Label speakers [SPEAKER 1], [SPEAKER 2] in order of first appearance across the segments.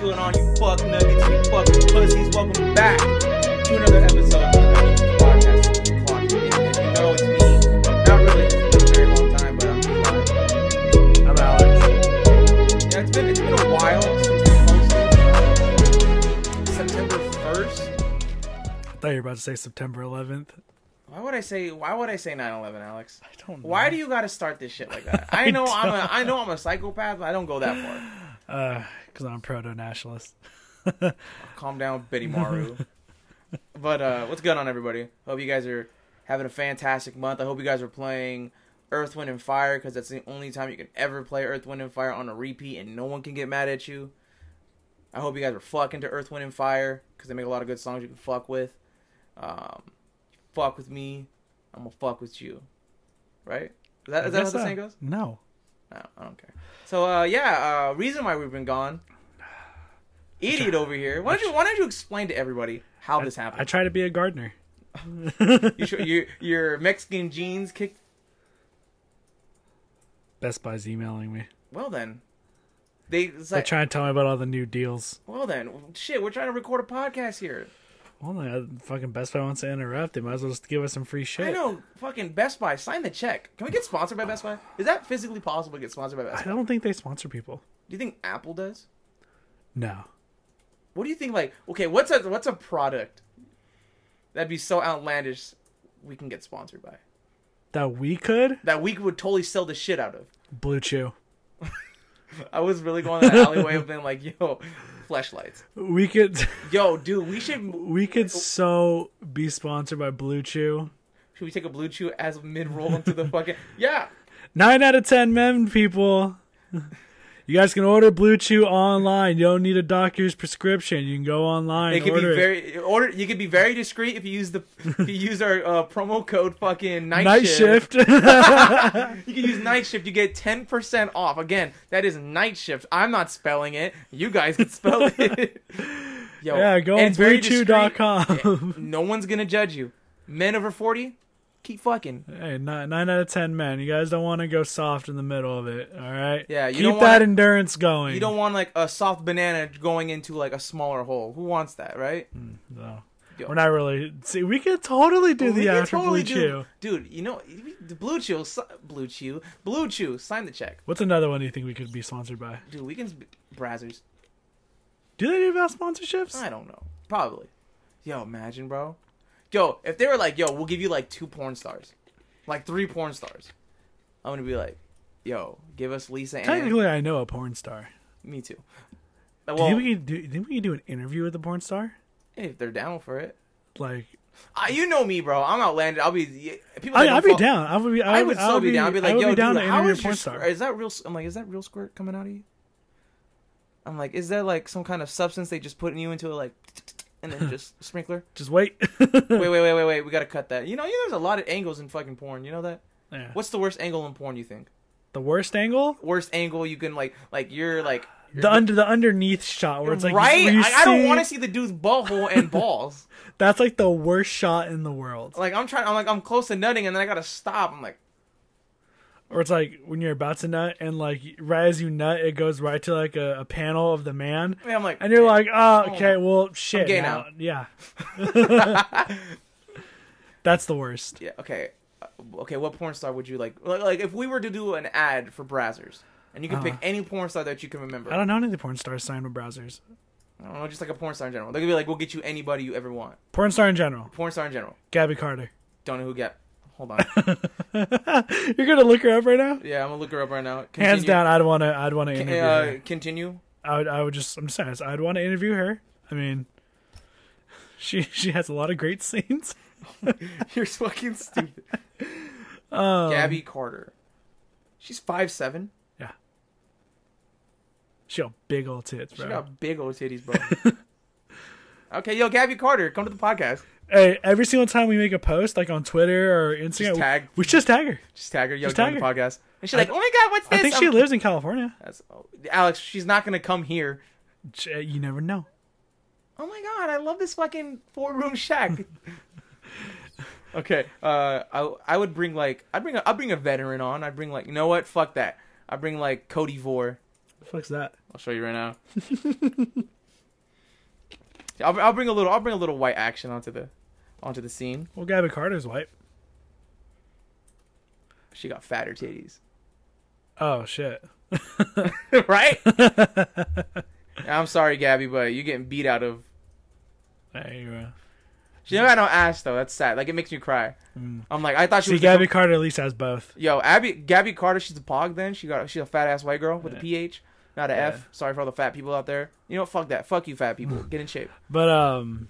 [SPEAKER 1] going on, you fuck nuggets, you fucking pussies? Welcome back to another episode of the Nuggets Podcast. Clock it in. And You know it's me. Not really. It's been a very long time, but I'm Eli.
[SPEAKER 2] I'm Alex.
[SPEAKER 1] Yeah, it's been it's been a while since we posted. September first.
[SPEAKER 2] I thought you were about to say September 11th.
[SPEAKER 1] Why would I say? Why would I say 9/11, Alex?
[SPEAKER 2] I don't know.
[SPEAKER 1] Why do you got to start this shit like that? I
[SPEAKER 2] I
[SPEAKER 1] know I'm a
[SPEAKER 2] don't.
[SPEAKER 1] I know I'm a psychopath. But I don't go that far.
[SPEAKER 2] Because Uh, I'm proto nationalist. I
[SPEAKER 1] Calm down, Betty Maru. but uh, what's going on, everybody? Hope you guys are having a fantastic month. I hope you guys are playing Earth, Wind, and Fire because that's the only time you can ever play Earth, Wind, and Fire on a repeat, and no one can get mad at you. I hope you guys are fucking to Earth, Wind, and Fire because they make a lot of good songs you can fuck with. Um, fuck with me, I'm gonna fuck with you. Right? Is that, is that how
[SPEAKER 2] guess
[SPEAKER 1] the
[SPEAKER 2] so.
[SPEAKER 1] saying goes?
[SPEAKER 2] No.
[SPEAKER 1] No, I don't care. So uh, yeah, uh, reason why we've been gone. Idiot over here. Why don't you Why don't you explain to everybody how this
[SPEAKER 2] I
[SPEAKER 1] happened?
[SPEAKER 2] try to be a gardener.
[SPEAKER 1] You sure, your your Mexican jeans kicked.
[SPEAKER 2] Best Buy's emailing me.
[SPEAKER 1] Well then, they it's
[SPEAKER 2] They're
[SPEAKER 1] like,
[SPEAKER 2] trying to tell me about all the new deals.
[SPEAKER 1] well then, shit. We're trying to record a podcast here.
[SPEAKER 2] Well, the uh, fucking Best Buy wants to interrupt. They might as well just give us some free shit.
[SPEAKER 1] I know. Fucking Best Buy, sign the check. Can we get sponsored by Best Buy? Is that physically possible to get sponsored by
[SPEAKER 2] I
[SPEAKER 1] Best Buy?
[SPEAKER 2] don't think they sponsor people.
[SPEAKER 1] Do you think Apple does?
[SPEAKER 2] No.
[SPEAKER 1] What do you think? Like, okay, what's a what's a product that'd be so outlandish we can get sponsored by
[SPEAKER 2] That we could?
[SPEAKER 1] that we would totally sell the shit out of?
[SPEAKER 2] Blue Chew.
[SPEAKER 1] I was really going that alleyway of being like, yo, flashlights.
[SPEAKER 2] We could.
[SPEAKER 1] Yo, dude, we should Oh,
[SPEAKER 2] We could so be sponsored by Blue Chew.
[SPEAKER 1] should we take a blue chew as mid roll into the fucking Yeah.
[SPEAKER 2] Nine out of ten men, people. You guys can order Blue Chew online. You don't need a doctor's prescription. You can go online.
[SPEAKER 1] It
[SPEAKER 2] and
[SPEAKER 1] could be
[SPEAKER 2] order it.
[SPEAKER 1] very order you could be very discreet if you use the if you use our uh, promo code fucking night,
[SPEAKER 2] night
[SPEAKER 1] shift.
[SPEAKER 2] shift.
[SPEAKER 1] You can use night shift, you get ten percent off. Again, that is night shift. I'm not spelling it. You guys can spell it. Yo,
[SPEAKER 2] yeah, go on
[SPEAKER 1] and very discreet.
[SPEAKER 2] BlueChew.com.
[SPEAKER 1] No one's gonna judge you. Men over forty, keep fucking.
[SPEAKER 2] hey, nine, nine out of ten men. You guys don't want to go soft in the middle of it. All right.
[SPEAKER 1] Yeah, you
[SPEAKER 2] Keep
[SPEAKER 1] don't
[SPEAKER 2] that
[SPEAKER 1] wanna-
[SPEAKER 2] endurance going.
[SPEAKER 1] You don't want like a soft banana going into like a smaller hole. Who wants that, right?
[SPEAKER 2] No.
[SPEAKER 1] Yo.
[SPEAKER 2] We're not really. See, we could totally do
[SPEAKER 1] We
[SPEAKER 2] the
[SPEAKER 1] could
[SPEAKER 2] after Blue
[SPEAKER 1] do-
[SPEAKER 2] Chew.
[SPEAKER 1] dude. You know, we- the Blue Chew, si- Blue Chew, Blue Chew. Sign the check,
[SPEAKER 2] What's another one you think we could be sponsored by?
[SPEAKER 1] dude. We can sp- Brazzers.
[SPEAKER 2] Do they give out sponsorships?
[SPEAKER 1] I don't know. Probably. Yo, imagine, bro. Yo, if they were like, yo, we'll give you like two porn stars, like three porn stars, I'm gonna be like, yo, give us Lisa and
[SPEAKER 2] Technically, I know a porn star.
[SPEAKER 1] me too. Uh,
[SPEAKER 2] do you
[SPEAKER 1] Well,
[SPEAKER 2] think we could do, you think we could do an interview with a porn star?
[SPEAKER 1] if they're down for it,
[SPEAKER 2] Like,
[SPEAKER 1] uh, you know me, bro. I'm outlandish. I'll be. yeah, People that
[SPEAKER 2] I,
[SPEAKER 1] don't
[SPEAKER 2] I'd be
[SPEAKER 1] fol-
[SPEAKER 2] down. I would be. I,
[SPEAKER 1] I would so
[SPEAKER 2] I'd
[SPEAKER 1] be, down. I'd be like,
[SPEAKER 2] I would
[SPEAKER 1] yo,
[SPEAKER 2] be down
[SPEAKER 1] dude,
[SPEAKER 2] to
[SPEAKER 1] how
[SPEAKER 2] interview a
[SPEAKER 1] is your
[SPEAKER 2] porn
[SPEAKER 1] squirt?
[SPEAKER 2] star.
[SPEAKER 1] Is that real? s- I'm like, is that real squirt coming out of you? I'm like, is there like some kind of substance they just put in you into like, and then just sprinkler?
[SPEAKER 2] Just wait.
[SPEAKER 1] Wait, wait, wait, wait, wait. We gotta cut that. You know, you know, there's a lot of angles in fucking porn. You know that?
[SPEAKER 2] Yeah.
[SPEAKER 1] What's the worst angle in porn? You think?
[SPEAKER 2] The worst angle,
[SPEAKER 1] Worst angle you can like, like you're like,
[SPEAKER 2] the under the underneath shot where it's like
[SPEAKER 1] right?
[SPEAKER 2] where you
[SPEAKER 1] I, I don't want to
[SPEAKER 2] see-
[SPEAKER 1] see the dude's butthole and balls.
[SPEAKER 2] That's like the worst shot in the world.
[SPEAKER 1] like I'm trying. I'm like I'm close to nutting, and then I gotta stop. I'm like,
[SPEAKER 2] Or it's like when you're about to nut and like right as you nut, it goes right to like a, a panel of the man,
[SPEAKER 1] man, I'm like,
[SPEAKER 2] and you're like, oh, okay,
[SPEAKER 1] Oh.
[SPEAKER 2] well, shit.
[SPEAKER 1] gay
[SPEAKER 2] now.
[SPEAKER 1] now.
[SPEAKER 2] Yeah. That's the worst.
[SPEAKER 1] Yeah. Okay. Uh, Okay. What porn star would you like? Like, like if we were to do an ad for Brazzers, and you can pick any porn star that you can remember.
[SPEAKER 2] Uh-huh. I don't know any of the porn stars signed with browsers.
[SPEAKER 1] I don't know, just like a porn star in general. They could be like, "We'll get you anybody you ever want."
[SPEAKER 2] Porn star in general,
[SPEAKER 1] Porn star in general.
[SPEAKER 2] Gabby Carter.
[SPEAKER 1] Don't know who get. Hold on.
[SPEAKER 2] You're gonna look her up right now.
[SPEAKER 1] yeah, I'm gonna look her up right now. Continue.
[SPEAKER 2] Hands down, I'd want to. I'd want to interview
[SPEAKER 1] Uh,
[SPEAKER 2] her.
[SPEAKER 1] continue.
[SPEAKER 2] I would. I would just. I'm just saying. I'd want to interview her. I mean, she she has a lot of great scenes.
[SPEAKER 1] You're fucking stupid.
[SPEAKER 2] Um,
[SPEAKER 1] Gabby Carter. She's five seven.
[SPEAKER 2] Yeah. She got big old tits,
[SPEAKER 1] She
[SPEAKER 2] bro.
[SPEAKER 1] got big old titties, bro. okay, yo, Gabby Carter, come to the podcast.
[SPEAKER 2] Hey, every single time we make a post, like on Twitter or Instagram, we-
[SPEAKER 1] tag-
[SPEAKER 2] we, just tag her.
[SPEAKER 1] Just tag her. Yo,
[SPEAKER 2] Just
[SPEAKER 1] come
[SPEAKER 2] tag
[SPEAKER 1] to the
[SPEAKER 2] her.
[SPEAKER 1] podcast. And she's like, "Oh my god, what's this?"
[SPEAKER 2] I think
[SPEAKER 1] I'm-
[SPEAKER 2] she lives in California.
[SPEAKER 1] That's, oh, Alex, she's not gonna come here.
[SPEAKER 2] J- You never know.
[SPEAKER 1] Oh my god, I love this fucking four room shack. okay, uh, I I would bring like I'd bring a, I'd bring a veteran on. I'd bring like you know what? Fuck that. I bring like Cody Vore.
[SPEAKER 2] The fuck's that?
[SPEAKER 1] I'll show you right now. Yeah, I'll, I'll bring a little. I'll bring a little white action onto the, onto the scene.
[SPEAKER 2] Well, Gabby Carter's white.
[SPEAKER 1] She got fatter titties,
[SPEAKER 2] Oh shit.
[SPEAKER 1] right? I'm sorry, Gabby, but you're getting beat out of.
[SPEAKER 2] There you go.
[SPEAKER 1] She never had no ass though. That's sad. Like it makes me cry.
[SPEAKER 2] Mm.
[SPEAKER 1] I'm like, I thought she
[SPEAKER 2] See,
[SPEAKER 1] was. the
[SPEAKER 2] Gabby Carter at least has both.
[SPEAKER 1] Yo, Abby, Gabby Carter, she's a pog. Then she got she's a fat ass white girl with a PH, not a F. Sorry for all the fat people out there. You know, what? fuck that. Fuck you, fat people. Get in shape.
[SPEAKER 2] But um,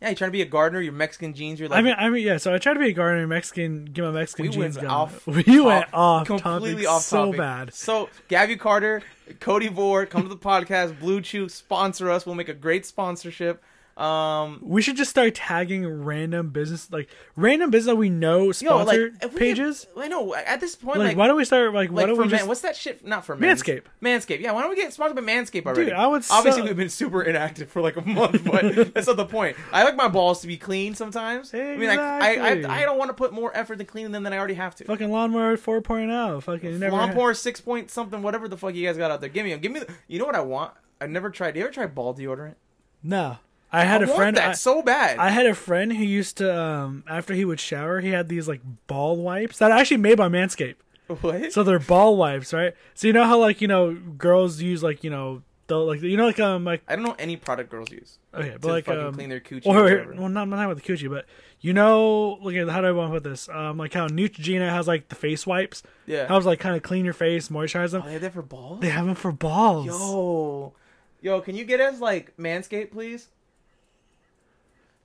[SPEAKER 1] Yeah, you trying to be a gardener? Your Mexican jeans. You're like,
[SPEAKER 2] I mean, I mean, yeah. So I tried to be a gardener, Mexican, get my Mexican
[SPEAKER 1] We went
[SPEAKER 2] jeans going.
[SPEAKER 1] off
[SPEAKER 2] we
[SPEAKER 1] top-
[SPEAKER 2] went off
[SPEAKER 1] completely
[SPEAKER 2] topic
[SPEAKER 1] off
[SPEAKER 2] so
[SPEAKER 1] topic.
[SPEAKER 2] bad.
[SPEAKER 1] So Gabby Carter, Cody Vore, come to the podcast. Blue Chew sponsor us. We'll make a great sponsorship. Um,
[SPEAKER 2] We should just start tagging random business, like random business that we know
[SPEAKER 1] yo, like
[SPEAKER 2] sponsor
[SPEAKER 1] if we
[SPEAKER 2] pages.
[SPEAKER 1] Get, I know at this point,
[SPEAKER 2] like,
[SPEAKER 1] like,
[SPEAKER 2] why don't we start? Like, why
[SPEAKER 1] like
[SPEAKER 2] don't
[SPEAKER 1] for
[SPEAKER 2] we just?
[SPEAKER 1] men, what's that shit? Not for men.
[SPEAKER 2] Manscaped.
[SPEAKER 1] Manscaped. Yeah. Why don't we get sponsored by Manscaped already?
[SPEAKER 2] I would
[SPEAKER 1] Obviously,
[SPEAKER 2] so-
[SPEAKER 1] we've been super inactive for like a month, but that's not the point. I like my balls to be clean sometimes. I mean, like,
[SPEAKER 2] Exactly.
[SPEAKER 1] I, I I don't want to put more effort to cleaning them than I already have to.
[SPEAKER 2] Fucking lawnmower 4.0. Fucking you never.
[SPEAKER 1] Lawn
[SPEAKER 2] had-
[SPEAKER 1] Power six point something, whatever the fuck you guys got out there. Give me them. Give me. The, you know what I want? I never tried. Do you ever try ball deodorant?
[SPEAKER 2] No, I had a
[SPEAKER 1] want
[SPEAKER 2] friend.
[SPEAKER 1] that
[SPEAKER 2] I,
[SPEAKER 1] so bad.
[SPEAKER 2] I had a friend who used to, um, after he would shower, he had these like ball wipes that are actually made by Manscaped.
[SPEAKER 1] what?
[SPEAKER 2] So they're ball wipes, right? So you know how like you know girls use like you know they'll like you know like um like
[SPEAKER 1] I don't know any product girls use.
[SPEAKER 2] okay but
[SPEAKER 1] To
[SPEAKER 2] like
[SPEAKER 1] fucking
[SPEAKER 2] um
[SPEAKER 1] clean their coochie or
[SPEAKER 2] or
[SPEAKER 1] whatever.
[SPEAKER 2] well not not with the coochie but you know look at how do I want to put this um like how Neutrogena has like the face wipes
[SPEAKER 1] Yeah.
[SPEAKER 2] how it's like kind of clean your face moisturize them
[SPEAKER 1] Oh, they have that for balls?
[SPEAKER 2] they have them for balls
[SPEAKER 1] Yo, yo, can you get us like Manscaped, please?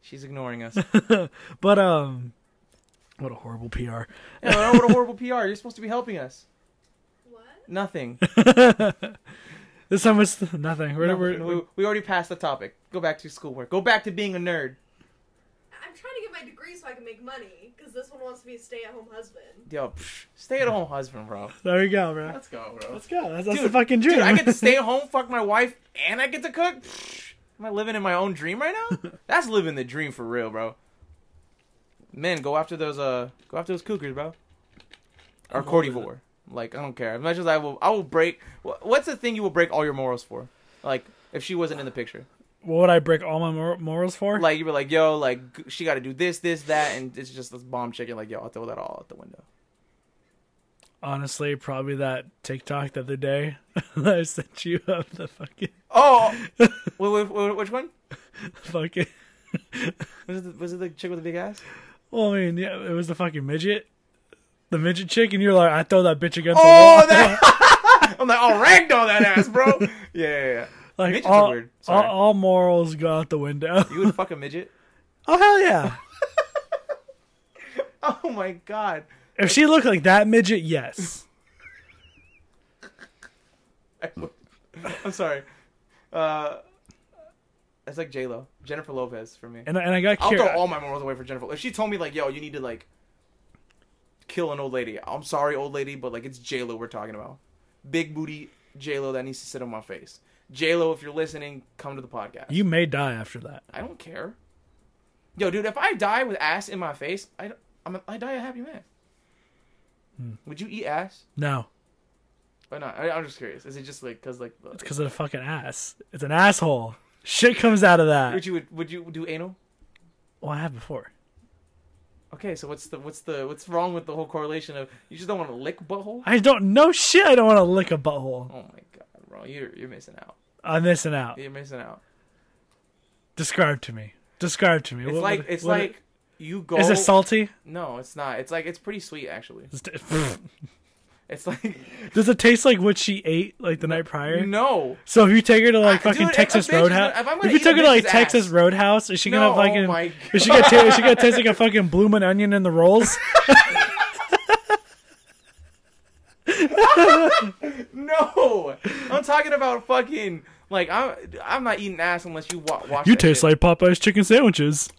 [SPEAKER 1] She's ignoring us.
[SPEAKER 2] but um what a horrible PR
[SPEAKER 1] Yeah, what a horrible PR! You're supposed to be helping us.
[SPEAKER 3] What?
[SPEAKER 1] Nothing.
[SPEAKER 2] this time it's nothing we're,
[SPEAKER 1] No,
[SPEAKER 2] we're,
[SPEAKER 1] we, we already passed the topic. Go back to schoolwork. Go back to being a nerd.
[SPEAKER 3] I'm trying to get my degree so I can make money because this one wants to be a stay-at-home husband.
[SPEAKER 1] Yo, psh, stay at home husband, bro.
[SPEAKER 2] there you go bro
[SPEAKER 1] Let's go, bro.
[SPEAKER 2] let's go that's, that's
[SPEAKER 1] Dude,
[SPEAKER 2] the fucking dream
[SPEAKER 1] Dude, I get to stay at home, fuck my wife, and I get to cook. Pfft, Am I living in my own dream right now? That's living the dream for real, bro. Men, go after those uh, go after those cougars, bro. Or
[SPEAKER 2] I'm all with
[SPEAKER 1] cordivore. Like I don't care. As much as I will, I will break. wha- What's the thing you will break all your morals for? Like if she wasn't in the picture,
[SPEAKER 2] what would I break all my mor- morals for
[SPEAKER 1] like you were like, yo, like g- she got to do this, this, that, and it's just this bomb chicken. Like yo, I'll throw that all out the window.
[SPEAKER 2] honestly probably that TikTok the other day that I sent you of the fucking
[SPEAKER 1] Oh, wait, wait, wait, which one?
[SPEAKER 2] fucking.
[SPEAKER 1] Was it the, was it the chick with the big ass?
[SPEAKER 2] Well, I mean, yeah, it was the fucking midget, the midget chick, and you're like, I throw that bitch against the
[SPEAKER 1] Oh,
[SPEAKER 2] wall.
[SPEAKER 1] that. I'm like, I'll ragdoll that ass, bro. Yeah, yeah, yeah.
[SPEAKER 2] like
[SPEAKER 1] midgets
[SPEAKER 2] all,
[SPEAKER 1] are weird.
[SPEAKER 2] all,
[SPEAKER 1] Sorry.
[SPEAKER 2] all morals go out the window.
[SPEAKER 1] You would fuck a midget?
[SPEAKER 2] oh hell yeah!
[SPEAKER 1] Oh my god.
[SPEAKER 2] if she looked like that midget, yes.
[SPEAKER 1] I would. I'm sorry. Uh, that's like J Lo, Jennifer Lopez for me.
[SPEAKER 2] And I- and I got
[SPEAKER 1] I'll throw
[SPEAKER 2] curious.
[SPEAKER 1] all my morals away for Jennifer. If she told me like, yo, you need to like kill an old lady. I'm sorry, old lady, but like it's J Lo we're talking about. Big booty J Lo that needs to sit on my face. J Lo, if you're listening, come to the podcast.
[SPEAKER 2] you may die after that.
[SPEAKER 1] I don't care. Yo, dude, if I die with ass in my face, I I'm a, I die a happy man.
[SPEAKER 2] Hmm.
[SPEAKER 1] Would you eat ass?
[SPEAKER 2] No,
[SPEAKER 1] Why not? I, I'm just curious. Is it just like because like uh,
[SPEAKER 2] it's because of the fucking ass. It's an asshole. Shit comes out of
[SPEAKER 1] would
[SPEAKER 2] that.
[SPEAKER 1] you would you do anal?
[SPEAKER 2] Well, I have before.
[SPEAKER 1] Okay, so what's the what's the what's wrong with the whole correlation of you just don't want to lick butthole?
[SPEAKER 2] I don't know shit. I don't want to lick a butthole.
[SPEAKER 1] Oh my god, bro, you're you're missing out.
[SPEAKER 2] I'm missing out.
[SPEAKER 1] You're missing out.
[SPEAKER 2] Describe to me. Describe to me.
[SPEAKER 1] It's
[SPEAKER 2] What-
[SPEAKER 1] like
[SPEAKER 2] what-
[SPEAKER 1] it's
[SPEAKER 2] what-
[SPEAKER 1] like you go.
[SPEAKER 2] Is it salty?
[SPEAKER 1] No, it's not. It's like it's pretty sweet actually. It's like
[SPEAKER 2] Does it taste like what she ate like the night prior?
[SPEAKER 1] no.
[SPEAKER 2] So if you take her to like
[SPEAKER 1] I-
[SPEAKER 2] fucking
[SPEAKER 1] dude, if a
[SPEAKER 2] Texas
[SPEAKER 1] bitch is
[SPEAKER 2] Roadhouse,
[SPEAKER 1] gonna- if I'm
[SPEAKER 2] if,
[SPEAKER 1] gonna
[SPEAKER 2] you
[SPEAKER 1] eat
[SPEAKER 2] took
[SPEAKER 1] a
[SPEAKER 2] her to like
[SPEAKER 1] bitch's
[SPEAKER 2] Texas
[SPEAKER 1] ass-
[SPEAKER 2] Roadhouse, is she gonna
[SPEAKER 1] No, oh
[SPEAKER 2] fucking?
[SPEAKER 1] my
[SPEAKER 2] is she gonna ta- is she gonna taste like a fucking bloomin' onion in the rolls?
[SPEAKER 1] No, I'm talking about fucking like I'm. I'm not eating ass unless you wa- wash.
[SPEAKER 2] You
[SPEAKER 1] that
[SPEAKER 2] taste
[SPEAKER 1] shit.
[SPEAKER 2] like Popeye's chicken sandwiches.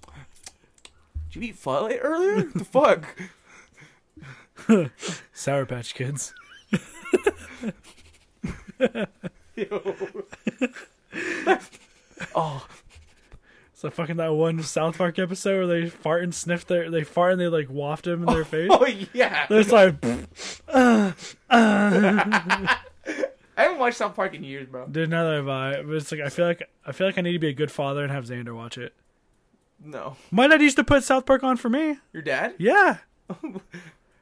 [SPEAKER 1] Did you eat pho earlier? the fuck.
[SPEAKER 2] Sour Patch Kids.
[SPEAKER 1] Yo. oh,
[SPEAKER 2] It's like fucking that one South Park episode where they fart and sniff their they fart and they like waft them in their face.
[SPEAKER 1] oh yeah.
[SPEAKER 2] It's like
[SPEAKER 1] I haven't watched South Park in years, bro.
[SPEAKER 2] Dude, neither have I. But it's like I feel like I feel like I need to be a good father and have Xander watch it.
[SPEAKER 1] No,
[SPEAKER 2] My dad used to put South Park on for me.
[SPEAKER 1] your dad.
[SPEAKER 2] Yeah. and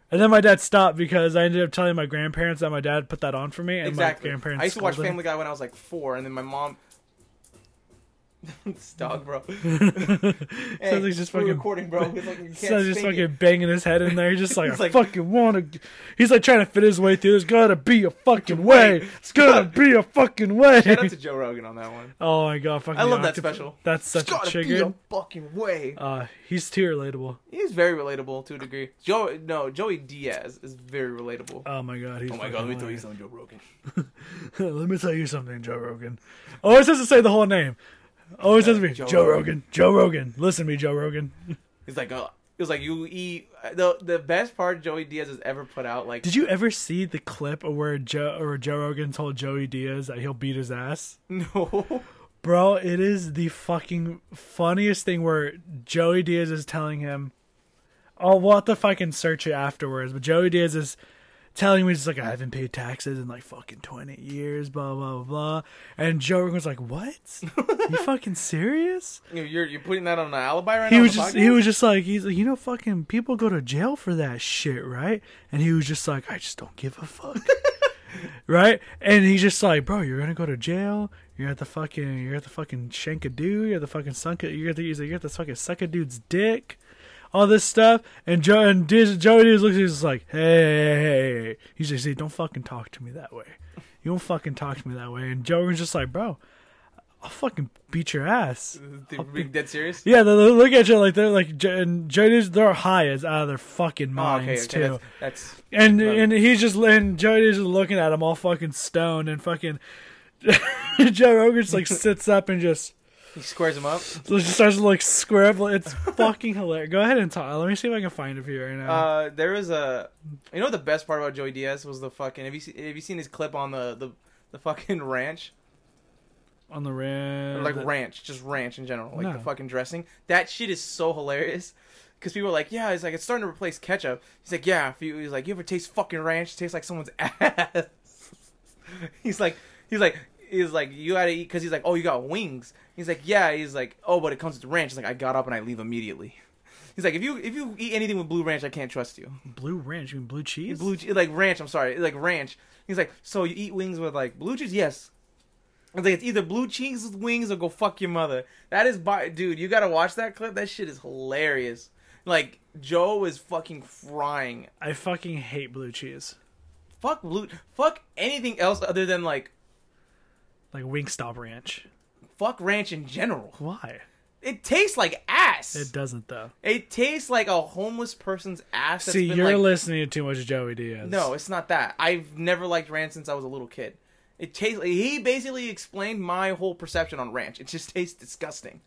[SPEAKER 2] then my dad stopped because I ended up telling my grandparents that my dad put that on for me, and
[SPEAKER 1] exactly.
[SPEAKER 2] my grandparents.
[SPEAKER 1] I used to watch
[SPEAKER 2] scolded
[SPEAKER 1] Family Guy when I was like four, and then my mom. this dog, bro.
[SPEAKER 2] him.
[SPEAKER 1] Hey,
[SPEAKER 2] sounds like just
[SPEAKER 1] we're
[SPEAKER 2] fucking.
[SPEAKER 1] recording, bro. It's like you can't
[SPEAKER 2] Sounds just
[SPEAKER 1] speak
[SPEAKER 2] fucking
[SPEAKER 1] it.
[SPEAKER 2] banging his head in there. He's just like,
[SPEAKER 1] He's
[SPEAKER 2] I
[SPEAKER 1] like-
[SPEAKER 2] fucking want to. He's like trying to fit his way through. There's gotta be a fucking way. It's gotta be a fucking way.
[SPEAKER 1] Shout out to Joe Rogan on that one.
[SPEAKER 2] Oh my god, fucking
[SPEAKER 1] I love that
[SPEAKER 2] Octopus-
[SPEAKER 1] special.
[SPEAKER 2] That's such
[SPEAKER 1] It's gotta
[SPEAKER 2] a
[SPEAKER 1] be a
[SPEAKER 2] trigger.
[SPEAKER 1] fucking way.
[SPEAKER 2] Uh, he's too relatable.
[SPEAKER 1] He's very relatable to a degree. Joe, no, Joey Diaz is very relatable.
[SPEAKER 2] Oh my god, he's
[SPEAKER 1] oh my
[SPEAKER 2] fucking
[SPEAKER 1] god, let me throw you
[SPEAKER 2] hilarious.
[SPEAKER 1] something, Joe Rogan.
[SPEAKER 2] Let me tell you something, Joe Rogan. Always has to say the whole name. Always has to be
[SPEAKER 1] Joe
[SPEAKER 2] Joe,
[SPEAKER 1] Rogan.
[SPEAKER 2] Rogan. Joe Rogan. Listen to me, Joe Rogan.
[SPEAKER 1] He's like, oh, it was like you eat the the best part Joey Diaz has ever put out. Like,
[SPEAKER 2] Did you ever see the clip of where Joe or Joe Rogan told Joey Diaz that he'll beat his ass?
[SPEAKER 1] no,
[SPEAKER 2] Bro, it is the fucking funniest thing where Joey Diaz is telling him, "Oh, we'll have to fucking search it afterwards." But Joey Diaz is telling me, "He's like, I haven't paid taxes in like fucking twenty years, blah blah blah." blah. And Joe Rogan's like, "What? you fucking serious?"
[SPEAKER 1] You- you're you're putting that on an alibi right
[SPEAKER 2] he
[SPEAKER 1] now. on
[SPEAKER 2] was
[SPEAKER 1] the
[SPEAKER 2] just
[SPEAKER 1] podcast?
[SPEAKER 2] he was just like he's like you know fucking people go to jail for that shit right and he was just like i just don't give a fuck right and he's just like bro you're gonna go to jail you're at the fucking you're at the fucking shank a dude you're at the fucking sunk a- you're at the he's like, you're at the fucking suck a dude's dick all this stuff and joe and Diz, joey Diz looks at him he's just like hey, hey, hey, hey. he's just like don't fucking talk to me that way you don't fucking talk to me that way and joe was just like bro i'll fucking beat your ass
[SPEAKER 1] They're being dead serious.
[SPEAKER 2] yeah, they they look at you like they're like J- and Jada's they're high as out of their fucking
[SPEAKER 1] Oh,
[SPEAKER 2] minds
[SPEAKER 1] okay, okay,
[SPEAKER 2] too.
[SPEAKER 1] that's, that's
[SPEAKER 2] and
[SPEAKER 1] okay.
[SPEAKER 2] and he's just and Jada's just looking at him all fucking stoned and fucking Joe Rogan just like sits up and just
[SPEAKER 1] he squares him up.
[SPEAKER 2] just starts to like square up. It's fucking hilarious. Go ahead and talk. Let me see if I can find it for you right now.
[SPEAKER 1] Uh, there was a, you know, what the best part about Joey Diaz was the fucking. Have you seen, have you seen his clip on the the, the fucking ranch?
[SPEAKER 2] On the rim.
[SPEAKER 1] like ranch, just ranch in general, like the
[SPEAKER 2] No.
[SPEAKER 1] fucking dressing. That shit is so hilarious. Cause people are like, yeah, it's like it's starting to replace ketchup. He's like, yeah. If you, he's like, you ever taste fucking ranch? It tastes like someone's ass. he's like, he's like, he's like, you gotta eat. Cause he's like, oh, you got wings. He's like, yeah. He's like, oh, but it comes with ranch. He's like, I got up and I leave immediately. He's like, if you if you eat anything with blue ranch, I can't trust you.
[SPEAKER 2] blue ranch. You mean blue cheese?
[SPEAKER 1] Blue che- like ranch. I'm sorry, like ranch. He's like, so you eat wings with like blue cheese? Yes. I was like, it's either blue cheese with wings or go fuck your mother. That is, by dude, you gotta watch that clip. That shit is hilarious. Like Joe is fucking frying.
[SPEAKER 2] I fucking hate blue cheese.
[SPEAKER 1] Fuck blue. Fuck anything else other than like
[SPEAKER 2] Like Wingstop ranch.
[SPEAKER 1] fuck ranch in general.
[SPEAKER 2] Why?
[SPEAKER 1] It tastes like ass.
[SPEAKER 2] It
[SPEAKER 1] It,
[SPEAKER 2] doesn't though. tastes.
[SPEAKER 1] tastes like a homeless person's ass. that's
[SPEAKER 2] See,
[SPEAKER 1] been,
[SPEAKER 2] you're
[SPEAKER 1] like,
[SPEAKER 2] listening to too much Joey Diaz.
[SPEAKER 1] No, it's not that. I've never liked ranch since I was a little kid. It tastes. He basically explained my whole perception on ranch. It just tastes disgusting.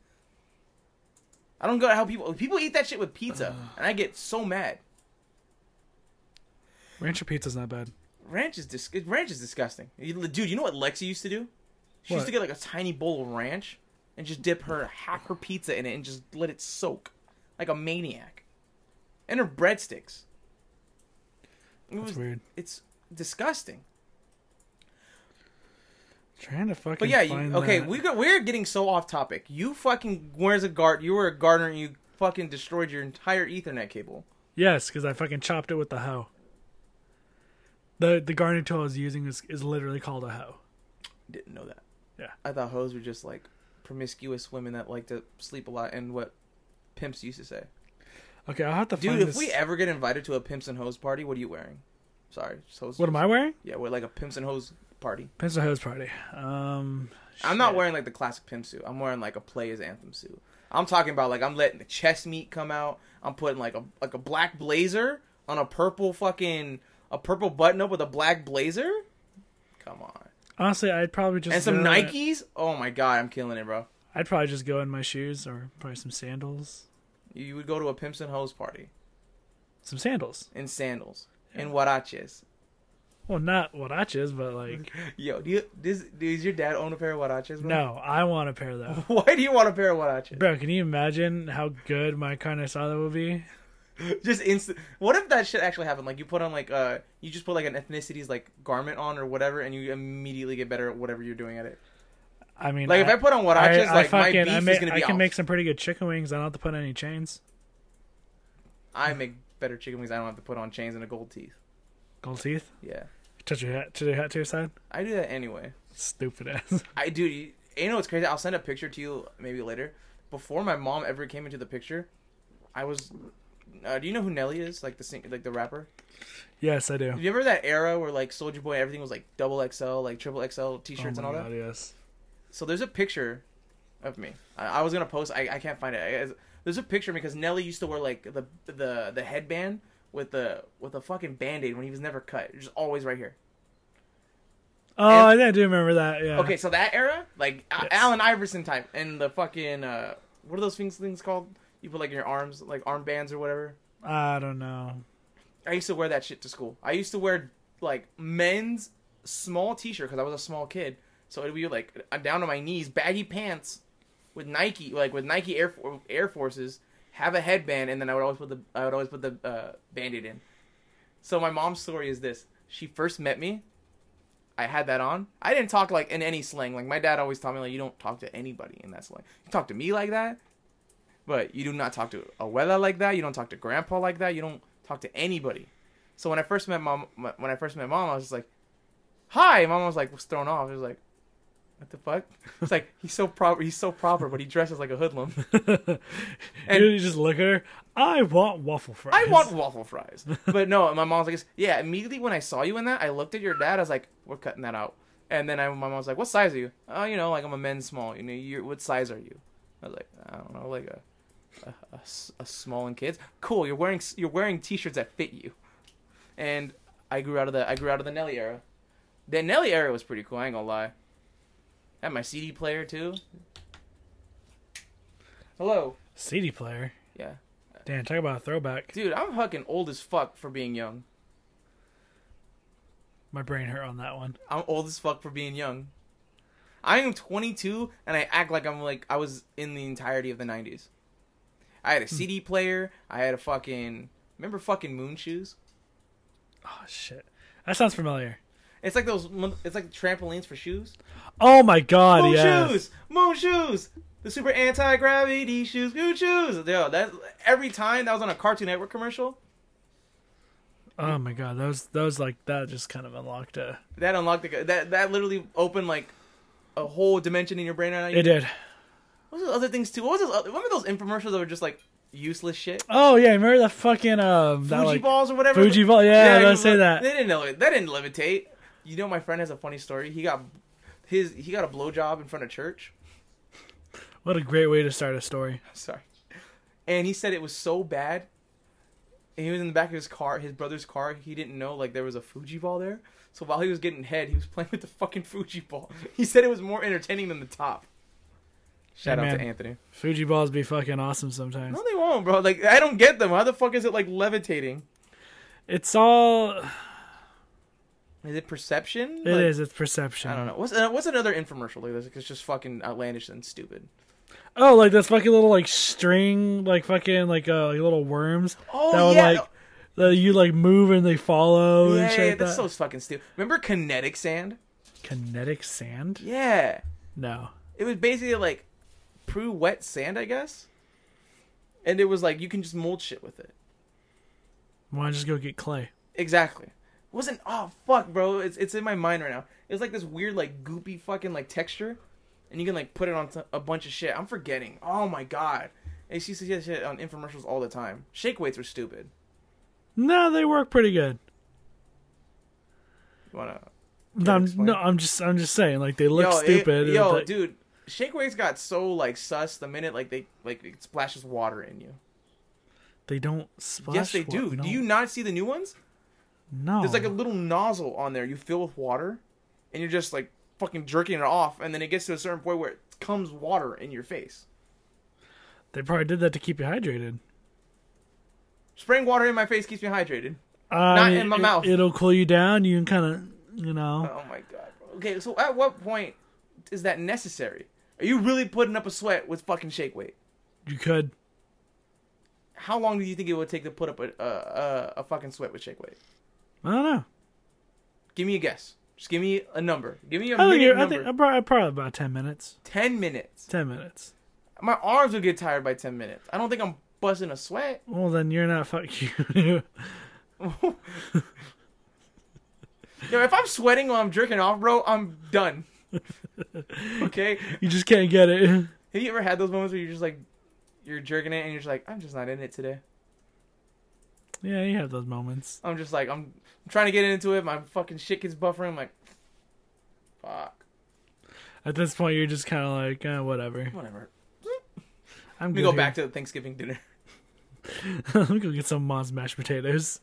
[SPEAKER 1] I don't go how people people eat that shit with pizza, and I get so mad.
[SPEAKER 2] Rancher pizza's not bad.
[SPEAKER 1] Ranch is dis- ranch is disgusting, You- dude. You know what Lexi used to do? She used
[SPEAKER 2] What?
[SPEAKER 1] to get like a tiny bowl of ranch and just dip her half her pizza in it and just let it soak, like a maniac, and her breadsticks. It
[SPEAKER 2] That's
[SPEAKER 1] was,
[SPEAKER 2] weird.
[SPEAKER 1] It's disgusting.
[SPEAKER 2] Trying to fucking.
[SPEAKER 1] But yeah, you,
[SPEAKER 2] find
[SPEAKER 1] okay,
[SPEAKER 2] that.
[SPEAKER 1] we got, we're getting so off topic. You fucking where's a guard? You were a gardener and you fucking destroyed your entire Ethernet cable.
[SPEAKER 2] Yes, because I fucking chopped it with the hoe. The the gardening tool I was using is, is literally called a hoe.
[SPEAKER 1] Didn't know that.
[SPEAKER 2] Yeah.
[SPEAKER 1] I thought hoes were just like promiscuous women that like to sleep a lot and what pimps used to say.
[SPEAKER 2] Okay, I'll have to
[SPEAKER 1] Dude,
[SPEAKER 2] find
[SPEAKER 1] if
[SPEAKER 2] this.
[SPEAKER 1] we ever get invited to a pimps and hoes party, what are you wearing? Sorry, just hoes.
[SPEAKER 2] what am I wearing?
[SPEAKER 1] Yeah, we're like a pimps and hoes party.
[SPEAKER 2] Pencil hose party. Um,
[SPEAKER 1] I'm not
[SPEAKER 2] shit.
[SPEAKER 1] wearing like the classic pimp suit. I'm wearing like a player's anthem suit. I'm talking about like I'm letting the chest meat come out. I'm putting like a like a black blazer on a purple fucking a purple button up with a black blazer. Come on,
[SPEAKER 2] Honestly, I'd probably just
[SPEAKER 1] and some
[SPEAKER 2] go-
[SPEAKER 1] Nikes. Oh my god, I'm killing it, bro.
[SPEAKER 2] I'd probably just go in my shoes or probably some sandals.
[SPEAKER 1] You would go to a pimps and hoes party
[SPEAKER 2] Some sandals.
[SPEAKER 1] in sandals in huaraches.
[SPEAKER 2] Well, not huaraches, but like
[SPEAKER 1] Yo, do you does, does your dad own a pair of huaraches? bro?
[SPEAKER 2] no, I want a
[SPEAKER 1] Oh.
[SPEAKER 2] pair though.
[SPEAKER 1] Why do you want a pair of huaraches?
[SPEAKER 2] Bro, can you imagine how good my carne asada would be?
[SPEAKER 1] just instant. What if that shit actually happened? Like you put on like uh, you just put like an ethnicity's like garment on or whatever, and you immediately get better at whatever you're doing at it.
[SPEAKER 2] I mean,
[SPEAKER 1] Like if I put on what I just like, my
[SPEAKER 2] fucking-
[SPEAKER 1] beef
[SPEAKER 2] I,
[SPEAKER 1] is
[SPEAKER 2] make,
[SPEAKER 1] gonna
[SPEAKER 2] I
[SPEAKER 1] be
[SPEAKER 2] can
[SPEAKER 1] off.
[SPEAKER 2] make some pretty good chicken wings. I don't have to put any chains.
[SPEAKER 1] I make better chicken wings. I don't have to put on chains and a gold teeth.
[SPEAKER 2] Gold teeth.
[SPEAKER 1] Yeah,
[SPEAKER 2] Touch your hat. Touch your hat to your side.
[SPEAKER 1] I do that anyway.
[SPEAKER 2] Stupid ass.
[SPEAKER 1] I do. You, you know what's crazy? I'll send a picture to you maybe later. Before my mom ever came into the picture, I was. Uh, do you know who Nelly is? Like the sing- like the rapper.
[SPEAKER 2] yes, I do.
[SPEAKER 1] Do you remember that era where like Soldier Boy everything was like double XL, like triple
[SPEAKER 2] Oh
[SPEAKER 1] XL T-shirts and all that?
[SPEAKER 2] Yes.
[SPEAKER 1] So there's a picture of me. I, I was gonna post. I, I can't find it. I, it's- there's a picture of me because Nelly used to wear like the the the headband with the with a fucking band aid when he was never cut, just always right here.
[SPEAKER 2] Oh, I think I do remember that. Yeah.
[SPEAKER 1] Okay, so that era, like Al
[SPEAKER 2] Uh-huh. Yes.
[SPEAKER 1] Allen Iverson type, and the fucking uh, what are those things things called? You put like in your arms, like armbands or whatever.
[SPEAKER 2] I don't know.
[SPEAKER 1] I used to wear that shit to school. I used to wear like men's small t-shirt because I was a small kid, so it'd be like uh, down to my knees, baggy pants with Nike, like with Nike Air For- Air Forces, have a headband, and then I would always put the I would always put the uh, band-aid in. So my mom's story is this: she first met me. I had that on. I didn't talk like in any slang. Like my dad always taught me, like you don't talk to anybody in that slang. You talk to me like that, but you do not talk to abuela like that. You don't talk to grandpa like that. You don't talk to anybody. So when I first met mom, when I first met mom, I was just like, "Hi." Mom was like, was thrown off. It was like, "What the fuck?" It's like he's so proper. He's so proper, but he dresses like a hoodlum. And-
[SPEAKER 2] you just look at her. I want waffle fries.
[SPEAKER 1] I want waffle fries. But no, and my mom's like, yeah, immediately when I saw you in that, I looked at your dad. I was like, we're cutting that out. And then I, my mom was like, what size are you? Oh, you know, like I'm a men's small. You know, you're, what size are you? I was like, I don't know, like a, a, a s- a small in kids. Cool. You're wearing s- you're wearing t-shirts that fit you. And I grew out of the I grew out of the Nelly era. The Nelly era was pretty cool. I ain't gonna lie. I had my CD player too. Hello.
[SPEAKER 2] CD player.
[SPEAKER 1] Yeah.
[SPEAKER 2] Damn, talk about a throwback.
[SPEAKER 1] Dude, I'm fucking old as fuck for being young.
[SPEAKER 2] My brain hurt on that one.
[SPEAKER 1] I'm old as fuck for being young. I am 22 and I act like I'm like I was in the entirety of the 90s. I had a CD player. I had a fucking remember fucking moon shoes.
[SPEAKER 2] Oh shit. That sounds familiar.
[SPEAKER 1] It's like those. mon- It's like trampolines for shoes.
[SPEAKER 2] Oh my god,
[SPEAKER 1] Moon
[SPEAKER 2] yes.
[SPEAKER 1] shoes. Moon shoes. The super anti gravity shoes. Moon shoes. Yo, that every time that was on a Cartoon Network commercial,
[SPEAKER 2] Oh my god, those those like that just kind of unlocked a.
[SPEAKER 1] that unlocked the that that literally opened like a whole dimension in your brain. Right now.
[SPEAKER 2] It did.
[SPEAKER 1] What was those other things too? What was those? Other, remember those infomercials that were just like useless shit?
[SPEAKER 2] Oh yeah, remember that fucking um that
[SPEAKER 1] Fuji
[SPEAKER 2] like
[SPEAKER 1] balls or whatever.
[SPEAKER 2] Fuji ball. Yeah, let's say
[SPEAKER 1] but
[SPEAKER 2] that.
[SPEAKER 1] They didn't know it. That didn't levitate. You know, my friend has a funny story. He got his he got a blowjob in front of church.
[SPEAKER 2] What a great way to start a story.
[SPEAKER 1] Sorry, and he said it was so bad. And he was in the back of his car, his brother's car. He didn't know like there was a Fuji ball there. So while he was getting head, he was playing with the fucking Fuji ball. He said it was more entertaining than the top. Shout
[SPEAKER 2] Hey,
[SPEAKER 1] out
[SPEAKER 2] man.
[SPEAKER 1] to Anthony.
[SPEAKER 2] Fuji balls be fucking awesome sometimes.
[SPEAKER 1] No, they won't, bro. Like I don't get them. How the fuck is it like levitating?
[SPEAKER 2] It's all
[SPEAKER 1] Is it perception?
[SPEAKER 2] it is. It's perception.
[SPEAKER 1] I don't know. What's uh, what's another infomercial like this? It's just fucking outlandish and stupid.
[SPEAKER 2] Oh, like those fucking little like string, like fucking like uh like little worms
[SPEAKER 1] Oh
[SPEAKER 2] that would
[SPEAKER 1] yeah,
[SPEAKER 2] like that you like move and they follow
[SPEAKER 1] yeah,
[SPEAKER 2] and shit.
[SPEAKER 1] yeah,
[SPEAKER 2] like
[SPEAKER 1] that's
[SPEAKER 2] that.
[SPEAKER 1] so fucking stupid. Remember kinetic sand?
[SPEAKER 2] Kinetic sand?
[SPEAKER 1] Yeah,
[SPEAKER 2] No.
[SPEAKER 1] it was basically like pre wet sand, I guess. And it was like you can just mold shit with it.
[SPEAKER 2] Why not just go get clay?
[SPEAKER 1] Exactly. Wasn't oh fuck, bro. It's it's in my mind right now. It was like this weird like goopy fucking like texture, and you can like put it on t- a bunch of shit. I'm forgetting. Oh my god. And she says that shit on infomercials all the time. Shake weights were stupid.
[SPEAKER 2] No, they work pretty good.
[SPEAKER 1] You wanna
[SPEAKER 2] No, I'm,
[SPEAKER 1] explain.
[SPEAKER 2] no, I'm just I'm just saying like they look
[SPEAKER 1] it-
[SPEAKER 2] stupid. and
[SPEAKER 1] yo,
[SPEAKER 2] like-
[SPEAKER 1] dude, shake weights got so like sus the minute like they like it splashes water in you.
[SPEAKER 2] They don't splash.
[SPEAKER 1] yes, they
[SPEAKER 2] wa-
[SPEAKER 1] do.
[SPEAKER 2] no. Oh.
[SPEAKER 1] Do you not see the new ones?
[SPEAKER 2] No.
[SPEAKER 1] There's like a little nozzle on there. You fill with water, and you're just like fucking jerking it off, and then it gets to a certain point where it comes water in your face.
[SPEAKER 2] They probably did that to keep you hydrated.
[SPEAKER 1] Spraying water in my face keeps me hydrated.
[SPEAKER 2] Not
[SPEAKER 1] in my mouth.
[SPEAKER 2] It'll cool you down. You can kind of, you know.
[SPEAKER 1] Oh my god. Bro. Okay, so at what point is that necessary? Are you really putting up a sweat with fucking shake weight?
[SPEAKER 2] You could.
[SPEAKER 1] how long do you think it would take to put up a a, a, a fucking sweat with shake weight?
[SPEAKER 2] I don't know.
[SPEAKER 1] Give me a guess. Just give me a number. Give me a
[SPEAKER 2] I think,
[SPEAKER 1] minute
[SPEAKER 2] it- I
[SPEAKER 1] number.
[SPEAKER 2] think probably, probably about 10 minutes.
[SPEAKER 1] ten minutes.
[SPEAKER 2] 10 minutes.
[SPEAKER 1] My arms would get tired by ten minutes. I don't think I'm busting a sweat.
[SPEAKER 2] Well, then you're not fuck you.
[SPEAKER 1] Yo, if I'm sweating while I'm jerking off, bro, I'm done. okay.
[SPEAKER 2] you just can't get it.
[SPEAKER 1] Have you ever had those moments where you're just like, you're jerking it and you're just like, I'm just not in it today.
[SPEAKER 2] Yeah, you have those moments.
[SPEAKER 1] I'm just like, I'm, I'm trying to get into it. My fucking shit gets buffering. I'm like, fuck,
[SPEAKER 2] At this point, you're just kind of like, eh, whatever.
[SPEAKER 1] whatever.
[SPEAKER 2] I'm
[SPEAKER 1] Let me go back to the Thanksgiving dinner.
[SPEAKER 2] Let me go get some mom's mashed potatoes.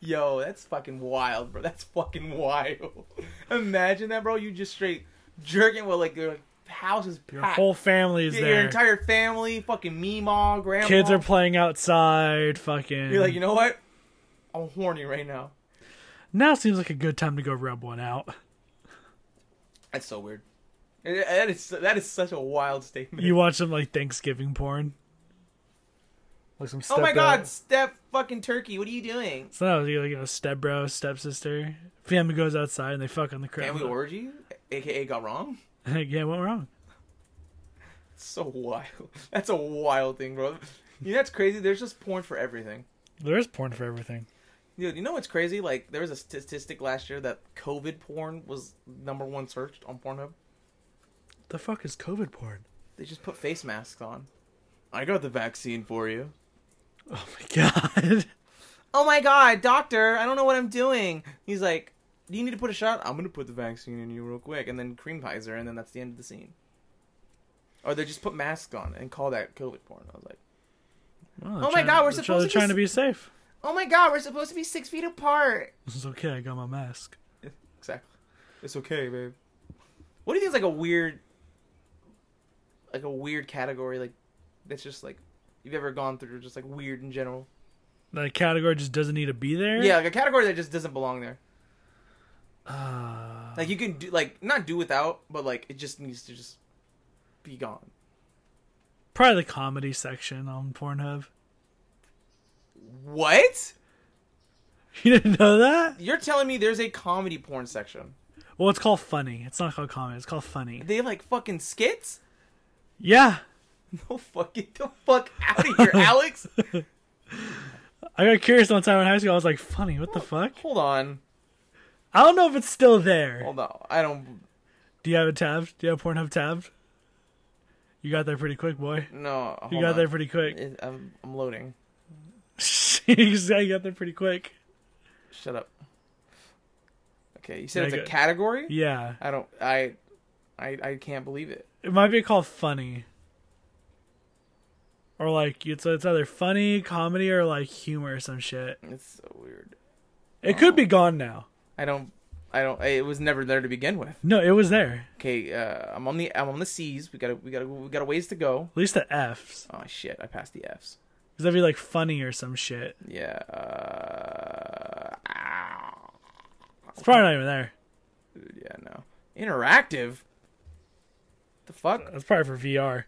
[SPEAKER 1] Yo, that's fucking wild, bro. That's fucking wild. Imagine that, bro. You just straight jerking while like your house is packed.
[SPEAKER 2] Your whole family is
[SPEAKER 1] Yeah,
[SPEAKER 2] there.
[SPEAKER 1] your entire family, fucking meemaw, grandma.
[SPEAKER 2] Kids are playing outside. Fucking.
[SPEAKER 1] You're like, you know what? I'm horny right now.
[SPEAKER 2] now seems like a good time to go rub one out.
[SPEAKER 1] That's so weird. Eh, That is that is such a wild statement.
[SPEAKER 2] You watch some like Thanksgiving porn. Like some.
[SPEAKER 1] oh my
[SPEAKER 2] step
[SPEAKER 1] god,
[SPEAKER 2] out-
[SPEAKER 1] step fucking turkey. What are you doing?
[SPEAKER 2] So that was like you know, step bro, step sister. Family goes outside and they fuck on the crib.
[SPEAKER 1] Family orgy, aka got wrong.
[SPEAKER 2] yeah, what wrong?
[SPEAKER 1] So wild. That's a wild thing, bro. You know that's crazy. There's just porn for everything.
[SPEAKER 2] There is porn for everything.
[SPEAKER 1] Dude, you know what's crazy? Like there was a statistic last year that COVID porn was number one searched on Pornhub.
[SPEAKER 2] The fuck is COVID porn?
[SPEAKER 1] They just put face masks on. I got the vaccine for you.
[SPEAKER 2] Oh my god.
[SPEAKER 1] oh my god, doctor, I don't know what I'm doing. He's like, do you need to put a shot? I'm gonna put the vaccine in you real quick, and then cream pies her, and then that's the end of the scene. Or they just put masks on and call that COVID porn. I was like,
[SPEAKER 2] Well,
[SPEAKER 1] Oh my God, we're
[SPEAKER 2] they're
[SPEAKER 1] supposed
[SPEAKER 2] they're
[SPEAKER 1] to be
[SPEAKER 2] trying
[SPEAKER 1] s-
[SPEAKER 2] to be safe.
[SPEAKER 1] oh my god, we're supposed to be six feet apart.
[SPEAKER 2] It's okay. I got my mask.
[SPEAKER 1] Exactly. It's okay, babe. What do you think is like a weird, like a weird category like that's just like you've ever gone through just like weird in general?
[SPEAKER 2] That category just doesn't need to be there.
[SPEAKER 1] Yeah, like a category that just doesn't belong there.
[SPEAKER 2] Uh, Ah.
[SPEAKER 1] Like
[SPEAKER 2] Oh.
[SPEAKER 1] you can do like not do without, but like it just needs to just be gone.
[SPEAKER 2] probably the comedy section on Pornhub.
[SPEAKER 1] What?
[SPEAKER 2] You didn't know that?
[SPEAKER 1] You're telling me there's a comedy porn section?
[SPEAKER 2] Well, it's called funny. It's not called comedy. It's called funny.
[SPEAKER 1] They have like fucking skits?
[SPEAKER 2] Yeah,
[SPEAKER 1] No fuck, get the fuck out of here, Alex.
[SPEAKER 2] I got curious one time in high school. I was like, funny. What the fuck?
[SPEAKER 1] Hold on,
[SPEAKER 2] I don't know if it's still there.
[SPEAKER 1] hold on. I don't.
[SPEAKER 2] Do you have it tabbed? Do you have Pornhub tabbed? You got there pretty quick, boy.
[SPEAKER 1] No, hold
[SPEAKER 2] You got
[SPEAKER 1] on.
[SPEAKER 2] there pretty quick.
[SPEAKER 1] It- I'm, I'm loading.
[SPEAKER 2] you said you got there pretty quick.
[SPEAKER 1] Shut up. Okay, you said
[SPEAKER 2] Yeah,
[SPEAKER 1] it's
[SPEAKER 2] I
[SPEAKER 1] a
[SPEAKER 2] got-
[SPEAKER 1] category.
[SPEAKER 2] Yeah,
[SPEAKER 1] I don't. I, I, I can't believe it.
[SPEAKER 2] it might be called funny, or like it's it's either funny comedy or like humor or some shit.
[SPEAKER 1] It's so weird.
[SPEAKER 2] It could
[SPEAKER 1] Oh.
[SPEAKER 2] be gone now.
[SPEAKER 1] I don't. I don't. It was never there to begin with.
[SPEAKER 2] No, it was there.
[SPEAKER 1] Okay, uh, I'm on the. I'm on the C's. We gotta. We gotta. We got a ways to go.
[SPEAKER 2] At least the F's.
[SPEAKER 1] Oh shit! I passed the F's.
[SPEAKER 2] Because that'd be like funny or some shit.
[SPEAKER 1] Yeah. Uh, ow.
[SPEAKER 2] It's probably not even there.
[SPEAKER 1] yeah. No. Interactive. The fuck?
[SPEAKER 2] That's probably for VR.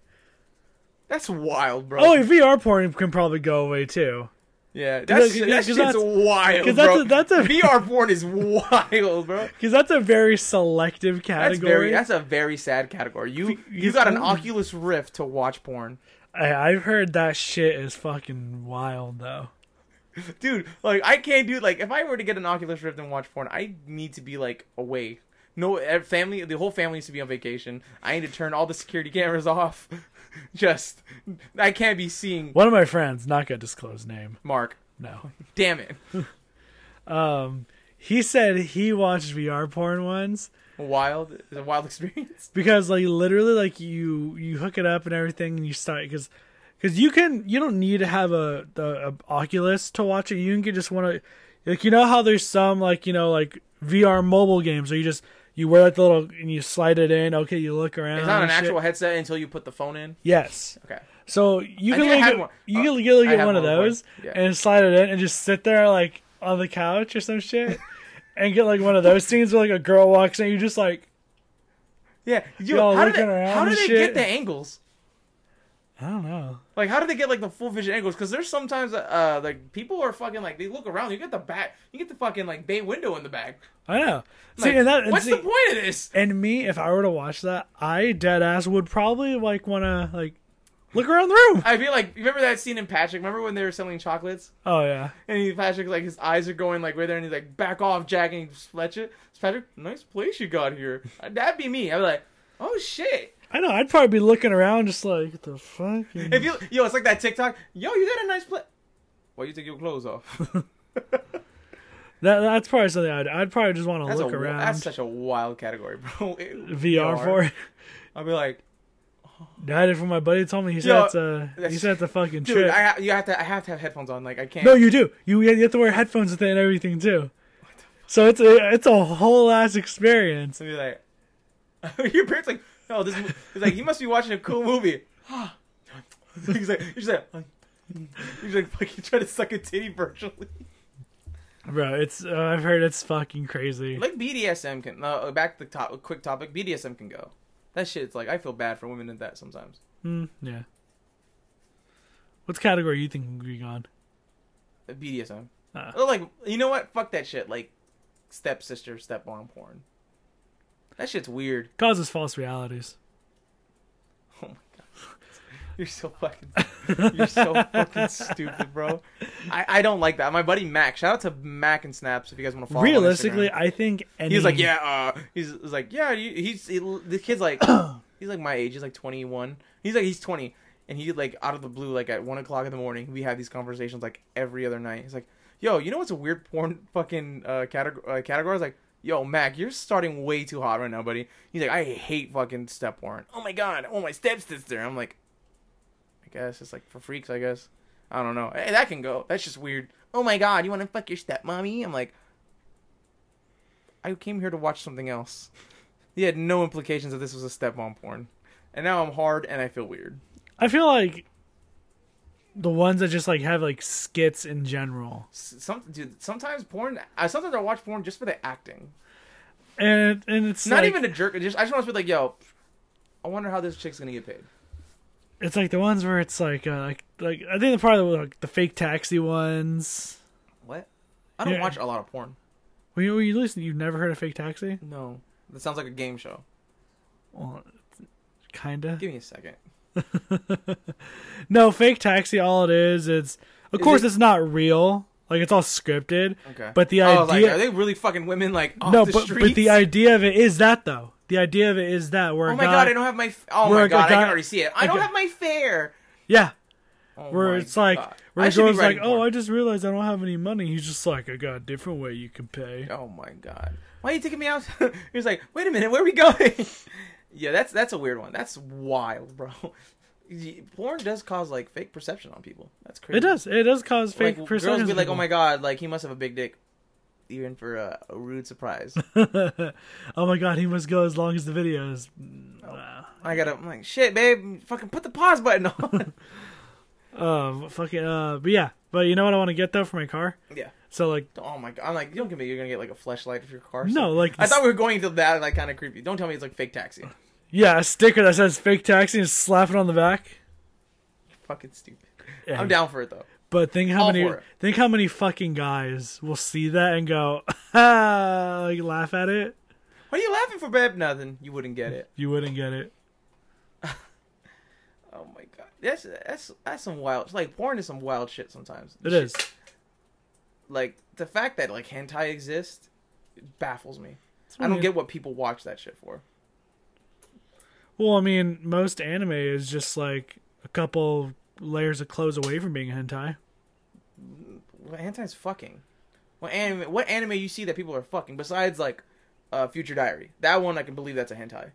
[SPEAKER 1] That's wild, bro.
[SPEAKER 2] Oh, VR porn can probably go away too.
[SPEAKER 1] yeah. That's,
[SPEAKER 2] Cause-
[SPEAKER 1] that
[SPEAKER 2] cause
[SPEAKER 1] shit's
[SPEAKER 2] that's-
[SPEAKER 1] wild,
[SPEAKER 2] Because that's
[SPEAKER 1] bro.
[SPEAKER 2] a, that's a
[SPEAKER 1] VR porn is wild, bro.
[SPEAKER 2] because that's a very selective
[SPEAKER 1] That's very.
[SPEAKER 2] category.
[SPEAKER 1] That's a very sad category. You you
[SPEAKER 2] you-
[SPEAKER 1] got an Oculus Rift to watch porn,
[SPEAKER 2] I, I've heard that shit is fucking wild though.
[SPEAKER 1] dude. Like I can't do like if I were to get an Oculus Rift and watch porn, I need to be like away. No eh, family, the whole family needs to be on vacation. I need to turn all the security cameras off. Just I can't be seeing
[SPEAKER 2] One of my friends, not gonna disclose name,
[SPEAKER 1] Mark.
[SPEAKER 2] no.
[SPEAKER 1] Damn it!
[SPEAKER 2] Um, he said he watched VR porn once
[SPEAKER 1] Wild, it's a wild experience.
[SPEAKER 2] because like literally like you you hook it up and everything and you start because because you can you don't need to have a the a Oculus to watch it. You can just want to like you know how there's some like you know like VR mobile games where you just you wear like the little and you slide it in. Okay, you look around.
[SPEAKER 1] It's not an
[SPEAKER 2] and shit.
[SPEAKER 1] actual headset until you put the phone in.
[SPEAKER 2] Yes.
[SPEAKER 1] Okay.
[SPEAKER 2] So you
[SPEAKER 1] I
[SPEAKER 2] can
[SPEAKER 1] think I
[SPEAKER 2] like
[SPEAKER 1] had
[SPEAKER 2] get-
[SPEAKER 1] one.
[SPEAKER 2] you
[SPEAKER 1] Uh,
[SPEAKER 2] can you can
[SPEAKER 1] I
[SPEAKER 2] get
[SPEAKER 1] had
[SPEAKER 2] one of
[SPEAKER 1] one at one
[SPEAKER 2] those
[SPEAKER 1] point. Yeah.
[SPEAKER 2] and slide it in and just sit there like on the couch or some shit and get like one of those scenes where like a girl walks in and you just like
[SPEAKER 1] Yeah. You,
[SPEAKER 2] Yo,
[SPEAKER 1] how, did
[SPEAKER 2] looking
[SPEAKER 1] they,
[SPEAKER 2] around
[SPEAKER 1] how do
[SPEAKER 2] and
[SPEAKER 1] they
[SPEAKER 2] shit.
[SPEAKER 1] get the angles?
[SPEAKER 2] I don't know.
[SPEAKER 1] Like, how did they get like the full vision angles? Because there's sometimes uh like people are fucking like they look around. You get the back, you get the fucking like bay window in the back.
[SPEAKER 2] I know. See,
[SPEAKER 1] Like,
[SPEAKER 2] and that, and
[SPEAKER 1] what's
[SPEAKER 2] see,
[SPEAKER 1] the point of this?
[SPEAKER 2] and me, if I were to watch that, I dead ass would probably like want to like look around the room.
[SPEAKER 1] I feel like you remember that scene in Patrick. Remember when they were selling chocolates
[SPEAKER 2] Oh yeah,
[SPEAKER 1] and he, Patrick like his eyes are going like way there and he's like back off Jack and he fletch it. It's Patrick, nice place you got here. Uh, That'd be me. I'd be like, oh shit.
[SPEAKER 2] I know. I'd probably be looking around just like what the fuck.
[SPEAKER 1] If you yo, it's like that TikTok. Yo, you got a nice place. Why you take your clothes off?
[SPEAKER 2] that, that's probably something I'd I'd probably just want to
[SPEAKER 1] That's
[SPEAKER 2] look
[SPEAKER 1] a,
[SPEAKER 2] around.
[SPEAKER 1] That's such a wild category, bro. Ew,
[SPEAKER 2] VR for it.
[SPEAKER 1] I'd be like,
[SPEAKER 2] I had it from my buddy. Told me he said
[SPEAKER 1] Yo,
[SPEAKER 2] it's a he
[SPEAKER 1] that's-
[SPEAKER 2] said it's a fucking
[SPEAKER 1] dude,
[SPEAKER 2] trip.
[SPEAKER 1] I ha- you have to. I have to have headphones on. Like I can't.
[SPEAKER 2] No, you do. You you have to wear headphones with it and everything too. So it's a it's a whole ass experience.
[SPEAKER 1] So you're like, your parents like, no, this. mo- He's like, you must be watching a cool movie. he's like, he's like, he's like, fucking trying to suck a titty virtually.
[SPEAKER 2] Bro, it's uh, I've heard it's fucking crazy.
[SPEAKER 1] Like BDSM can. Uh, back to the top. Quick topic. BDSM can go. That shit's like I feel bad for women in that sometimes.
[SPEAKER 2] Hmm, yeah. What's category you think we on?
[SPEAKER 1] BDSM.
[SPEAKER 2] Uh.
[SPEAKER 1] Oh, like you know what? Fuck that shit. Like stepsister, step mom porn. That shit's weird.
[SPEAKER 2] Causes false realities.
[SPEAKER 1] Oh my god. You're so fucking You're so fucking stupid, bro. I, I don't like that. My buddy Mac, shout out to Mac and Snaps if you guys want to follow him on
[SPEAKER 2] Realistically,
[SPEAKER 1] Instagram.
[SPEAKER 2] I think any
[SPEAKER 1] he's like, "Yeah, uh he's, he's like, "Yeah, you, he's he, the kid's like he's like my age, he's like 21. He's like he's 20 and he like out of the blue like at 1 o'clock in the morning, we have these conversations like every other night. He's like, "Yo, you know what's a weird porn fucking uh, categ- uh category?" I was like, "Yo, Mac, you're starting way too hot right now, buddy." He's like, "I hate fucking step porn. Oh my god, oh my stepsister." I'm like, I guess. It's like for freaks, I guess. I don't know. Hey, that can go. That's just weird. Oh my god, you want to fuck your stepmommy? I'm like, I came here to watch something else. He had no implications that this was a stepmom porn. And now I'm hard and I feel weird.
[SPEAKER 2] I feel like the ones that just like have like skits in general,
[SPEAKER 1] S- Some dude, sometimes porn. I sometimes I watch porn just for the acting.
[SPEAKER 2] and and it's
[SPEAKER 1] It's not
[SPEAKER 2] like-
[SPEAKER 1] even a jerk. Just I just want to be like, yo, I wonder how this chick's gonna get paid.
[SPEAKER 2] It's like the ones where it's like uh, like like I think probably like the fake taxi ones.
[SPEAKER 1] What? I don't
[SPEAKER 2] Yeah.
[SPEAKER 1] watch a lot of porn.
[SPEAKER 2] Were you, were you listening? You've never heard of fake taxi?
[SPEAKER 1] No, that sounds like a game show.
[SPEAKER 2] Well, kinda.
[SPEAKER 1] Give me a second.
[SPEAKER 2] No, fake taxi. All it is, it's of
[SPEAKER 1] Is
[SPEAKER 2] course
[SPEAKER 1] it-
[SPEAKER 2] it's not real. Like it's all scripted.
[SPEAKER 1] Okay.
[SPEAKER 2] But the
[SPEAKER 1] I was like,
[SPEAKER 2] idea-
[SPEAKER 1] are they really fucking women like off
[SPEAKER 2] no,
[SPEAKER 1] the
[SPEAKER 2] but
[SPEAKER 1] streets?
[SPEAKER 2] but the idea of it is that though. The idea of it is that where
[SPEAKER 1] Oh
[SPEAKER 2] a
[SPEAKER 1] my
[SPEAKER 2] guy-
[SPEAKER 1] god, I don't have my. F- oh
[SPEAKER 2] We're
[SPEAKER 1] my
[SPEAKER 2] a
[SPEAKER 1] god, I
[SPEAKER 2] guy-
[SPEAKER 1] can already see it. I don't
[SPEAKER 2] okay.
[SPEAKER 1] have my fare.
[SPEAKER 2] yeah,
[SPEAKER 1] Oh
[SPEAKER 2] where
[SPEAKER 1] my
[SPEAKER 2] it's like
[SPEAKER 1] God.
[SPEAKER 2] where
[SPEAKER 1] I
[SPEAKER 2] a
[SPEAKER 1] should be
[SPEAKER 2] girl's like,
[SPEAKER 1] writing
[SPEAKER 2] oh,
[SPEAKER 1] porn.
[SPEAKER 2] I just realized I don't have any money. He's just like, I got a different way you can pay.
[SPEAKER 1] Oh my god, why are you taking me out? He's like, wait a minute, where are we going? yeah, that's that's a weird one. That's wild, bro. Y- Porn does cause like fake perception on people. That's crazy.
[SPEAKER 2] It does. It does cause
[SPEAKER 1] Like
[SPEAKER 2] fake
[SPEAKER 1] girls
[SPEAKER 2] perceptions
[SPEAKER 1] be
[SPEAKER 2] of
[SPEAKER 1] like, oh
[SPEAKER 2] people.
[SPEAKER 1] my god, like he must have a big dick, even for uh, a rude surprise.
[SPEAKER 2] oh my god, he must go as long as the video is. Nah.
[SPEAKER 1] I gotta, I'm like, shit, babe, fucking put the pause button on.
[SPEAKER 2] Uh, fucking. Uh, but yeah, but you know what I want to get though for my car.
[SPEAKER 1] yeah.
[SPEAKER 2] So like,
[SPEAKER 1] Oh my god! I'm like, you don't give me. You're gonna get like a flashlight for your car.
[SPEAKER 2] No, like
[SPEAKER 1] I thought we were going to that. Like, kind of creepy. Don't tell me it's like fake taxi.
[SPEAKER 2] yeah, a sticker that says "fake taxi" and slap it on the back.
[SPEAKER 1] Fucking stupid.
[SPEAKER 2] Yeah.
[SPEAKER 1] I'm down for it though.
[SPEAKER 2] But think how
[SPEAKER 1] All
[SPEAKER 2] many
[SPEAKER 1] for it.
[SPEAKER 2] think how many fucking guys will see that and go, ah, like laugh at it.
[SPEAKER 1] What are you laughing for, babe? Nothing. You wouldn't get it.
[SPEAKER 2] You wouldn't get it.
[SPEAKER 1] Oh my god, that's that's that's some wild. it's Like porn is some wild shit sometimes.
[SPEAKER 2] It is.
[SPEAKER 1] Like the fact that like hentai exists it baffles me.
[SPEAKER 2] It's
[SPEAKER 1] I don't
[SPEAKER 2] weird.
[SPEAKER 1] get what people watch that shit for.
[SPEAKER 2] Well, I mean, most anime is just like a couple layers of clothes away from being hentai.
[SPEAKER 1] Well, hentai's fucking. What anime? What anime you see that people are fucking besides like uh, Future Diary? That one I can believe that's a hentai.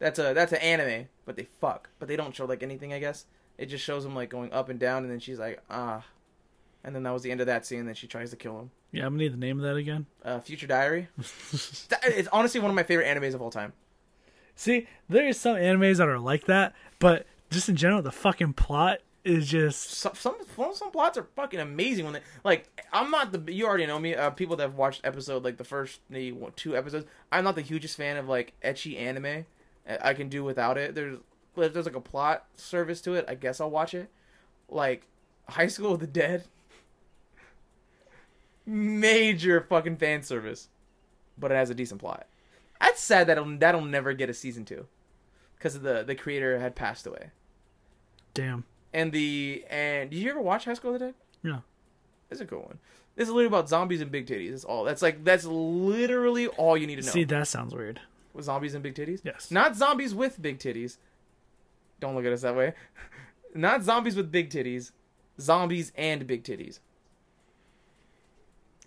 [SPEAKER 1] That's a that's an anime, but they fuck, but they don't show like anything. I guess it just shows them like going up and down, and then she's like ah, and then that was the end of that scene. And then she tries to kill him.
[SPEAKER 2] Yeah, I'm gonna need the name of that again.
[SPEAKER 1] Uh, Future Diary. That- it's honestly one of my favorite animes of all time.
[SPEAKER 2] See, there is some animes that are like that, but just in general, the fucking plot is just
[SPEAKER 1] Some some some plots are fucking amazing when they like. I'm not the you already know me. Uh, people that have watched episode like the first the one- two episodes, I'm not the hugest fan of like etchy anime. I I can do without it. There's but if there's like a plot service to it, I guess I'll watch it. Like High School of the Dead, major fucking fan service, but it has a decent plot. That's sad that it'll, that'll never get a season two, because the the creator had passed away.
[SPEAKER 2] Damn.
[SPEAKER 1] And the and did you ever watch High School of the Dead?
[SPEAKER 2] Yeah.
[SPEAKER 1] It's a cool one. This is literally about zombies and big titties. That's all. That's like that's literally all you need to know.
[SPEAKER 2] See, that sounds weird.
[SPEAKER 1] With zombies and big titties?
[SPEAKER 2] Yes.
[SPEAKER 1] Not zombies with big titties. Don't look at us that way. Not zombies with big titties. Zombies and big titties.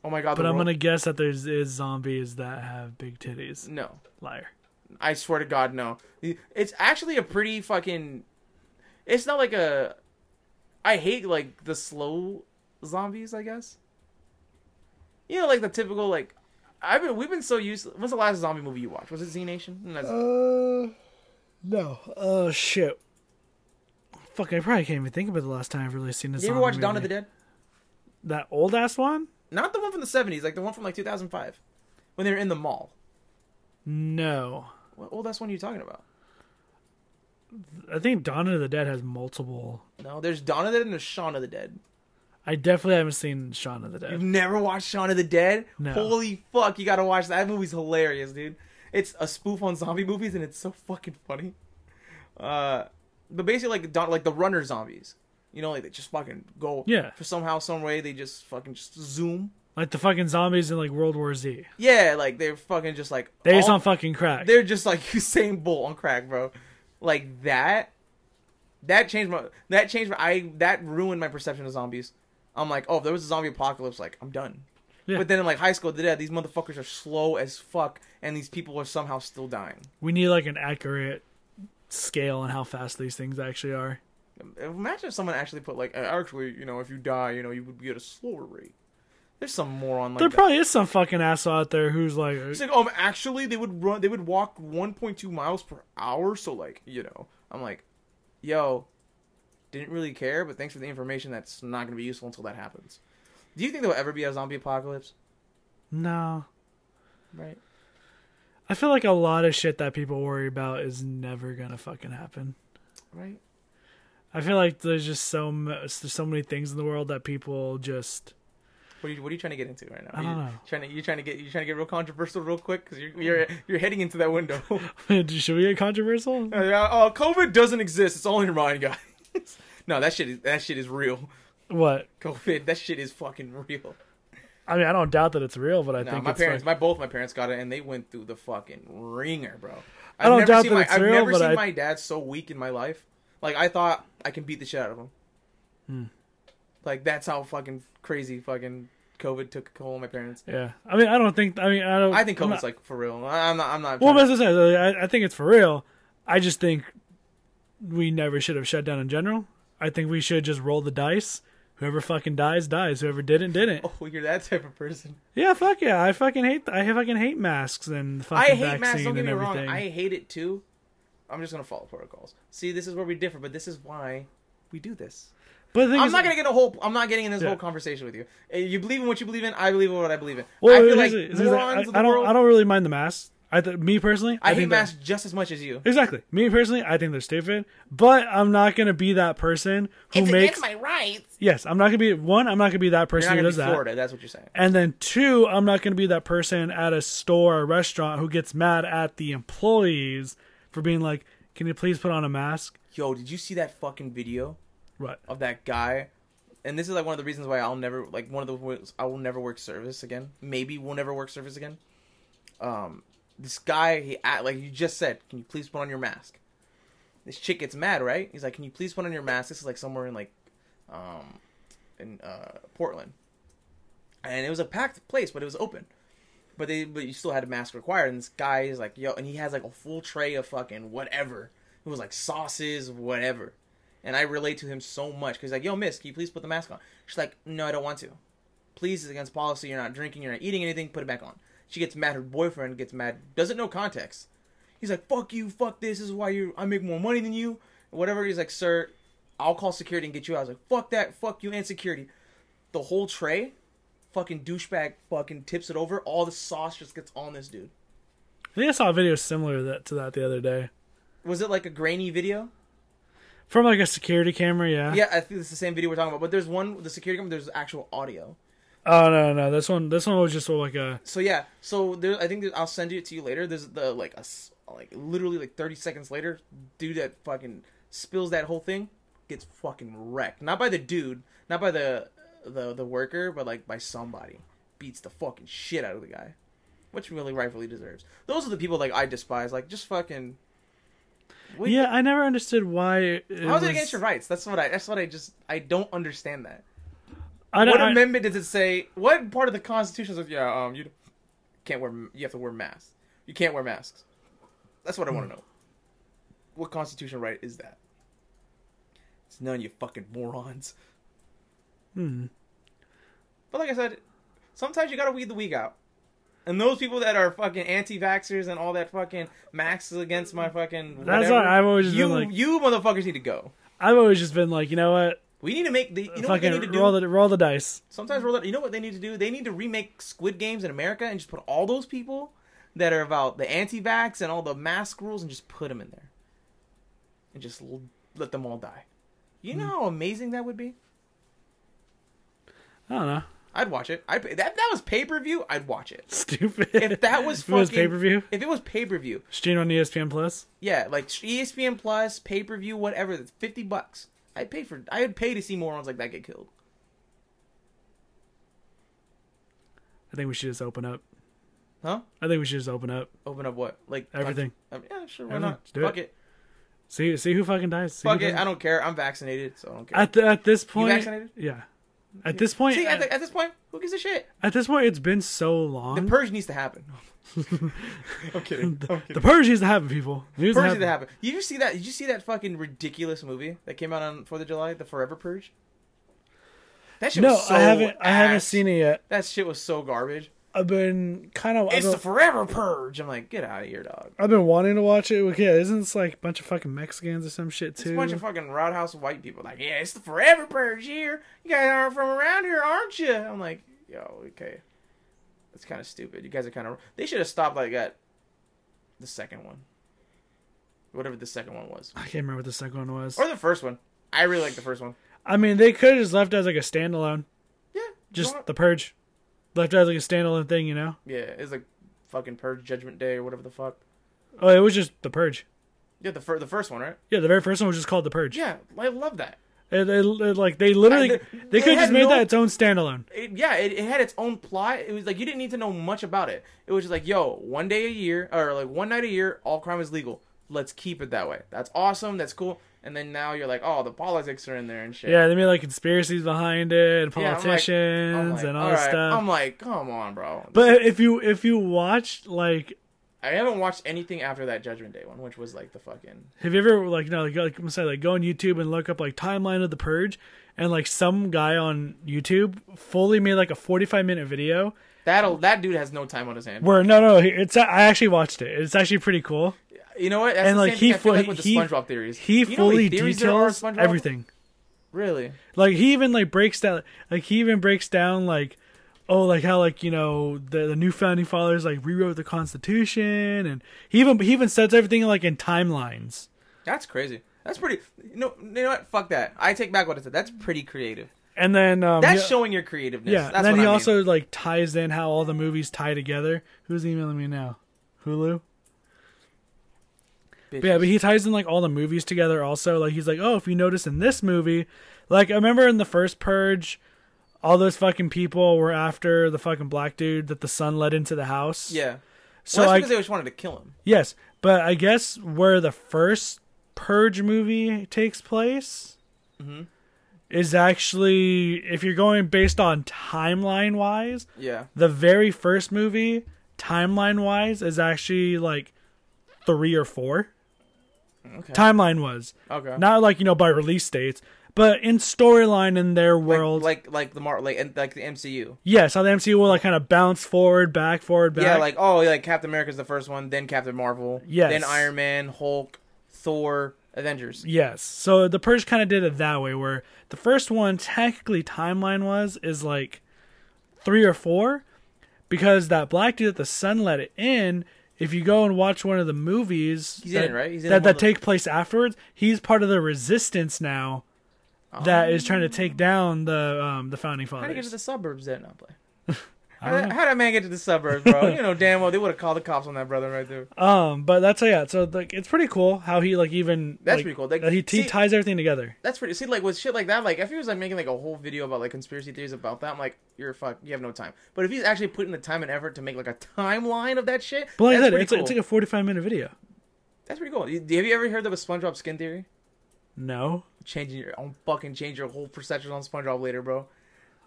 [SPEAKER 1] Oh my god!
[SPEAKER 2] But
[SPEAKER 1] the
[SPEAKER 2] I'm
[SPEAKER 1] world-
[SPEAKER 2] gonna guess that there's is zombies that have big titties.
[SPEAKER 1] no.
[SPEAKER 2] Liar.
[SPEAKER 1] I swear to God, no. It's actually a pretty fucking. It's not like a. I hate like the slow zombies. I guess. You know, like the typical like. I've been we've been so used. when's the last zombie movie you watched? Was it Z Nation? No, that's-
[SPEAKER 2] Uh, no. Oh shit. Fuck! I probably can't even think about the last time I've really seen this.
[SPEAKER 1] Did you ever watch Dawn of the Dead?
[SPEAKER 2] That old ass one?
[SPEAKER 1] Not the one from the seventies, like the one from like two thousand five, when they were in the mall.
[SPEAKER 2] No.
[SPEAKER 1] What old ass one are you talking about?
[SPEAKER 2] I think Dawn of the Dead has multiple.
[SPEAKER 1] No, there's Dawn of the Dead and there's Shaun of the Dead.
[SPEAKER 2] I definitely haven't seen Shaun of the
[SPEAKER 1] You've
[SPEAKER 2] Dead.
[SPEAKER 1] never watched Shaun of the Dead?
[SPEAKER 2] No.
[SPEAKER 1] Holy fuck, you gotta watch that. That movie's hilarious, dude. It's a spoof on zombie movies and it's so fucking funny. Uh but basically like Don like the runner zombies. You know, like they just fucking go
[SPEAKER 2] Yeah.
[SPEAKER 1] for somehow, some way they just fucking just zoom.
[SPEAKER 2] Like the fucking zombies in like World War Z.
[SPEAKER 1] Yeah, like they're fucking just like
[SPEAKER 2] They just
[SPEAKER 1] all-
[SPEAKER 2] on fucking crack.
[SPEAKER 1] they're just like Usain Bolt on crack, bro. Like that. That changed my. That changed my. I that ruined my perception of zombies. I'm like, oh, if there was a zombie apocalypse, like I'm done.
[SPEAKER 2] Yeah.
[SPEAKER 1] But then in like high school, yeah, these motherfuckers are slow as fuck, and these people are somehow still dying.
[SPEAKER 2] We need like an accurate scale on how fast these things actually are.
[SPEAKER 1] Oh Imagine if someone actually put like, uh, actually, you know, if you die, you know, you would be at a slower rate. There's some moron like
[SPEAKER 2] There
[SPEAKER 1] that.
[SPEAKER 2] probably is some fucking asshole out there who's like,
[SPEAKER 1] It's like, um, actually, they would run, they would walk 1.2 miles per hour. So, like, you know, I'm like, yo, didn't really care, but thanks for the information. That's not going to be useful until that happens. Do you think there'll ever be a zombie apocalypse?
[SPEAKER 2] no.
[SPEAKER 1] Right.
[SPEAKER 2] I feel like a lot of shit that people worry about is never gonna fucking happen.
[SPEAKER 1] Right.
[SPEAKER 2] I feel like there's just so mu- there's so many things in the world that people just
[SPEAKER 1] What are you What are you trying to get into right now?
[SPEAKER 2] I don't
[SPEAKER 1] you,
[SPEAKER 2] know.
[SPEAKER 1] Trying to you trying to get you trying to get real controversial real quick because you're you're
[SPEAKER 2] Mm.
[SPEAKER 1] you're heading into that window. Uh,
[SPEAKER 2] should we get controversial?
[SPEAKER 1] uh, COVID doesn't exist. It's all in your mind, guys. no, that shit is that shit is real.
[SPEAKER 2] What?
[SPEAKER 1] COVID. That shit is fucking real.
[SPEAKER 2] I mean, I don't doubt that it's real, but I
[SPEAKER 1] No,
[SPEAKER 2] think
[SPEAKER 1] my
[SPEAKER 2] it's
[SPEAKER 1] parents,
[SPEAKER 2] like,
[SPEAKER 1] my both my parents got it, and they went through the fucking ringer, bro. I've
[SPEAKER 2] don't
[SPEAKER 1] never
[SPEAKER 2] doubt
[SPEAKER 1] seen
[SPEAKER 2] that
[SPEAKER 1] my,
[SPEAKER 2] it's
[SPEAKER 1] I've
[SPEAKER 2] real,
[SPEAKER 1] never
[SPEAKER 2] but
[SPEAKER 1] seen
[SPEAKER 2] I-
[SPEAKER 1] my dad so weak in my life. Like I thought I can beat the shit out of him.
[SPEAKER 2] Hmm.
[SPEAKER 1] Like that's how fucking crazy fucking COVID took a hold on my parents.
[SPEAKER 2] yeah. I mean, I don't think. I mean, I don't.
[SPEAKER 1] I think
[SPEAKER 2] I'm
[SPEAKER 1] COVID's
[SPEAKER 2] not-
[SPEAKER 1] like for real. I- I'm not. I'm not.
[SPEAKER 2] Well,
[SPEAKER 1] trying
[SPEAKER 2] that's what I said. I, I think it's for real. I just think we never should have shut down in general. I think we should just roll the dice. Whoever fucking dies, dies. Whoever didn't, didn't.
[SPEAKER 1] to- oh, you're that type of person.
[SPEAKER 2] Yeah, fuck yeah. I fucking hate. I fucking hate masks and
[SPEAKER 1] I
[SPEAKER 2] fucking
[SPEAKER 1] hate
[SPEAKER 2] vaccine
[SPEAKER 1] masks. Don't get
[SPEAKER 2] and
[SPEAKER 1] me
[SPEAKER 2] everything.
[SPEAKER 1] wrong. I hate it too. I'm just gonna follow protocols. See, this is where we differ, but this is why we do this.
[SPEAKER 2] but the thing
[SPEAKER 1] I'm
[SPEAKER 2] is-
[SPEAKER 1] not gonna get a whole. I'm not getting in this
[SPEAKER 2] Yeah.
[SPEAKER 1] whole conversation with you. Uh, You believe in what you believe in. I believe in what I believe in.
[SPEAKER 2] Well,
[SPEAKER 1] I feel
[SPEAKER 2] here's
[SPEAKER 1] like
[SPEAKER 2] the- here's the-
[SPEAKER 1] morons
[SPEAKER 2] I,
[SPEAKER 1] of the
[SPEAKER 2] I don't.
[SPEAKER 1] world.
[SPEAKER 2] I don't really mind the masks. I th- me personally,
[SPEAKER 1] I, hate
[SPEAKER 2] think they're-
[SPEAKER 1] masks just as much as you.
[SPEAKER 2] Exactly. Me personally, I think they're stupid. But I'm not gonna be that person who makes.
[SPEAKER 1] my rights.
[SPEAKER 2] yes, I'm not gonna be one. I'm not gonna be that
[SPEAKER 1] You're
[SPEAKER 2] person
[SPEAKER 1] not
[SPEAKER 2] who
[SPEAKER 1] gonna be
[SPEAKER 2] does that.
[SPEAKER 1] Florida. That's what you're saying.
[SPEAKER 2] And then two, I'm not going to be that person at a store or restaurant who gets mad at the employees for being like, "Can you please put on a mask?"
[SPEAKER 1] Yo, did you see that fucking video
[SPEAKER 2] What?
[SPEAKER 1] of that guy? And this is like one of the reasons why I'll never like one of the ways I will never work service again. Maybe we'll never work service again. Um, this guy, he act like you just said. Can you please put on your mask? This chick gets mad, right? He's like, "Can you please put on your mask?" This is like somewhere in like, um, in uh Portland, and it was a packed place, but it was open. But they, but you still had a mask required. And this guy is like, "Yo," and he has like a full tray of fucking whatever. It was like sauces, whatever. And I relate to him so much because like, "Yo, miss, can you please put the mask on?" She's like, "No, I don't want to." Please, it's against policy. You're not drinking. You're not eating anything. Put it back on. She gets mad. Her boyfriend gets mad. Doesn't know context. He's like, "Fuck you. Fuck this. This is why you. I make more money than you." Whatever. He's like, "Sir, I'll call security and get you." out." I was like, "Fuck that. Fuck you and security." The whole tray, fucking douchebag, fucking tips it over. All the sauce just gets on this dude.
[SPEAKER 2] I think I saw a video similar to that, to that the other day.
[SPEAKER 1] Was it like a grainy video?
[SPEAKER 2] From like a security camera, yeah.
[SPEAKER 1] Yeah, I think it's the same video we're talking about. But there's one, the security camera. There's actual audio.
[SPEAKER 2] Oh no, no, this one, this one was just like a.
[SPEAKER 1] So yeah, so there. I think that I'll send it to you later. There's the like a s- like literally like 30 seconds later, dude that fucking spills that whole thing gets fucking wrecked. Not by the dude, not by the the the worker, but like by somebody beats the fucking shit out of the guy, which really rightfully deserves. Those are the people like I despise. Like just fucking. What-
[SPEAKER 2] yeah, I never understood why. It
[SPEAKER 1] How is it against your rights? That's what I. That's what I just. I don't understand that.
[SPEAKER 2] I don't.
[SPEAKER 1] What
[SPEAKER 2] I,
[SPEAKER 1] amendment does it say? What part of the Constitution says, yeah, um, you can't wear, you have to wear masks. You can't wear masks. That's what I
[SPEAKER 2] Hmm.
[SPEAKER 1] want to know. What constitutional right is that? It's none, you fucking morons.
[SPEAKER 2] hmm.
[SPEAKER 1] But like I said, sometimes you gotta weed the weak out. And those people that are fucking anti-vaxxers and all that fucking Max is against my fucking.
[SPEAKER 2] That's
[SPEAKER 1] whatever,
[SPEAKER 2] why I've always
[SPEAKER 1] you,
[SPEAKER 2] been like-
[SPEAKER 1] you motherfuckers need to go.
[SPEAKER 2] I've always just been like, you know what?
[SPEAKER 1] We need to make the. You know what they
[SPEAKER 2] Fucking
[SPEAKER 1] need to do?
[SPEAKER 2] roll the roll the dice.
[SPEAKER 1] Sometimes roll that. You know what they need to do? They need to remake Squid Games in America and just put all those people that are about the anti-vax and all the mask rules and just put them in there, and just l- let them all die. You
[SPEAKER 2] Hmm.
[SPEAKER 1] know how amazing that would be.
[SPEAKER 2] I don't know.
[SPEAKER 1] I'd watch it. I that that was pay per view. I'd watch it.
[SPEAKER 2] Stupid.
[SPEAKER 1] If that was
[SPEAKER 2] If
[SPEAKER 1] fucking
[SPEAKER 2] it was pay per view,
[SPEAKER 1] If it was pay per view,
[SPEAKER 2] stream on E ESPN Plus.
[SPEAKER 1] yeah, like E ESPN Plus, pay per view, whatever. That's fifty bucks. I'd pay for. I would pay to see morons like that get killed.
[SPEAKER 2] I think we should just open up.
[SPEAKER 1] Huh?
[SPEAKER 2] I think we should just open up
[SPEAKER 1] Open up what? Like
[SPEAKER 2] everything.
[SPEAKER 1] Um, yeah, sure. Why
[SPEAKER 2] Everything.
[SPEAKER 1] not?
[SPEAKER 2] Just do
[SPEAKER 1] Fuck
[SPEAKER 2] it.
[SPEAKER 1] it.
[SPEAKER 2] See see who fucking dies. See who
[SPEAKER 1] Fuck it.
[SPEAKER 2] dies.
[SPEAKER 1] I don't care. I'm vaccinated, so I don't care.
[SPEAKER 2] At the, at this point,
[SPEAKER 1] vaccinated?
[SPEAKER 2] yeah. At this point,
[SPEAKER 1] See, at,
[SPEAKER 2] at,
[SPEAKER 1] the, at this point, who gives a shit?
[SPEAKER 2] at this point, it's been so
[SPEAKER 1] The
[SPEAKER 2] long.
[SPEAKER 1] purge needs to happen. I'm kidding. I'm kidding.
[SPEAKER 2] The purge needs to happen, people. It needs
[SPEAKER 1] purge needs
[SPEAKER 2] to
[SPEAKER 1] to
[SPEAKER 2] happen.
[SPEAKER 1] happen. Did you see that? Did you see that fucking ridiculous movie that came out on Fourth of July, The Forever Purge? That shit
[SPEAKER 2] No,
[SPEAKER 1] was so
[SPEAKER 2] I haven't. I haven't
[SPEAKER 1] ass.
[SPEAKER 2] seen it yet.
[SPEAKER 1] That shit was so garbage.
[SPEAKER 2] I've been kind of. I've
[SPEAKER 1] It's the
[SPEAKER 2] been,
[SPEAKER 1] Forever Purge. I'm like, get out of here, dog.
[SPEAKER 2] I've been wanting to watch it. Like, yeah, isn't this like a bunch of fucking Mexicans or some shit
[SPEAKER 1] It's a
[SPEAKER 2] too?
[SPEAKER 1] bunch of fucking roadhouse white people. Like, yeah, it's the Forever Purge here. You guys aren't from around here, aren't you? I'm like, yo, okay, that's kind of stupid. You guys are kind of. They should have stopped like at the second one, whatever the second one was,
[SPEAKER 2] I can't remember what the second one was.
[SPEAKER 1] or the first one. I really like the first one.
[SPEAKER 2] I mean, they could have just left it as like a standalone,
[SPEAKER 1] Yeah,
[SPEAKER 2] just
[SPEAKER 1] you know what?
[SPEAKER 2] the purge, left it as like a standalone thing, you know?
[SPEAKER 1] yeah, it's like fucking Purge Judgment Day or whatever the fuck.
[SPEAKER 2] Oh, it was just the purge.
[SPEAKER 1] Yeah, the fir- the first one, right?
[SPEAKER 2] Yeah, the very first one was just called the purge.
[SPEAKER 1] Yeah, I love that.
[SPEAKER 2] It, it- it- like they literally,
[SPEAKER 1] And
[SPEAKER 2] they,
[SPEAKER 1] they- they
[SPEAKER 2] could have
[SPEAKER 1] had
[SPEAKER 2] just made
[SPEAKER 1] no-
[SPEAKER 2] that its own standalone.
[SPEAKER 1] it, yeah, it, it had its own plot. It was like you didn't need to know much about it. It was just like, yo, one day a year or like one night a year, all crime is legal. Let's keep it that way. That's awesome. That's cool. And then now you're like, oh, the politics are in there and shit.
[SPEAKER 2] Yeah, they made like conspiracies behind it and
[SPEAKER 1] Yeah, I'm like- I'm
[SPEAKER 2] politicians
[SPEAKER 1] I'm like,
[SPEAKER 2] and all
[SPEAKER 1] alright.
[SPEAKER 2] this stuff.
[SPEAKER 1] I'm like, come on, bro.
[SPEAKER 2] but if you if you watch like
[SPEAKER 1] I haven't watched anything after that Judgment Day one, which was like the fucking.
[SPEAKER 2] Have you ever like you know like, like I'm saying like go on YouTube and look up like timeline of the purge, and like some guy on YouTube fully made like a 45 minute video
[SPEAKER 1] That'll that dude has no time on his hand.
[SPEAKER 2] where no no it's I actually watched it. It's actually pretty cool.
[SPEAKER 1] You know what? That's
[SPEAKER 2] And
[SPEAKER 1] the
[SPEAKER 2] like
[SPEAKER 1] same thing
[SPEAKER 2] he
[SPEAKER 1] I feel
[SPEAKER 2] fu-
[SPEAKER 1] like with the
[SPEAKER 2] he
[SPEAKER 1] SpongeBob theories.
[SPEAKER 2] he
[SPEAKER 1] You know how many
[SPEAKER 2] fully
[SPEAKER 1] theories there are on
[SPEAKER 2] details
[SPEAKER 1] SpongeBob?
[SPEAKER 2] everything.
[SPEAKER 1] Really?
[SPEAKER 2] Like he even like breaks down like he even breaks down like oh like how like you know the the new founding fathers like rewrote the Constitution and he even he even sets everything like in timelines.
[SPEAKER 1] That's crazy. That's pretty. You know, you know what? Fuck that. I take back what I said. That's pretty creative.
[SPEAKER 2] And then um,
[SPEAKER 1] That's
[SPEAKER 2] he-
[SPEAKER 1] showing your creativeness.
[SPEAKER 2] Yeah,
[SPEAKER 1] That's
[SPEAKER 2] and then
[SPEAKER 1] what
[SPEAKER 2] he
[SPEAKER 1] I mean.
[SPEAKER 2] also like ties in how all the movies tie together. Who's emailing me now? Hulu. But yeah, but he ties in like all the movies together. Also, like he's like, oh, if you notice in this movie, like I remember in the first Purge, all those fucking people were after the fucking black dude that the son led into the house.
[SPEAKER 1] yeah.
[SPEAKER 2] So
[SPEAKER 1] well, that's
[SPEAKER 2] I
[SPEAKER 1] because they always wanted to kill him.
[SPEAKER 2] yes, but I guess where the first Purge movie takes place
[SPEAKER 1] Mm-hmm.
[SPEAKER 2] is actually if you're going based on timeline wise,
[SPEAKER 1] Yeah.
[SPEAKER 2] the very first movie timeline wise is actually like three or four
[SPEAKER 1] Okay.
[SPEAKER 2] timeline was
[SPEAKER 1] okay.
[SPEAKER 2] not like you know by release dates but in storyline in their
[SPEAKER 1] like,
[SPEAKER 2] world
[SPEAKER 1] like like the Mar like and like the MCU.
[SPEAKER 2] yes how the mcu will like kind of bounce forward back forward back
[SPEAKER 1] Yeah, like oh, like Captain America's the first one, then Captain Marvel,
[SPEAKER 2] Yes.
[SPEAKER 1] then Iron Man, Hulk, Thor, Avengers.
[SPEAKER 2] yes so the purge kind of did it that way where the first one technically timeline was is like three or four because that black dude that the sun let it in if you go and watch one of the movies
[SPEAKER 1] He's
[SPEAKER 2] that,
[SPEAKER 1] in it, right? He's in
[SPEAKER 2] that,
[SPEAKER 1] one
[SPEAKER 2] that
[SPEAKER 1] of the-
[SPEAKER 2] take place afterwards, he's part of the resistance now that is trying to take down the um, the founding
[SPEAKER 1] How to get to
[SPEAKER 2] fathers.
[SPEAKER 1] the suburbs then? Not play.
[SPEAKER 2] I don't know.
[SPEAKER 1] How did man get to the suburbs, bro? you know damn well they would have called the cops on that brother right there.
[SPEAKER 2] Um, but that's yeah. So like, it's pretty cool how he like even
[SPEAKER 1] That's
[SPEAKER 2] like,
[SPEAKER 1] pretty cool. Like,
[SPEAKER 2] that he, he
[SPEAKER 1] see-
[SPEAKER 2] ties everything together.
[SPEAKER 1] That's pretty. See, like with shit like that, like if he was like making like a whole video about like conspiracy theories about that, I'm like, you're fuck, you have no time. But if he's actually putting the time and effort to make like a timeline of that shit,
[SPEAKER 2] But like I
[SPEAKER 1] that's
[SPEAKER 2] said,
[SPEAKER 1] pretty
[SPEAKER 2] it's,
[SPEAKER 1] cool.
[SPEAKER 2] it's like a forty-five minute video.
[SPEAKER 1] that's pretty cool. You- Have you ever heard of a SpongeBob skin theory?
[SPEAKER 2] No,
[SPEAKER 1] Changing your, I'll fucking change your whole perception on SpongeBob later, bro.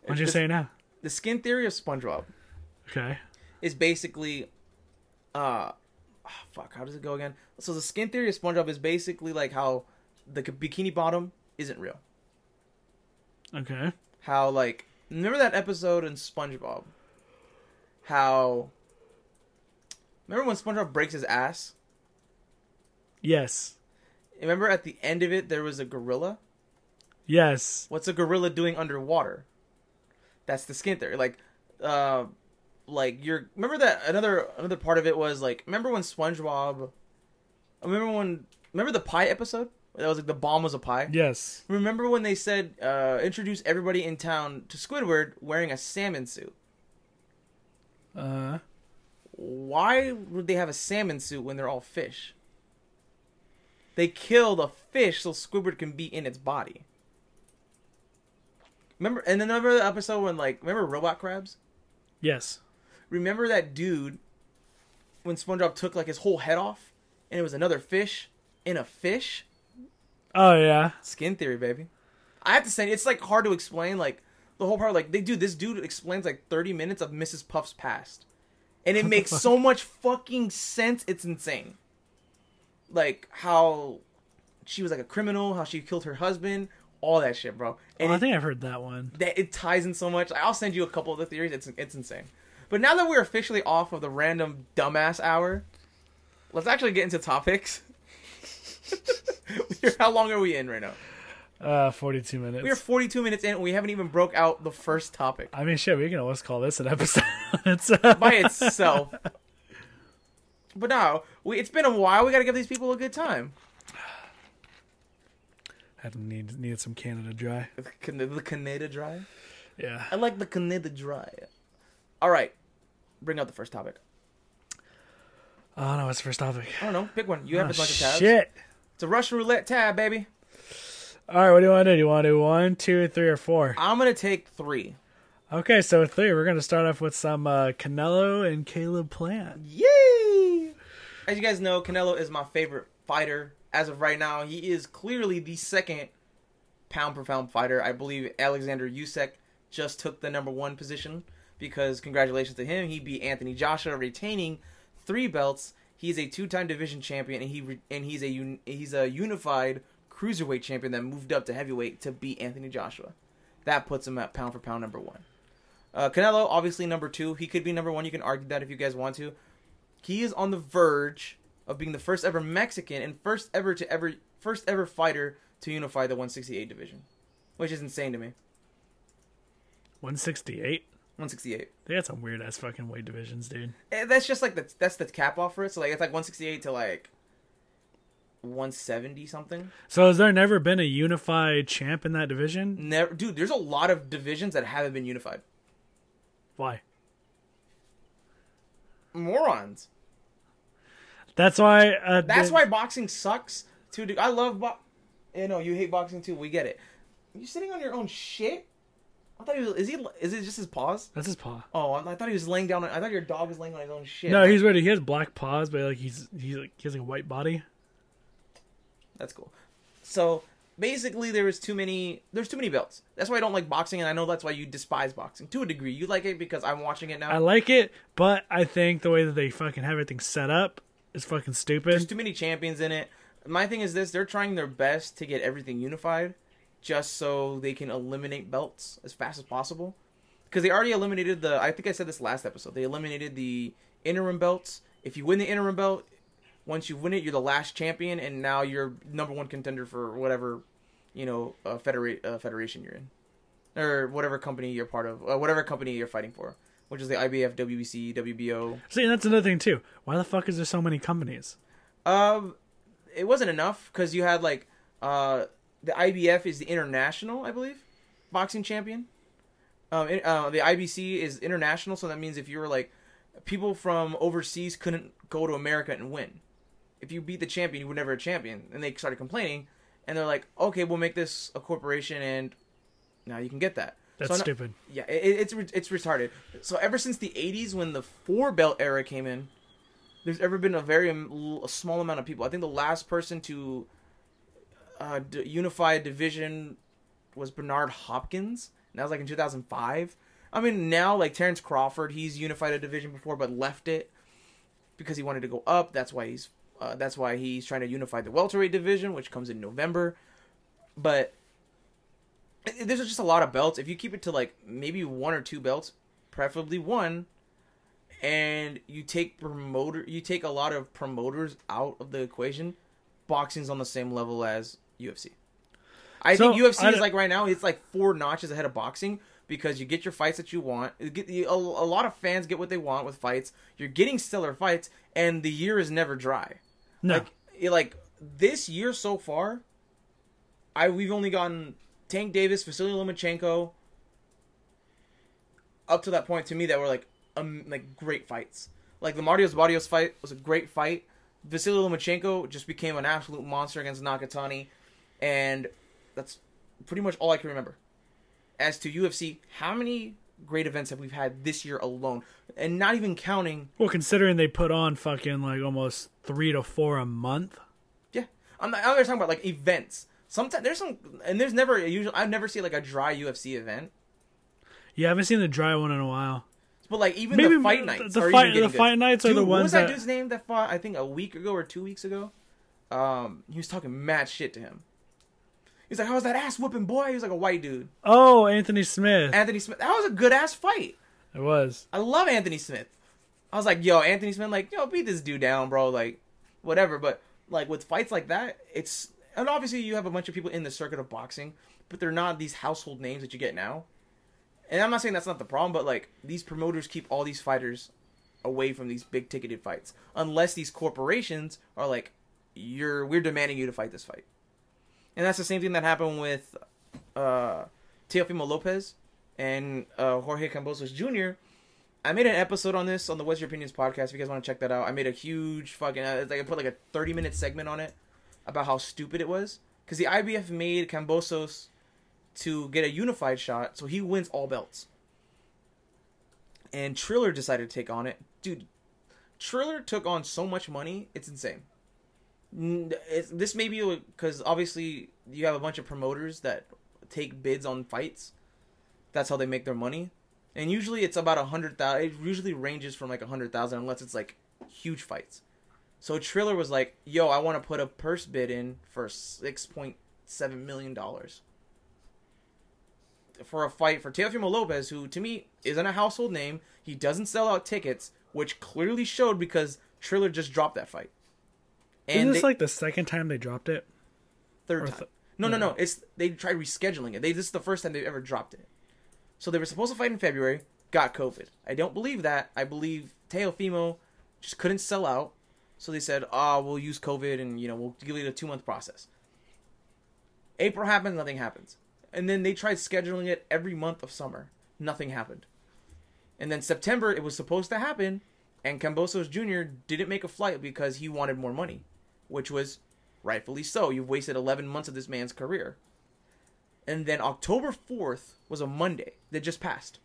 [SPEAKER 2] what'd you
[SPEAKER 1] It's-
[SPEAKER 2] say now?
[SPEAKER 1] The skin theory of SpongeBob
[SPEAKER 2] Okay,
[SPEAKER 1] is basically, uh, ah, fuck, how does it go again? So the skin theory of SpongeBob is basically like how the bikini bottom isn't real.
[SPEAKER 2] okay,
[SPEAKER 1] how like remember that episode in SpongeBob? How remember when SpongeBob breaks his ass?
[SPEAKER 2] yes,
[SPEAKER 1] Remember at the end of it there was a gorilla.
[SPEAKER 2] yes,
[SPEAKER 1] What's a gorilla doing underwater? That's the skin theory. Like, uh, like you're remember that another another part of it was like remember when SpongeBob, remember when remember the pie episode that was like the bomb was a pie.
[SPEAKER 2] yes,
[SPEAKER 1] Remember when they said uh, introduce everybody in town to Squidward wearing a salmon suit?
[SPEAKER 2] uh,
[SPEAKER 1] why would they have a salmon suit when they're all fish? They kill the fish so Squidward can be in its body. Remember, and then remember the episode when like remember robot crabs?
[SPEAKER 2] yes,
[SPEAKER 1] Remember that dude when SpongeBob took like his whole head off, and it was another fish in a fish
[SPEAKER 2] oh yeah,
[SPEAKER 1] skin theory, baby. I have to say it's like hard to explain. Like the whole part, like they do this dude explains like thirty minutes of Mrs. Puff's past, and it makes so much fucking sense. It's insane. Like how she was like a criminal, how she killed her husband, all that shit, bro. And
[SPEAKER 2] Well, I
[SPEAKER 1] it,
[SPEAKER 2] think I've heard that one.
[SPEAKER 1] that it ties in so much. I'll send you a couple of the theories. It's it's insane. But now that we're officially off of the random dumbass hour, let's actually get into topics. We're- how long are we in right now?
[SPEAKER 2] Uh, forty-two minutes.
[SPEAKER 1] We are 42 minutes in and we haven't even broke out the first topic
[SPEAKER 2] I mean, shit, we can always call this an episode. it's, uh,
[SPEAKER 1] by itself. but now, we, it's been a while. We got to give these people a good time.
[SPEAKER 2] I need needed some Canada Dry.
[SPEAKER 1] The Can- the Canada Dry?
[SPEAKER 2] Yeah.
[SPEAKER 1] I like the Canada Dry. All right. Bring out the first topic.
[SPEAKER 2] Oh no, what's the first topic?
[SPEAKER 1] I don't know. Pick one. You have
[SPEAKER 2] Oh,
[SPEAKER 1] a bunch of tabs.
[SPEAKER 2] shit.
[SPEAKER 1] It's a Russian roulette tab, baby.
[SPEAKER 2] All right, what do you want to do? You want to do one, two, three, or four?
[SPEAKER 1] I'm going to take three.
[SPEAKER 2] Okay, so with three, we're gonna start off with some uh, Canelo and Caleb Plant.
[SPEAKER 1] Yay! As you guys know, Canelo is my favorite fighter as of right now. He is clearly the second pound per pound fighter. I believe Alexander Usyk just took the number one position because congratulations to him. He beat Anthony Joshua, retaining three belts. He's a two-time division champion, and he re- and he's a un- he's a unified cruiserweight champion that moved up to heavyweight to beat Anthony Joshua. That puts him at pound for pound number one. Uh, Canelo, obviously number two. He could be number one. You can argue that if you guys want to. He is on the verge of being the first ever Mexican and first ever to ever first ever fighter to unify the 168 division, which is insane to me.
[SPEAKER 2] One sixty-eight.
[SPEAKER 1] 168.
[SPEAKER 2] They had some weird ass fucking weight divisions, dude.
[SPEAKER 1] Eh, That's just like the that's the cap off for it. So like it's like 168 to like 170 something.
[SPEAKER 2] So has there never been a unified champ in that division?
[SPEAKER 1] Never, dude. There's a lot of divisions that haven't been unified.
[SPEAKER 2] Why?
[SPEAKER 1] Morons.
[SPEAKER 2] That's why. Uh,
[SPEAKER 1] That's
[SPEAKER 2] the-
[SPEAKER 1] why boxing sucks. Too. dude. I love bo- You know, you hate boxing too. We get it. You sitting on your own shit. I thought he was. Is he? Is it just his paws?
[SPEAKER 2] That's his paw.
[SPEAKER 1] Oh, I I thought he was laying down. on- I thought your dog was laying on his own shit.
[SPEAKER 2] No, he's weird. He has black paws, but like he's he's like he has like a white body.
[SPEAKER 1] That's cool. So basically, there was too many. There's too many belts. That's why I don't like boxing, and I know that's why you despise boxing to a degree. You like it because I'm watching it now.
[SPEAKER 2] I like it, but I think the way that they fucking have everything set up is fucking
[SPEAKER 1] There's
[SPEAKER 2] stupid.
[SPEAKER 1] too many champions in it. My thing is this: they're trying their best to get everything unified, just so they can eliminate belts as fast as possible. Because they already eliminated the. I think I said this last episode. They eliminated the interim belts. If you win the interim belt, once you win it, you're the last champion, and now you're number one contender for whatever, you know, uh, federa- uh, federation you're in, or whatever company you're part of, uh, whatever company you're fighting for. which is the IBF, WBC, WBO.
[SPEAKER 2] See, and that's another thing too. Why the fuck is there so many companies?
[SPEAKER 1] Um, it wasn't enough because you had like uh, the IBF is the international, I believe, boxing champion. Um, it- uh, the IBC is international, so that means if you were like people from overseas couldn't go to America and win. If you beat the champion, you were never a champion, and they started complaining, and they're like, "Okay, we'll make this a corporation, and now you can get that."
[SPEAKER 2] That's
[SPEAKER 1] So no-
[SPEAKER 2] stupid.
[SPEAKER 1] Yeah, it, it- it's re- it's retarded. So ever since the '80s, when the four belt era came in, there's ever been a very am- l- a small amount of people. I think the last person to uh, d- unify a division was Bernard Hopkins, and that was like in 2005. I mean, now like Terrence Crawford, he's unified a division before, but left it because he wanted to go up. That's why he's uh, that's why he's trying to unify the welterweight division, which comes in November. But it- it- there's just a lot of belts. If you keep it to like maybe one or two belts, preferably one, and you take promoter, you take a lot of promoters out of the equation. Boxing's on the same level as UFC. I
[SPEAKER 2] So,
[SPEAKER 1] think UFC
[SPEAKER 2] I
[SPEAKER 1] is
[SPEAKER 2] don't-
[SPEAKER 1] like right now it's like four notches ahead of boxing because you get your fights that you want. You get you- a, a lot of fans get what they want with fights. You're getting stellar fights, and the year is never dry.
[SPEAKER 2] No,
[SPEAKER 1] Like it, like this year so far, I we've only gotten Tank Davis, Vasily Lomachenko. Up to that point, to me, that were like um like great fights. Like the Marios Barrios fight was a great fight. Vasily Lomachenko just became an absolute monster against Nakatani, and that's pretty much all I can remember. As to UFC, how many great events have we had this year alone, and not even counting
[SPEAKER 2] well, considering they put on fucking like almost three to four a month.
[SPEAKER 1] Yeah, I'm not, I'm not talking about like events. Sometimes there's some, and there's never a usual. I've never seen like a dry UFC event,
[SPEAKER 2] Yeah, I haven't seen the dry one in a while.
[SPEAKER 1] but like even
[SPEAKER 2] Maybe
[SPEAKER 1] the fight
[SPEAKER 2] the-
[SPEAKER 1] nights.
[SPEAKER 2] the
[SPEAKER 1] are
[SPEAKER 2] fight-
[SPEAKER 1] even getting
[SPEAKER 2] the fight
[SPEAKER 1] good.
[SPEAKER 2] nights are
[SPEAKER 1] Dude,
[SPEAKER 2] the
[SPEAKER 1] What
[SPEAKER 2] ones
[SPEAKER 1] was that,
[SPEAKER 2] that-
[SPEAKER 1] dude's name that fought? I think a week ago or two weeks ago. Um, he was talking mad shit to him. He's like, "How was that ass whooping, boy?" He was like a white dude,
[SPEAKER 2] Oh, Anthony Smith.
[SPEAKER 1] Anthony Smith. That was a good ass fight.
[SPEAKER 2] It was.
[SPEAKER 1] I love Anthony Smith. I was like, yo, Anthony Smith, like, yo, beat this dude down, bro, like, whatever. But like with fights like that, it's and obviously you have a bunch of people in the circuit of boxing, but they're not these household names that you get now. And I'm not saying that's not the problem, but like these promoters keep all these fighters away from these big ticketed fights unless these corporations are like, you're we're demanding you to fight this fight, and that's the same thing that happened with uh, Teofimo Lopez and uh, Jorge Cambosos Jr. I made an episode on this on the What's Your Opinions podcast. If you guys want to check that out, I made a huge fucking. Uh, it's like I put like a thirty minute segment on it about how stupid it was because the IBF made Cambosos to get a unified shot, so he wins all belts. And Triller decided to take on it, dude. Triller took on so much money; it's insane. N- It's, this may be because obviously you have a bunch of promoters that take bids on fights. That's how they make their money and usually it's about a hundred thousand. It usually ranges from like a hundred thousand, unless it's like huge fights. So Triller was like, "Yo, I want to put a purse bid in for six point seven million dollars for a fight for Teofimo Lopez, who to me isn't a household name. He doesn't sell out tickets, which clearly showed because Triller just dropped that fight.
[SPEAKER 2] Isn't this
[SPEAKER 1] they-
[SPEAKER 2] like the second time they dropped it?
[SPEAKER 1] third
[SPEAKER 2] Or
[SPEAKER 1] time.
[SPEAKER 2] th-
[SPEAKER 1] no, no, no. It's they tried rescheduling it. They this is the first time they've ever dropped it. So they were supposed to fight in February, got COVID. I don't believe that. I believe Teofimo just couldn't sell out, so they said, "Ah, we'll use COVID, and you know, we'll give it a two month process." April happens, nothing happens, and then they tried scheduling it every month of summer. Nothing happened, and then September it was supposed to happen, and Cambosos Jr. didn't make a flight because he wanted more money which was rightfully so. You've wasted 11 months of this man's career. And then October 4th was a Monday that just passed.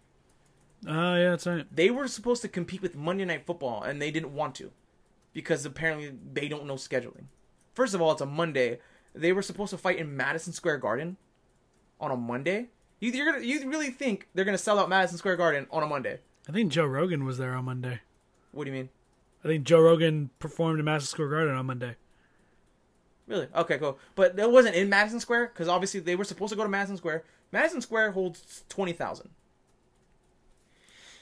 [SPEAKER 2] Oh, yeah, that's right.
[SPEAKER 1] They were supposed to compete with Monday Night Football, and they didn't want to because apparently they don't know scheduling. First of all, it's a Monday. They were supposed to fight in Madison Square Garden on a Monday. You, you're gonna, you really think they're going to sell out Madison Square Garden on a Monday?
[SPEAKER 2] I think Joe Rogan was there on Monday.
[SPEAKER 1] What do you mean?
[SPEAKER 2] I think Joe Rogan performed in Madison Square Garden on Monday.
[SPEAKER 1] Really? Okay, cool. But that wasn't in Madison Square because obviously they were supposed to go to Madison Square. Madison Square holds twenty thousand,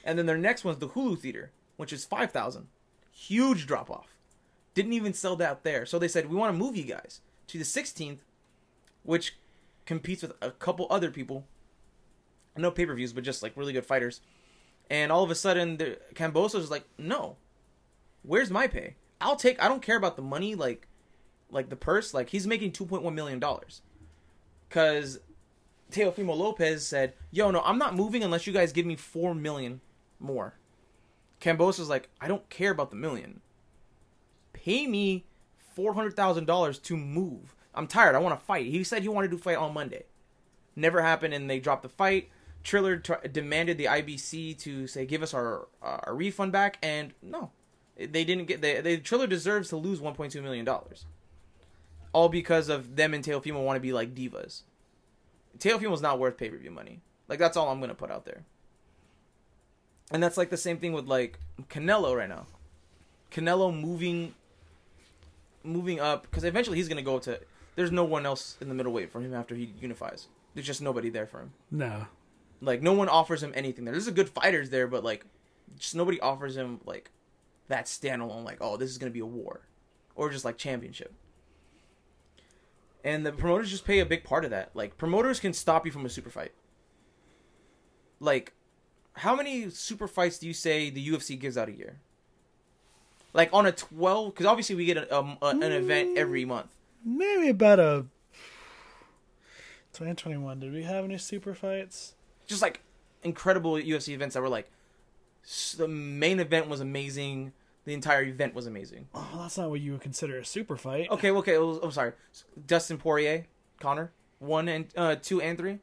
[SPEAKER 1] and then their next one's the Hulu Theater, which is five thousand. Huge drop off. Didn't even sell that there. So they said we want to move you guys to the sixteenth, which competes with a couple other people. No pay per views, but just like really good fighters. And all of a sudden, the Cambosos is like, no, where's my pay? I'll take. I don't care about the money, like, like the purse. Like he's making two point one million dollars, because Teofimo Lopez said, yo, no, I'm not moving unless you guys give me four million more. Cambosos like, I don't care about the million. Pay me four hundred thousand dollars to move. I'm tired. I want to fight. He said he wanted to fight on Monday never happened and they dropped the fight triller tr demanded the ibc to say give us our uh, our refund back and no they didn't get they, they triller deserves to lose 1.2 million dollars all because of them and Teofimo want to be like divas Teofimo's not worth pay-per-view money like that's all i'm gonna put out there and that's like the same thing with like canelo right now canelo moving moving up because eventually he's gonna go to there's no one else in the middleweight for him after he unifies there's just nobody there for him
[SPEAKER 2] No.
[SPEAKER 1] like no one offers him anything there. There's a good fighters there, but like just nobody offers him like that standalone like oh this is gonna be a war, or just like championship. And the promoters just pay a big part of that. Like promoters can stop you from a super fight. Like, how many super fights do you say the UFC gives out a year? Like on a twelve, because obviously we get a, um, a, an event every month.
[SPEAKER 2] Maybe about a 2021. Did we have any super fights?
[SPEAKER 1] just like incredible UFC events that were like s- the main event was amazing, the entire event was amazing.
[SPEAKER 2] Oh, that's not what you would consider a super fight.
[SPEAKER 1] Okay, okay, oh, I'm sorry. Dustin Poirier, Connor, one and uh, two and three,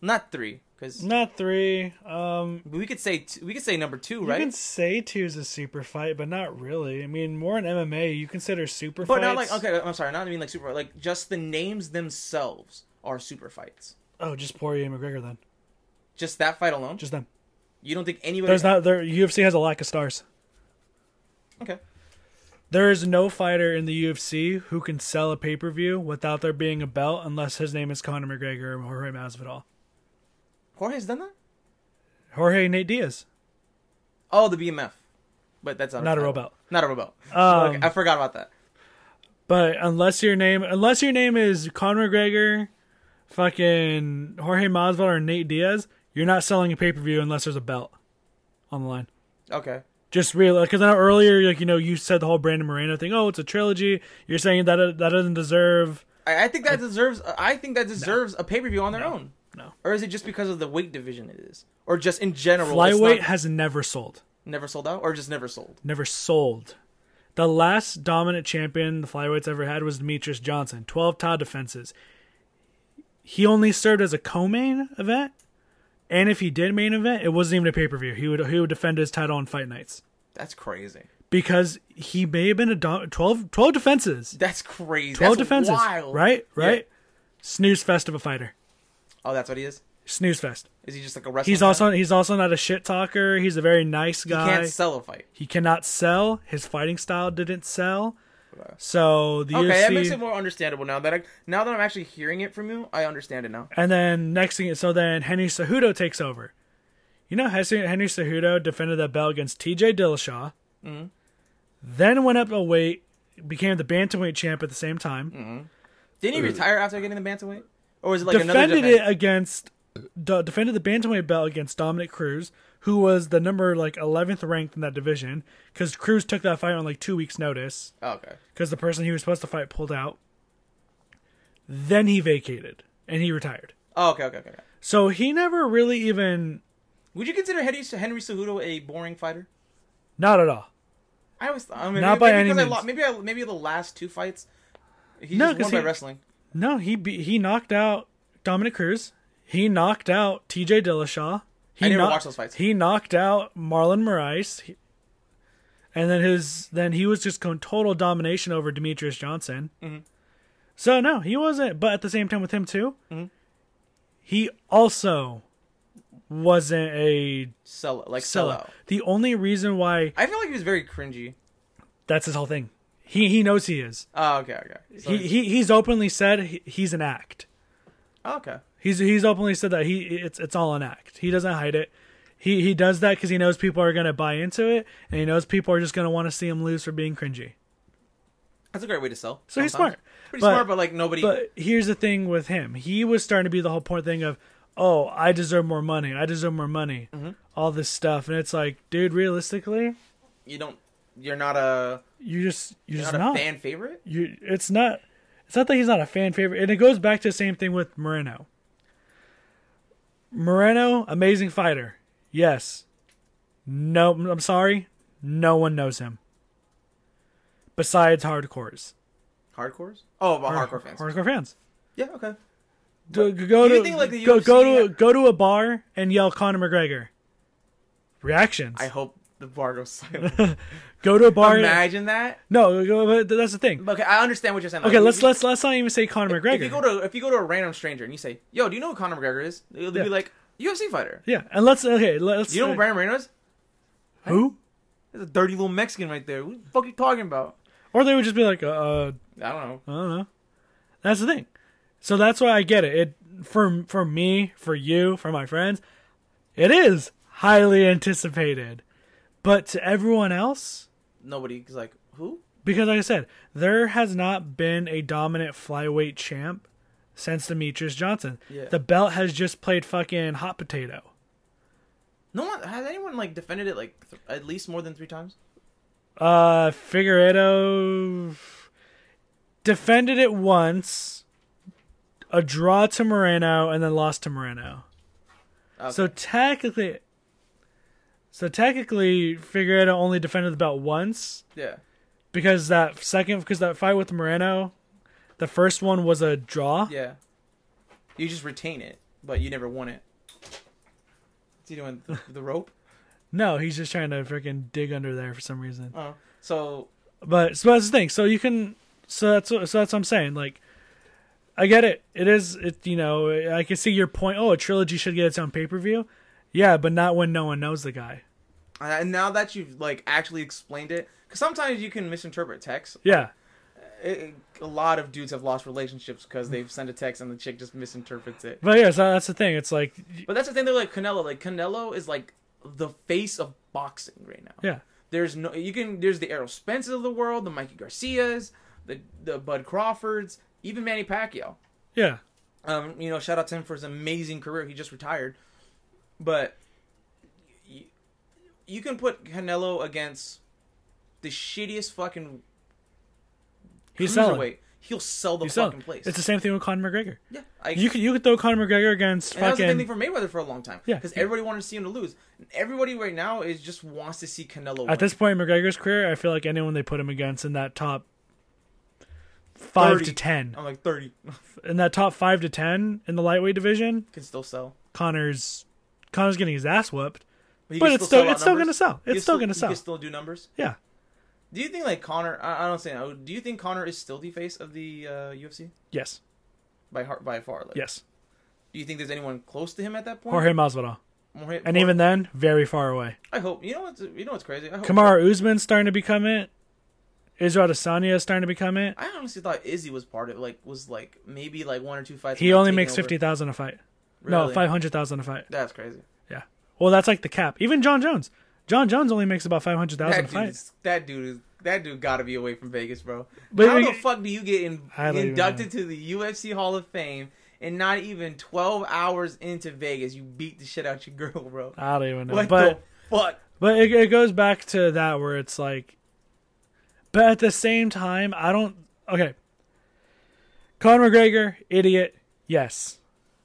[SPEAKER 1] not three, because
[SPEAKER 2] Not three. Um,
[SPEAKER 1] we could say t- we could say number two,
[SPEAKER 2] you
[SPEAKER 1] right?
[SPEAKER 2] can say two's a super fight, but not really. I mean, more in MMA, you consider super
[SPEAKER 1] But
[SPEAKER 2] fights.
[SPEAKER 1] not like okay, I'm sorry, not even like super like just the names themselves are super fights.
[SPEAKER 2] Oh, just Poirier and McGregor then.
[SPEAKER 1] Just that fight alone,
[SPEAKER 2] Just them.
[SPEAKER 1] you don't think anybody?
[SPEAKER 2] There's not there. UFC has a lack of stars.
[SPEAKER 1] okay.
[SPEAKER 2] There is no fighter in the UFC who can sell a pay per view without there being a belt, unless his name is Conor McGregor or Jorge Masvidal.
[SPEAKER 1] Jorge's done that.
[SPEAKER 2] Jorge Nate Diaz,
[SPEAKER 1] Oh, the BMF, but that's
[SPEAKER 2] not a
[SPEAKER 1] fight.
[SPEAKER 2] real belt.
[SPEAKER 1] Not a robot.
[SPEAKER 2] Um,
[SPEAKER 1] okay, I forgot about that.
[SPEAKER 2] But unless your name, unless your name is Conor McGregor, fucking Jorge Masvidal or Nate Diaz, you're not selling a pay per view unless there's a belt on the line.
[SPEAKER 1] Okay.
[SPEAKER 2] Just real, because I know earlier, like you know, you said the whole Brandon Moreno thing. Oh, it's a trilogy. You're saying that that doesn't deserve.
[SPEAKER 1] I, I think that deserves. I think that deserves a pay per view on their own.
[SPEAKER 2] No.
[SPEAKER 1] Or is it just because of the weight division it is, or just in general? it's
[SPEAKER 2] Flyweight
[SPEAKER 1] not-
[SPEAKER 2] has never sold.
[SPEAKER 1] never sold out, or just never sold.
[SPEAKER 2] never sold. The last dominant champion the flyweights ever had was Demetrius Johnson, 12 TOD defenses. He only served as a co-main event, and if he did main event, it wasn't even a pay-per-view. He would he would defend his title on fight nights
[SPEAKER 1] That's crazy.
[SPEAKER 2] because he may have been a dom- 12, 12 defenses,
[SPEAKER 1] That's crazy.
[SPEAKER 2] 12
[SPEAKER 1] That's
[SPEAKER 2] defenses,
[SPEAKER 1] wild.
[SPEAKER 2] right?
[SPEAKER 1] Yeah.
[SPEAKER 2] Right? Snooze fest of a fighter.
[SPEAKER 1] Oh, that's what he is.
[SPEAKER 2] Snooze fest.
[SPEAKER 1] Is he just like a wrestler?
[SPEAKER 2] He's also he's also not a shit talker. He's a very nice
[SPEAKER 1] he
[SPEAKER 2] guy.
[SPEAKER 1] can't sell a fight.
[SPEAKER 2] He cannot sell. His fighting style didn't sell. So the
[SPEAKER 1] Okay,
[SPEAKER 2] UFC,
[SPEAKER 1] that makes it more understandable now that I now that I'm actually hearing it from you, I understand it now.
[SPEAKER 2] and then next thing, so then Henry Cejudo takes over. You know, Henry, Henry Cejudo defended that belt against T.J. Dillashaw,
[SPEAKER 1] Mm-hmm.
[SPEAKER 2] then went up a weight, became the bantamweight champ at the same time,
[SPEAKER 1] Didn't he retire after getting the bantamweight, or was it Mm-hmm. like another
[SPEAKER 2] defended
[SPEAKER 1] defense?
[SPEAKER 2] it against, d- defended the bantamweight belt against Dominic Cruz, who was the number like eleventh ranked in that division, because Cruz took that fight on like two weeks' notice.
[SPEAKER 1] Oh, okay.
[SPEAKER 2] because the person he was supposed to fight pulled out. Then he vacated and he retired.
[SPEAKER 1] Oh, okay. Okay. Okay. okay.
[SPEAKER 2] So he never really even
[SPEAKER 1] Would you consider Henry Henry Cejudo a boring fighter?
[SPEAKER 2] not at all.
[SPEAKER 1] I always thought, I mean, maybe,
[SPEAKER 2] Not by
[SPEAKER 1] maybe
[SPEAKER 2] any
[SPEAKER 1] because I
[SPEAKER 2] means.
[SPEAKER 1] lo- maybe I, maybe the last two fights, he
[SPEAKER 2] No,
[SPEAKER 1] just
[SPEAKER 2] 'cause
[SPEAKER 1] won by
[SPEAKER 2] he-
[SPEAKER 1] wrestling.
[SPEAKER 2] No, he be- he knocked out Dominic Cruz. He knocked out T.J. Dillashaw. He
[SPEAKER 1] I never
[SPEAKER 2] knock-
[SPEAKER 1] watched those fights.
[SPEAKER 2] He knocked out Marlon Moraes. He- and then his then he was just going total domination over Demetrius Johnson.
[SPEAKER 1] Mm-hmm.
[SPEAKER 2] So no, he wasn't. But at the same time, with him too,
[SPEAKER 1] Mm-hmm.
[SPEAKER 2] he also wasn't a
[SPEAKER 1] Sell like sell
[SPEAKER 2] sellout.
[SPEAKER 1] out.
[SPEAKER 2] The only reason why
[SPEAKER 1] I feel like he was very cringy.
[SPEAKER 2] that's his whole thing. He he knows he is.
[SPEAKER 1] Oh, okay, okay. So
[SPEAKER 2] He,
[SPEAKER 1] he's-
[SPEAKER 2] he he's openly said he, he's an act.
[SPEAKER 1] oh, okay.
[SPEAKER 2] He's he's openly said that he it's it's all an act. He doesn't hide it. He he does that because he knows people are gonna buy into it, and he knows people are just gonna want to see him lose for being cringy.
[SPEAKER 1] That's a great way to sell.
[SPEAKER 2] So he's
[SPEAKER 1] sometimes.
[SPEAKER 2] smart.
[SPEAKER 1] Pretty
[SPEAKER 2] But-
[SPEAKER 1] smart, but like nobody.
[SPEAKER 2] But here's the thing with him. He was starting to be the whole point thing of, oh, I deserve more money. I deserve more money.
[SPEAKER 1] Mm-hmm.
[SPEAKER 2] All this stuff, and it's like, dude, realistically,
[SPEAKER 1] You don't. You're not a.
[SPEAKER 2] you just you're,
[SPEAKER 1] You're
[SPEAKER 2] just
[SPEAKER 1] not a
[SPEAKER 2] not.
[SPEAKER 1] fan favorite.
[SPEAKER 2] You it's not. It's not that he's not a fan favorite, and it goes back to the same thing with Moreno. Moreno, amazing fighter. Yes. No, I'm sorry. No one knows him. Besides hardcores.
[SPEAKER 1] Hardcores. Oh, about hardcore fans.
[SPEAKER 2] Hardcore fans.
[SPEAKER 1] Yeah. Okay.
[SPEAKER 2] Do,
[SPEAKER 1] do
[SPEAKER 2] go to
[SPEAKER 1] you think, like, the
[SPEAKER 2] go, go
[SPEAKER 1] UFC
[SPEAKER 2] to go to a bar and yell Conor McGregor. Reactions.
[SPEAKER 1] I hope the bar goes silent.
[SPEAKER 2] go to a bar.
[SPEAKER 1] Imagine that.
[SPEAKER 2] no, go, but that's the thing.
[SPEAKER 1] Okay, I understand what you're saying. Like,
[SPEAKER 2] Okay,
[SPEAKER 1] you-
[SPEAKER 2] let's
[SPEAKER 1] you-
[SPEAKER 2] let's let's not even say Conor McGregor.
[SPEAKER 1] If you go to if you go to a random stranger and you say, "Yo, do you know who Conor McGregor is?" They'll
[SPEAKER 2] Yeah.
[SPEAKER 1] be like, "UFC fighter."
[SPEAKER 2] yeah, and let's okay. Let's
[SPEAKER 1] Do you know
[SPEAKER 2] uh,
[SPEAKER 1] who Brian Moreno is?
[SPEAKER 2] who?
[SPEAKER 1] There's a dirty little Mexican right there. What the fuck are you talking about?
[SPEAKER 2] Or they would just be like, uh, uh,
[SPEAKER 1] I don't know.
[SPEAKER 2] I don't know. That's the thing. So that's why I get it. It for for me, for you, for my friends, it is highly anticipated. But to everyone else,
[SPEAKER 1] Nobody's like, "Who?"
[SPEAKER 2] because like I said, there has not been a dominant flyweight champ since Demetrius Johnson.
[SPEAKER 1] Yeah.
[SPEAKER 2] The belt has just played fucking hot potato.
[SPEAKER 1] No one has anyone like defended it like th- at least more than three times.
[SPEAKER 2] Uh, Figueredo defended it once, a draw to Moreno, and then lost to Moreno.
[SPEAKER 1] Okay.
[SPEAKER 2] So technically, so technically, Figueredo only defended the belt once
[SPEAKER 1] yeah,
[SPEAKER 2] because that second because that fight with Moreno, the first one was a draw.
[SPEAKER 1] yeah. You just retain it, but you never won it. What's he doing? The, the rope?
[SPEAKER 2] No, he's just trying to freaking dig under there for some reason.
[SPEAKER 1] Oh, so
[SPEAKER 2] But so that's the thing. So you can. So that's what- so that's what I'm saying. Like, I get it. It is. It you know I can see your point. Oh, a trilogy should get its own pay per view. Yeah, but not when no one knows the guy.
[SPEAKER 1] and now that you've like actually explained it, because sometimes you can misinterpret text.
[SPEAKER 2] Yeah,
[SPEAKER 1] It, it- a lot of dudes have lost relationships because they've sent a text and the chick just misinterprets it.
[SPEAKER 2] but yeah, so that's the thing. It's like
[SPEAKER 1] But that's the thing. They're like Canelo. Like Canelo is like the face of boxing right now.
[SPEAKER 2] yeah,
[SPEAKER 1] There's no you can. There's the Errol Spences of the world, the Mikey Garcias, the the Bud Crawfords, even Manny Pacquiao.
[SPEAKER 2] yeah.
[SPEAKER 1] Um, you know, shout out to him for his amazing career. He just retired, but you, you can put Canelo against the shittiest fucking
[SPEAKER 2] He's selling.
[SPEAKER 1] cruiserweight. He'll sell the
[SPEAKER 2] He's
[SPEAKER 1] fucking
[SPEAKER 2] selling.
[SPEAKER 1] place.
[SPEAKER 2] It's the same thing with Conor McGregor.
[SPEAKER 1] yeah, I,
[SPEAKER 2] You could you could throw Conor McGregor against
[SPEAKER 1] And that was the same thing
[SPEAKER 2] fucking.
[SPEAKER 1] for Mayweather for a long time.
[SPEAKER 2] Yeah.
[SPEAKER 1] Because everybody wanted to see him to lose. And everybody right now is just wants to see Canelo win.
[SPEAKER 2] At this point in McGregor's career, I feel like anyone they put him against in that top five
[SPEAKER 1] 30.
[SPEAKER 2] to ten,
[SPEAKER 1] I'm like 30.
[SPEAKER 2] in that top five to ten in the lightweight division,
[SPEAKER 1] Can still sell.
[SPEAKER 2] Connor's Connor's getting his ass whooped.
[SPEAKER 1] he
[SPEAKER 2] But
[SPEAKER 1] can
[SPEAKER 2] it's still-
[SPEAKER 1] sell out
[SPEAKER 2] it's still
[SPEAKER 1] numbers.
[SPEAKER 2] gonna sell.
[SPEAKER 1] He can
[SPEAKER 2] It's still gonna
[SPEAKER 1] He
[SPEAKER 2] sell.
[SPEAKER 1] can still do numbers.
[SPEAKER 2] Yeah,
[SPEAKER 1] Do you think like Connor? I, I don't say. no. Do you think Connor is still the face of the uh, UFC
[SPEAKER 2] yes,
[SPEAKER 1] by heart by far? Like,
[SPEAKER 2] yes.
[SPEAKER 1] Do you think there's anyone close to him at that point?
[SPEAKER 2] Jorge Masvidal,
[SPEAKER 1] Jorge-
[SPEAKER 2] and
[SPEAKER 1] Jorge-
[SPEAKER 2] even then, very far away.
[SPEAKER 1] I hope you know what's you know what's crazy. I hope,
[SPEAKER 2] Kamara Usman's starting to become it. Israel Adesanya is starting to become it.
[SPEAKER 1] I honestly thought Izzy was part of like was like maybe like one or two fights.
[SPEAKER 2] He
[SPEAKER 1] away
[SPEAKER 2] only
[SPEAKER 1] taking
[SPEAKER 2] makes
[SPEAKER 1] over.
[SPEAKER 2] fifty thousand a fight. No,
[SPEAKER 1] Really?
[SPEAKER 2] five hundred thousand a fight.
[SPEAKER 1] That's crazy.
[SPEAKER 2] Yeah. Well, that's like the cap. Even John Jones. John Jones only makes about five hundred thousand a
[SPEAKER 1] That dude,
[SPEAKER 2] fight.
[SPEAKER 1] is, that dude is that dude got to be away from Vegas, bro.
[SPEAKER 2] But
[SPEAKER 1] How
[SPEAKER 2] we-
[SPEAKER 1] the fuck do you get in,
[SPEAKER 2] I don't even
[SPEAKER 1] inducted to the UFC Hall of Fame and not even twelve hours into Vegas, you beat the shit out your girl, bro?
[SPEAKER 2] I don't even know.
[SPEAKER 1] What
[SPEAKER 2] but
[SPEAKER 1] the fuck?
[SPEAKER 2] But it, it goes back to that where it's like, but at the same time, I don't. Okay. Conor McGregor, idiot. Yes.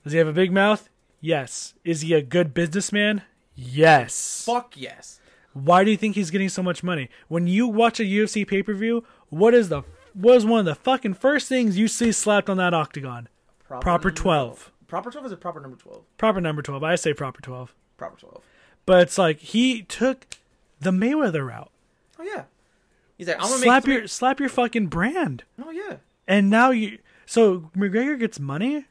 [SPEAKER 2] Does he have a big mouth? Yes. Is he a good businessman? Yes.
[SPEAKER 1] Fuck yes.
[SPEAKER 2] Why do you think he's getting so much money? When you watch a UFC pay per view, what is the what is one of the fucking first things you see slapped on that octagon? Proper
[SPEAKER 1] number-
[SPEAKER 2] twelve.
[SPEAKER 1] Proper twelve is a proper number twelve.
[SPEAKER 2] Proper number twelve. I say proper twelve.
[SPEAKER 1] Proper twelve.
[SPEAKER 2] But it's like he took the Mayweather route.
[SPEAKER 1] Oh yeah. He's like, I'm gonna
[SPEAKER 2] slap
[SPEAKER 1] make
[SPEAKER 2] your slap your fucking brand.
[SPEAKER 1] No, yeah.
[SPEAKER 2] And now you so McGregor gets money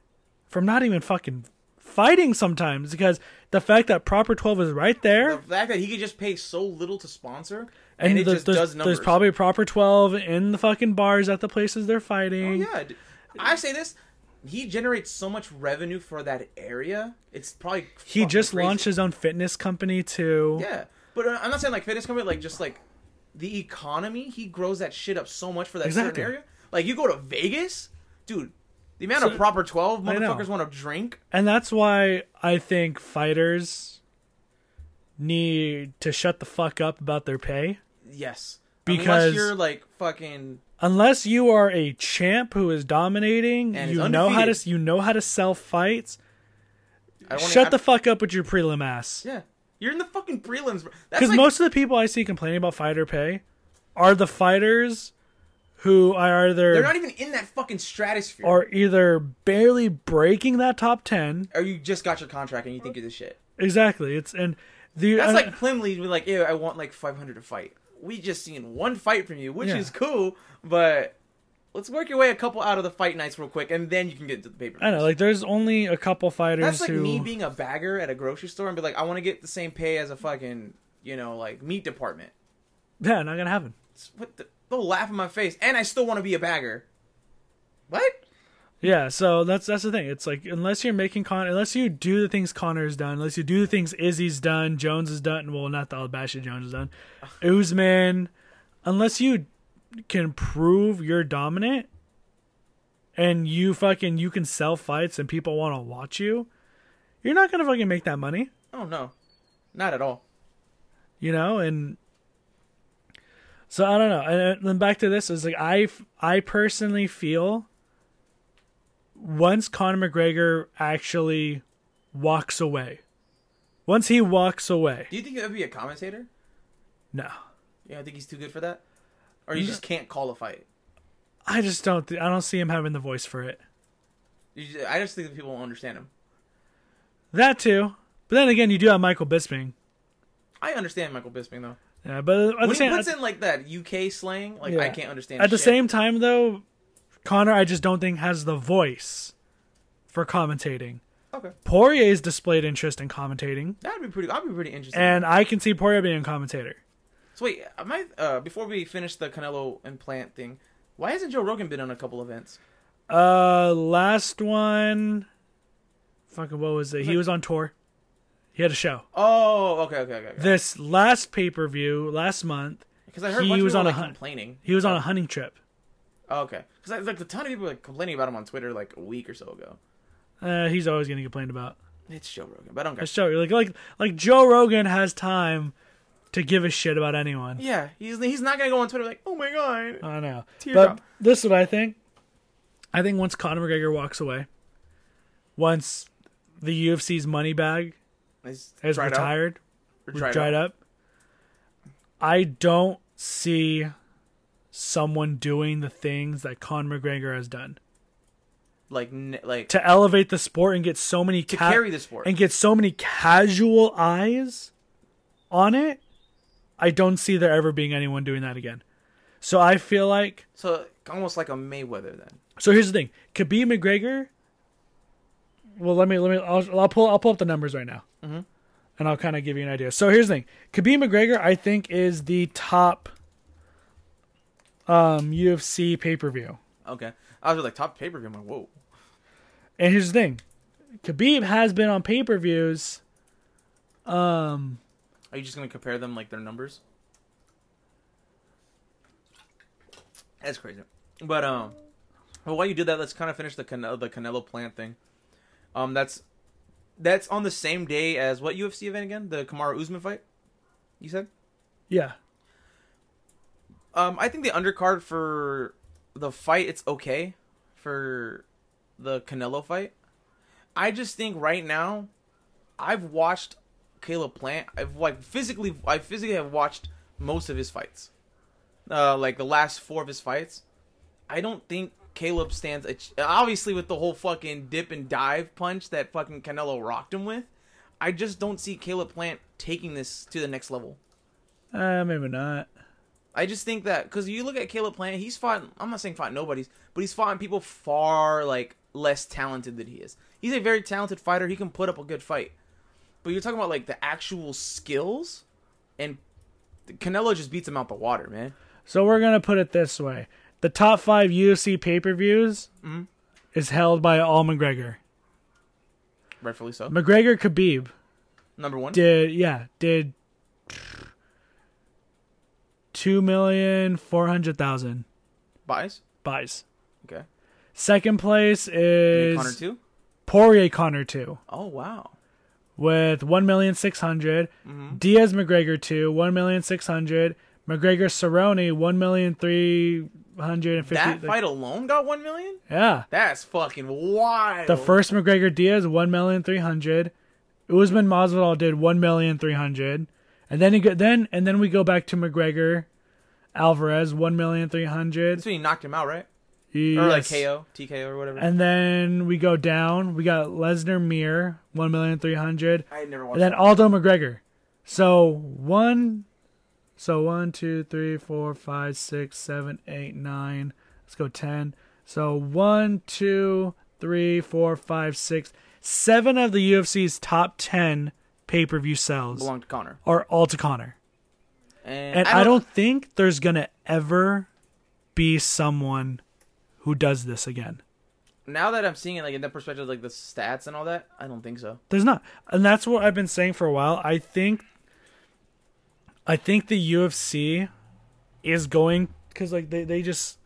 [SPEAKER 2] from not even fucking fighting sometimes because the fact that proper 12 is right
[SPEAKER 1] The
[SPEAKER 2] there
[SPEAKER 1] fact that he could just pay so little to sponsor and,
[SPEAKER 2] and
[SPEAKER 1] it
[SPEAKER 2] the-
[SPEAKER 1] just
[SPEAKER 2] there's,
[SPEAKER 1] does numbers.
[SPEAKER 2] there's probably proper 12 in the fucking bars at the places they're fighting.
[SPEAKER 1] Oh, Yeah, d- I say this. He generates so much revenue for that area. It's probably
[SPEAKER 2] He
[SPEAKER 1] fucking
[SPEAKER 2] just
[SPEAKER 1] crazy.
[SPEAKER 2] launched his own fitness company too.
[SPEAKER 1] Yeah, but uh, I'm not saying like fitness company, like just like the economy. He grows that shit up so much for that
[SPEAKER 2] Exactly.
[SPEAKER 1] certain area. Like you go to Vegas, dude. The amount of
[SPEAKER 2] So-
[SPEAKER 1] proper twelve
[SPEAKER 2] I know.
[SPEAKER 1] motherfuckers want to drink.
[SPEAKER 2] And that's why I think fighters need to shut the fuck up about their pay.
[SPEAKER 1] Yes,
[SPEAKER 2] Because-
[SPEAKER 1] unless you're like fucking
[SPEAKER 2] Unless you are a champ who is dominating,
[SPEAKER 1] And is
[SPEAKER 2] you know how
[SPEAKER 1] undefeated.
[SPEAKER 2] to you know how to sell fights.
[SPEAKER 1] I don't wanna-
[SPEAKER 2] Shut
[SPEAKER 1] I-
[SPEAKER 2] the fuck up with your prelim ass.
[SPEAKER 1] yeah. You're in the fucking prelims. bro. That's
[SPEAKER 2] Because
[SPEAKER 1] like,
[SPEAKER 2] most of the people I see complaining about fighter pay are the fighters who are
[SPEAKER 1] they're
[SPEAKER 2] either
[SPEAKER 1] not even in that fucking stratosphere. Or
[SPEAKER 2] are either barely breaking that top ten.
[SPEAKER 1] you just got your contract and you think you're the shit.
[SPEAKER 2] Exactly. It's and the
[SPEAKER 1] That's
[SPEAKER 2] and-
[SPEAKER 1] like Plimley be like, ew, I want like 500 to fight. We just seen one fight from you, which
[SPEAKER 2] Yeah.
[SPEAKER 1] is cool, but let's work your way a couple out of the fight nights real quick, and then you can get into the paper.
[SPEAKER 2] I know, like there's only a couple fighters
[SPEAKER 1] that's like
[SPEAKER 2] who
[SPEAKER 1] me being a bagger at a grocery store and be like, I want to get the same pay as a fucking, you know, like meat department.
[SPEAKER 2] Yeah, not gonna happen.
[SPEAKER 1] It's- What the, they'll laugh in my face, and I still want to be a bagger. What?
[SPEAKER 2] Yeah, so that's that's the thing. It's like unless you're making con unless you do the things Connor's done, unless you do the things Izzy's done, Jones has done, well not the Alabasha Jones has done, Uzman, unless you can prove you're dominant and you fucking you can sell fights and people wanna watch you, you're not gonna fucking make that money.
[SPEAKER 1] Oh no, not at all.
[SPEAKER 2] you know and so i don't know and uh, then back to this is like i i personally feel once conor mcgregor actually walks away once he walks away
[SPEAKER 1] Do you think it would be a commentator?
[SPEAKER 2] no
[SPEAKER 1] You don't think he's too good for that, or
[SPEAKER 2] Mm-hmm.
[SPEAKER 1] you just can't call a fight?
[SPEAKER 2] i just don't th- i don't see him having the voice for it
[SPEAKER 1] You ju- I just think that people won't understand him.
[SPEAKER 2] that too but then again you do have michael bisping
[SPEAKER 1] I understand Michael Bisping though.
[SPEAKER 2] yeah but at the,
[SPEAKER 1] when he
[SPEAKER 2] same,
[SPEAKER 1] puts
[SPEAKER 2] at,
[SPEAKER 1] in like that UK slang, like I
[SPEAKER 2] Yeah.
[SPEAKER 1] can't understand.
[SPEAKER 2] at the
[SPEAKER 1] shit.
[SPEAKER 2] same time though connor i just don't think has the voice for commentating
[SPEAKER 1] okay,
[SPEAKER 2] poirier's displayed interest in commentating
[SPEAKER 1] that'd be pretty. I'd be pretty interested.
[SPEAKER 2] and I can see Poirier being a commentator.
[SPEAKER 1] so wait, am I, uh, before we finish the Canelo implant thing, why hasn't Joe Rogan been on a couple events?
[SPEAKER 2] Uh, last one, fucking what was it? He
[SPEAKER 1] it-
[SPEAKER 2] was on tour. He had a show.
[SPEAKER 1] Oh, okay, okay, okay. okay.
[SPEAKER 2] This last pay per view last month,
[SPEAKER 1] Because I heard
[SPEAKER 2] he
[SPEAKER 1] a bunch of
[SPEAKER 2] was
[SPEAKER 1] people,
[SPEAKER 2] on a
[SPEAKER 1] like,
[SPEAKER 2] hun-
[SPEAKER 1] complaining.
[SPEAKER 2] he was on a hunting trip.
[SPEAKER 1] Oh, okay, because like a ton of people were, like complaining about him on Twitter like a week or so ago.
[SPEAKER 2] Uh, he's always gonna complain about
[SPEAKER 1] It's Joe Rogan, but I don't care.
[SPEAKER 2] a show. Like like like Joe Rogan has time to give a shit about anyone.
[SPEAKER 1] Yeah, he's he's not gonna go on Twitter like, oh my god.
[SPEAKER 2] I know.
[SPEAKER 1] Tear
[SPEAKER 2] but
[SPEAKER 1] drop.
[SPEAKER 2] this is what I think. I think once Conor McGregor walks away, once the UFC's money bag
[SPEAKER 1] He's
[SPEAKER 2] is
[SPEAKER 1] dried out,
[SPEAKER 2] retired,
[SPEAKER 1] or
[SPEAKER 2] dried, up. I don't see someone doing the things that Conor McGregor has done
[SPEAKER 1] Like n- like
[SPEAKER 2] to elevate the sport and get so many
[SPEAKER 1] to
[SPEAKER 2] ca-
[SPEAKER 1] carry the sport.
[SPEAKER 2] and get so many casual eyes on it. I don't see there ever being anyone doing that again. So I feel like
[SPEAKER 1] so almost like a Mayweather then.
[SPEAKER 2] So here's the thing: Khabib McGregor. Well, let me let me. I'll, I'll pull I'll pull up the numbers right now, mm-hmm. and I'll kind of give you an idea. So here's the thing: Khabib McGregor, I think, is the top um, UFC pay per view.
[SPEAKER 1] Okay, I was like top pay per view. I'm like, whoa.
[SPEAKER 2] And here's the thing: Khabib has been on pay per views. Um,
[SPEAKER 1] Are you just gonna compare them like their numbers? That's crazy. But um, well, while you do that, let's kind of finish the Canelo, the Canelo plant thing. Um, that's that's on the same day as what UFC event again? The Kamara Usman fight. You said.
[SPEAKER 2] yeah,
[SPEAKER 1] Um, I think the undercard for the fight it's okay for the Canelo fight. I just think right now, I've watched Caleb Plant. I've like physically, I physically have watched most of his fights. Uh, like the last four of his fights, I don't think Caleb stands. A ch- obviously, with the whole fucking dip and dive punch that fucking Canelo rocked him with, I just don't see Caleb Plant taking this to the next level.
[SPEAKER 2] uh, maybe not.
[SPEAKER 1] I just think that because you look at Caleb Plant, he's fought. I'm not saying fought nobody's, but he's fought people far like less talented than he is. He's a very talented fighter. He can put up a good fight, but you're talking about like the actual skills, and Canelo just beats him out the water, man.
[SPEAKER 2] So we're gonna put it this way: the top five UFC pay per views is held by all McGregor,
[SPEAKER 1] Rightfully so.
[SPEAKER 2] McGregor, Khabib.
[SPEAKER 1] Number one.
[SPEAKER 2] did yeah did two million four hundred thousand
[SPEAKER 1] buys.
[SPEAKER 2] buys.
[SPEAKER 1] Okay.
[SPEAKER 2] Second place
[SPEAKER 1] Connor
[SPEAKER 2] is
[SPEAKER 1] too.
[SPEAKER 2] Poirier Connor 2
[SPEAKER 1] Oh wow.
[SPEAKER 2] with 1,600,000.
[SPEAKER 1] Mm-hmm.
[SPEAKER 2] Diaz McGregor 2, 1,600,000. McGregor Cerrone, 1,350,000.
[SPEAKER 1] That fight alone got one million.
[SPEAKER 2] Yeah.
[SPEAKER 1] That's fucking wild.
[SPEAKER 2] The first McGregor Diaz one million three hundred. Usman Masvidal did one million three hundred, and then he go, then and then we go back to McGregor, Alvarez one million three hundred.
[SPEAKER 1] That's when you knocked him out, right?
[SPEAKER 2] Yes.
[SPEAKER 1] Or like KO, TKO, or whatever.
[SPEAKER 2] And then we go down. We got Lesnar Mir one million three hundred,
[SPEAKER 1] I had never watched.
[SPEAKER 2] and then
[SPEAKER 1] that.
[SPEAKER 2] Aldo McGregor. So one, so one two three four five six seven eight nine. Let's go ten. So one two three four five six seven of the UFC's top ten pay per view sells
[SPEAKER 1] belonged to Connor.
[SPEAKER 2] are all to Connor,
[SPEAKER 1] And,
[SPEAKER 2] and I don't think there's gonna ever be someone who does this again.
[SPEAKER 1] Now that I'm seeing it, like in that perspective, like the stats and all that, I don't think so.
[SPEAKER 2] There's not. And that's what I've been saying for a while. I think I think the UFC is going cuz like they they just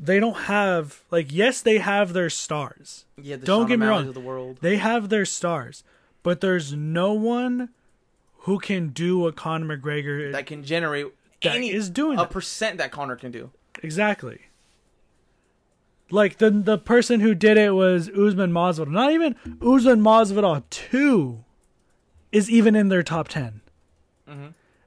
[SPEAKER 2] they don't have like yes, they have their stars.
[SPEAKER 1] Yeah, the
[SPEAKER 2] Don't
[SPEAKER 1] Sean
[SPEAKER 2] get me
[SPEAKER 1] O'Malley's
[SPEAKER 2] wrong.
[SPEAKER 1] Of the world.
[SPEAKER 2] They have their stars, but there's no one who can do what Conor McGregor
[SPEAKER 1] that can generate
[SPEAKER 2] That
[SPEAKER 1] any
[SPEAKER 2] is doing
[SPEAKER 1] a
[SPEAKER 2] that.
[SPEAKER 1] percent that Connor can do.
[SPEAKER 2] Exactly. Like the the person who did it was Usman Masvidal. Not even Usman Masvidal two is even in their top 10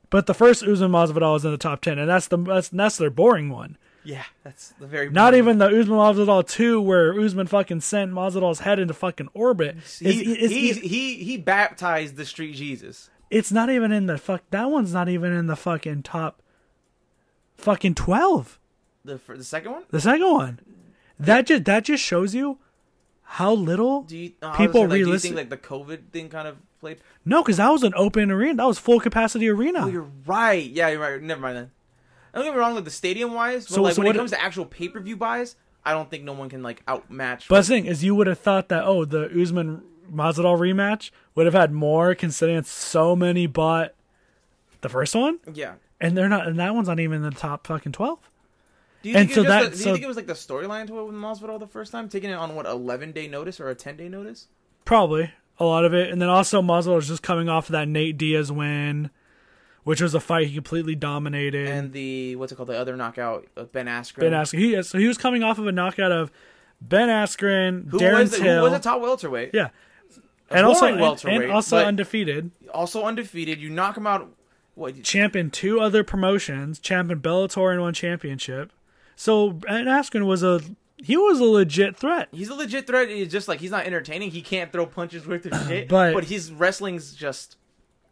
[SPEAKER 2] But the first Usman Masvidal is in the top ten, and that's the that's, that's their boring one.
[SPEAKER 1] Yeah, that's the very
[SPEAKER 2] Not
[SPEAKER 1] point.
[SPEAKER 2] even the Usman Masvidal two where Usman fucking sent Masvidal's head into fucking orbit. e, It's,
[SPEAKER 1] He,
[SPEAKER 2] it's,
[SPEAKER 1] he, he he baptized the street Jesus.
[SPEAKER 2] it's not even in the fuck. That one's not even in the fucking top. Fucking twelve.
[SPEAKER 1] The fir- the second one.
[SPEAKER 2] The second one. That just that just shows you how little
[SPEAKER 1] Do you no,
[SPEAKER 2] People
[SPEAKER 1] people like, do you
[SPEAKER 2] re-listen-
[SPEAKER 1] think like the COVID thing kind of played?
[SPEAKER 2] No, because that was an open arena. That was full capacity arena.
[SPEAKER 1] Oh, you're right. Yeah, you're right. Never mind then. Don't get me wrong, like the stadium wise, but
[SPEAKER 2] So-
[SPEAKER 1] like
[SPEAKER 2] so
[SPEAKER 1] when
[SPEAKER 2] what-
[SPEAKER 1] it comes to actual pay per view buys, I don't think no one can like outmatch.
[SPEAKER 2] but the thing is, you would have thought that oh, the Usman Masvidal rematch would have had more, considering so many bought the first one,
[SPEAKER 1] yeah.
[SPEAKER 2] and they're not, and that one's not even in the top fucking twelve.
[SPEAKER 1] Do you
[SPEAKER 2] And
[SPEAKER 1] think
[SPEAKER 2] so
[SPEAKER 1] it was just
[SPEAKER 2] that-
[SPEAKER 1] the- do you
[SPEAKER 2] so-
[SPEAKER 1] think it was like the storyline to it with Masvidal the first time, taking it on what eleven day notice or a ten day notice?
[SPEAKER 2] Probably a lot of it, and then also Masvidal was just coming off of that Nate Diaz win, which was a fight he completely dominated.
[SPEAKER 1] and the what's it called the other knockout of Ben Askren.
[SPEAKER 2] ben Askren, he so he was coming off of a knockout of Ben Askren,
[SPEAKER 1] who
[SPEAKER 2] Darren
[SPEAKER 1] was the,
[SPEAKER 2] Till,
[SPEAKER 1] who was a top welterweight.
[SPEAKER 2] yeah, and also
[SPEAKER 1] boring
[SPEAKER 2] and-
[SPEAKER 1] welterweight,
[SPEAKER 2] and also
[SPEAKER 1] but-
[SPEAKER 2] undefeated.
[SPEAKER 1] Also undefeated. You knock him out. What?
[SPEAKER 2] champ in two other promotions, champ in Bellator and one championship. So Ben Askren was a he was a legit threat.
[SPEAKER 1] He's a legit threat. He's just like he's not entertaining. He can't throw punches worth of shit.
[SPEAKER 2] But-
[SPEAKER 1] his wrestling's just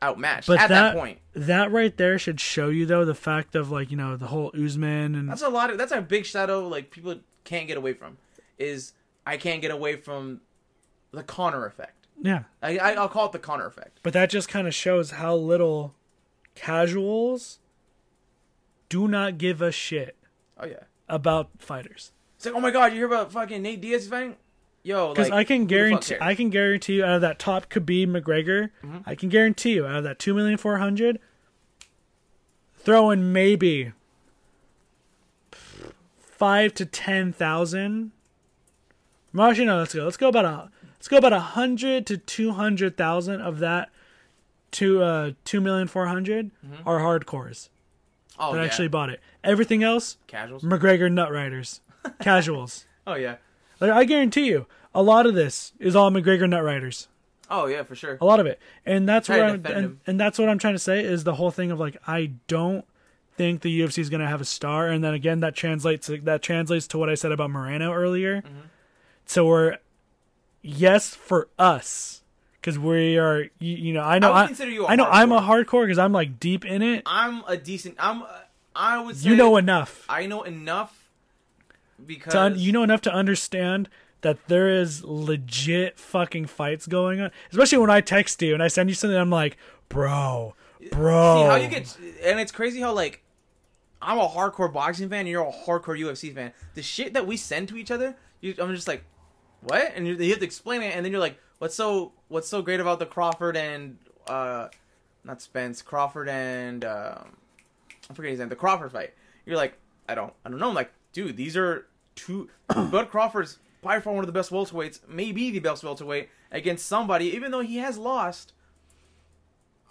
[SPEAKER 1] outmatched
[SPEAKER 2] But
[SPEAKER 1] at
[SPEAKER 2] that,
[SPEAKER 1] that, point.
[SPEAKER 2] that right there should show you though the fact of like you know the whole Usman and
[SPEAKER 1] That's a lot of. That's a big shadow. Like people can't get away from. Is I can't get away from the Connor effect.
[SPEAKER 2] yeah.
[SPEAKER 1] I, I I'll call it the Connor effect.
[SPEAKER 2] But that just kind of shows how little casuals do not give a shit
[SPEAKER 1] Oh yeah.
[SPEAKER 2] about fighters.
[SPEAKER 1] It's like oh my god, you hear about fucking Nate Diaz fighting? Yo,
[SPEAKER 2] Because
[SPEAKER 1] like,
[SPEAKER 2] I can
[SPEAKER 1] who the fuck
[SPEAKER 2] guarantee,
[SPEAKER 1] cares? Mm-hmm.
[SPEAKER 2] I can guarantee you out of that top Khabib McGregor, I can guarantee you out of that two million four hundred, throw in maybe five to ten thousand. Well, Actually, no. Let's go. Let's go about a. Let's go about a hundred to two hundred thousand of that. Two uh two million four hundred are hardcores
[SPEAKER 1] Mm-hmm. oh,
[SPEAKER 2] that
[SPEAKER 1] yeah.
[SPEAKER 2] actually bought it. Everything else,
[SPEAKER 1] casuals.
[SPEAKER 2] McGregor nut riders, casuals.
[SPEAKER 1] Oh yeah.
[SPEAKER 2] Like I guarantee you, a lot of this is all McGregor nut riders.
[SPEAKER 1] Oh yeah, for sure.
[SPEAKER 2] A lot of it, and that's
[SPEAKER 1] Trying
[SPEAKER 2] where
[SPEAKER 1] to
[SPEAKER 2] I'm,
[SPEAKER 1] defend
[SPEAKER 2] and,
[SPEAKER 1] him.
[SPEAKER 2] and that's what I'm trying to say is the whole thing of like I don't think the UFC is going to have a star, and then again that translates that translates to what I said about Morano earlier.
[SPEAKER 1] Mm-hmm.
[SPEAKER 2] So we're yes for us because we are you, you know I know
[SPEAKER 1] would
[SPEAKER 2] I,
[SPEAKER 1] consider you a
[SPEAKER 2] I know I'm a
[SPEAKER 1] hardcore.
[SPEAKER 2] hardcore because I'm like deep in it.
[SPEAKER 1] I'm a decent. I'm. a- I would. Say
[SPEAKER 2] you know enough.
[SPEAKER 1] I know enough because
[SPEAKER 2] to un- you know enough to understand that there is legit fucking fights going on. Especially when I text you and I send you something, I'm like, bro, bro.
[SPEAKER 1] see how you get. And it's crazy how like I'm a hardcore boxing fan. and You're a hardcore UFC fan. The shit that we send to each other, you, I'm just like, what? And you, you have to explain it, and then you're like, what's so what's so great about the Crawford and uh, not Spence Crawford and um, I forget his name. The Crawford fight. You're like, I don't, I don't know. I'm like, dude, these are two. Bud Crawford's by far one of the best welterweights, maybe the best welterweight against somebody, even though he has lost.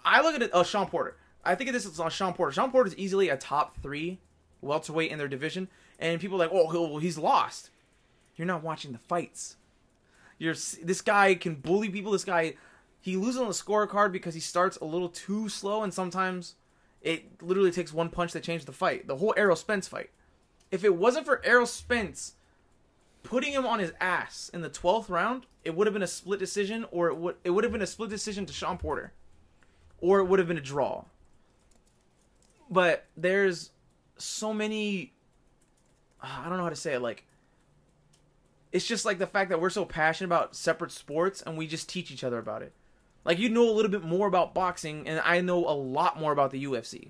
[SPEAKER 1] I look at it. Oh, Sean Porter. I think of this as on Sean Porter. Sean Porter is easily a top three welterweight in their division, and people are like, oh, well, he's lost. You're not watching the fights. You're s- this guy can bully people. This guy, he loses on the scorecard because he starts a little too slow, and sometimes it literally takes one punch to change the fight. The whole Errol Spence fight. If it wasn't for Errol Spence putting him on his ass in the twelfth round, it would have been a split decision, or it would it would have been a split decision to Sean Porter, or it would have been a draw. But there's so many. uh, I don't know how to say it. Like, it's just like the fact that we're so passionate about separate sports and we just teach each other about it. Like you know a little bit more about boxing, and I know a lot more about the UFC.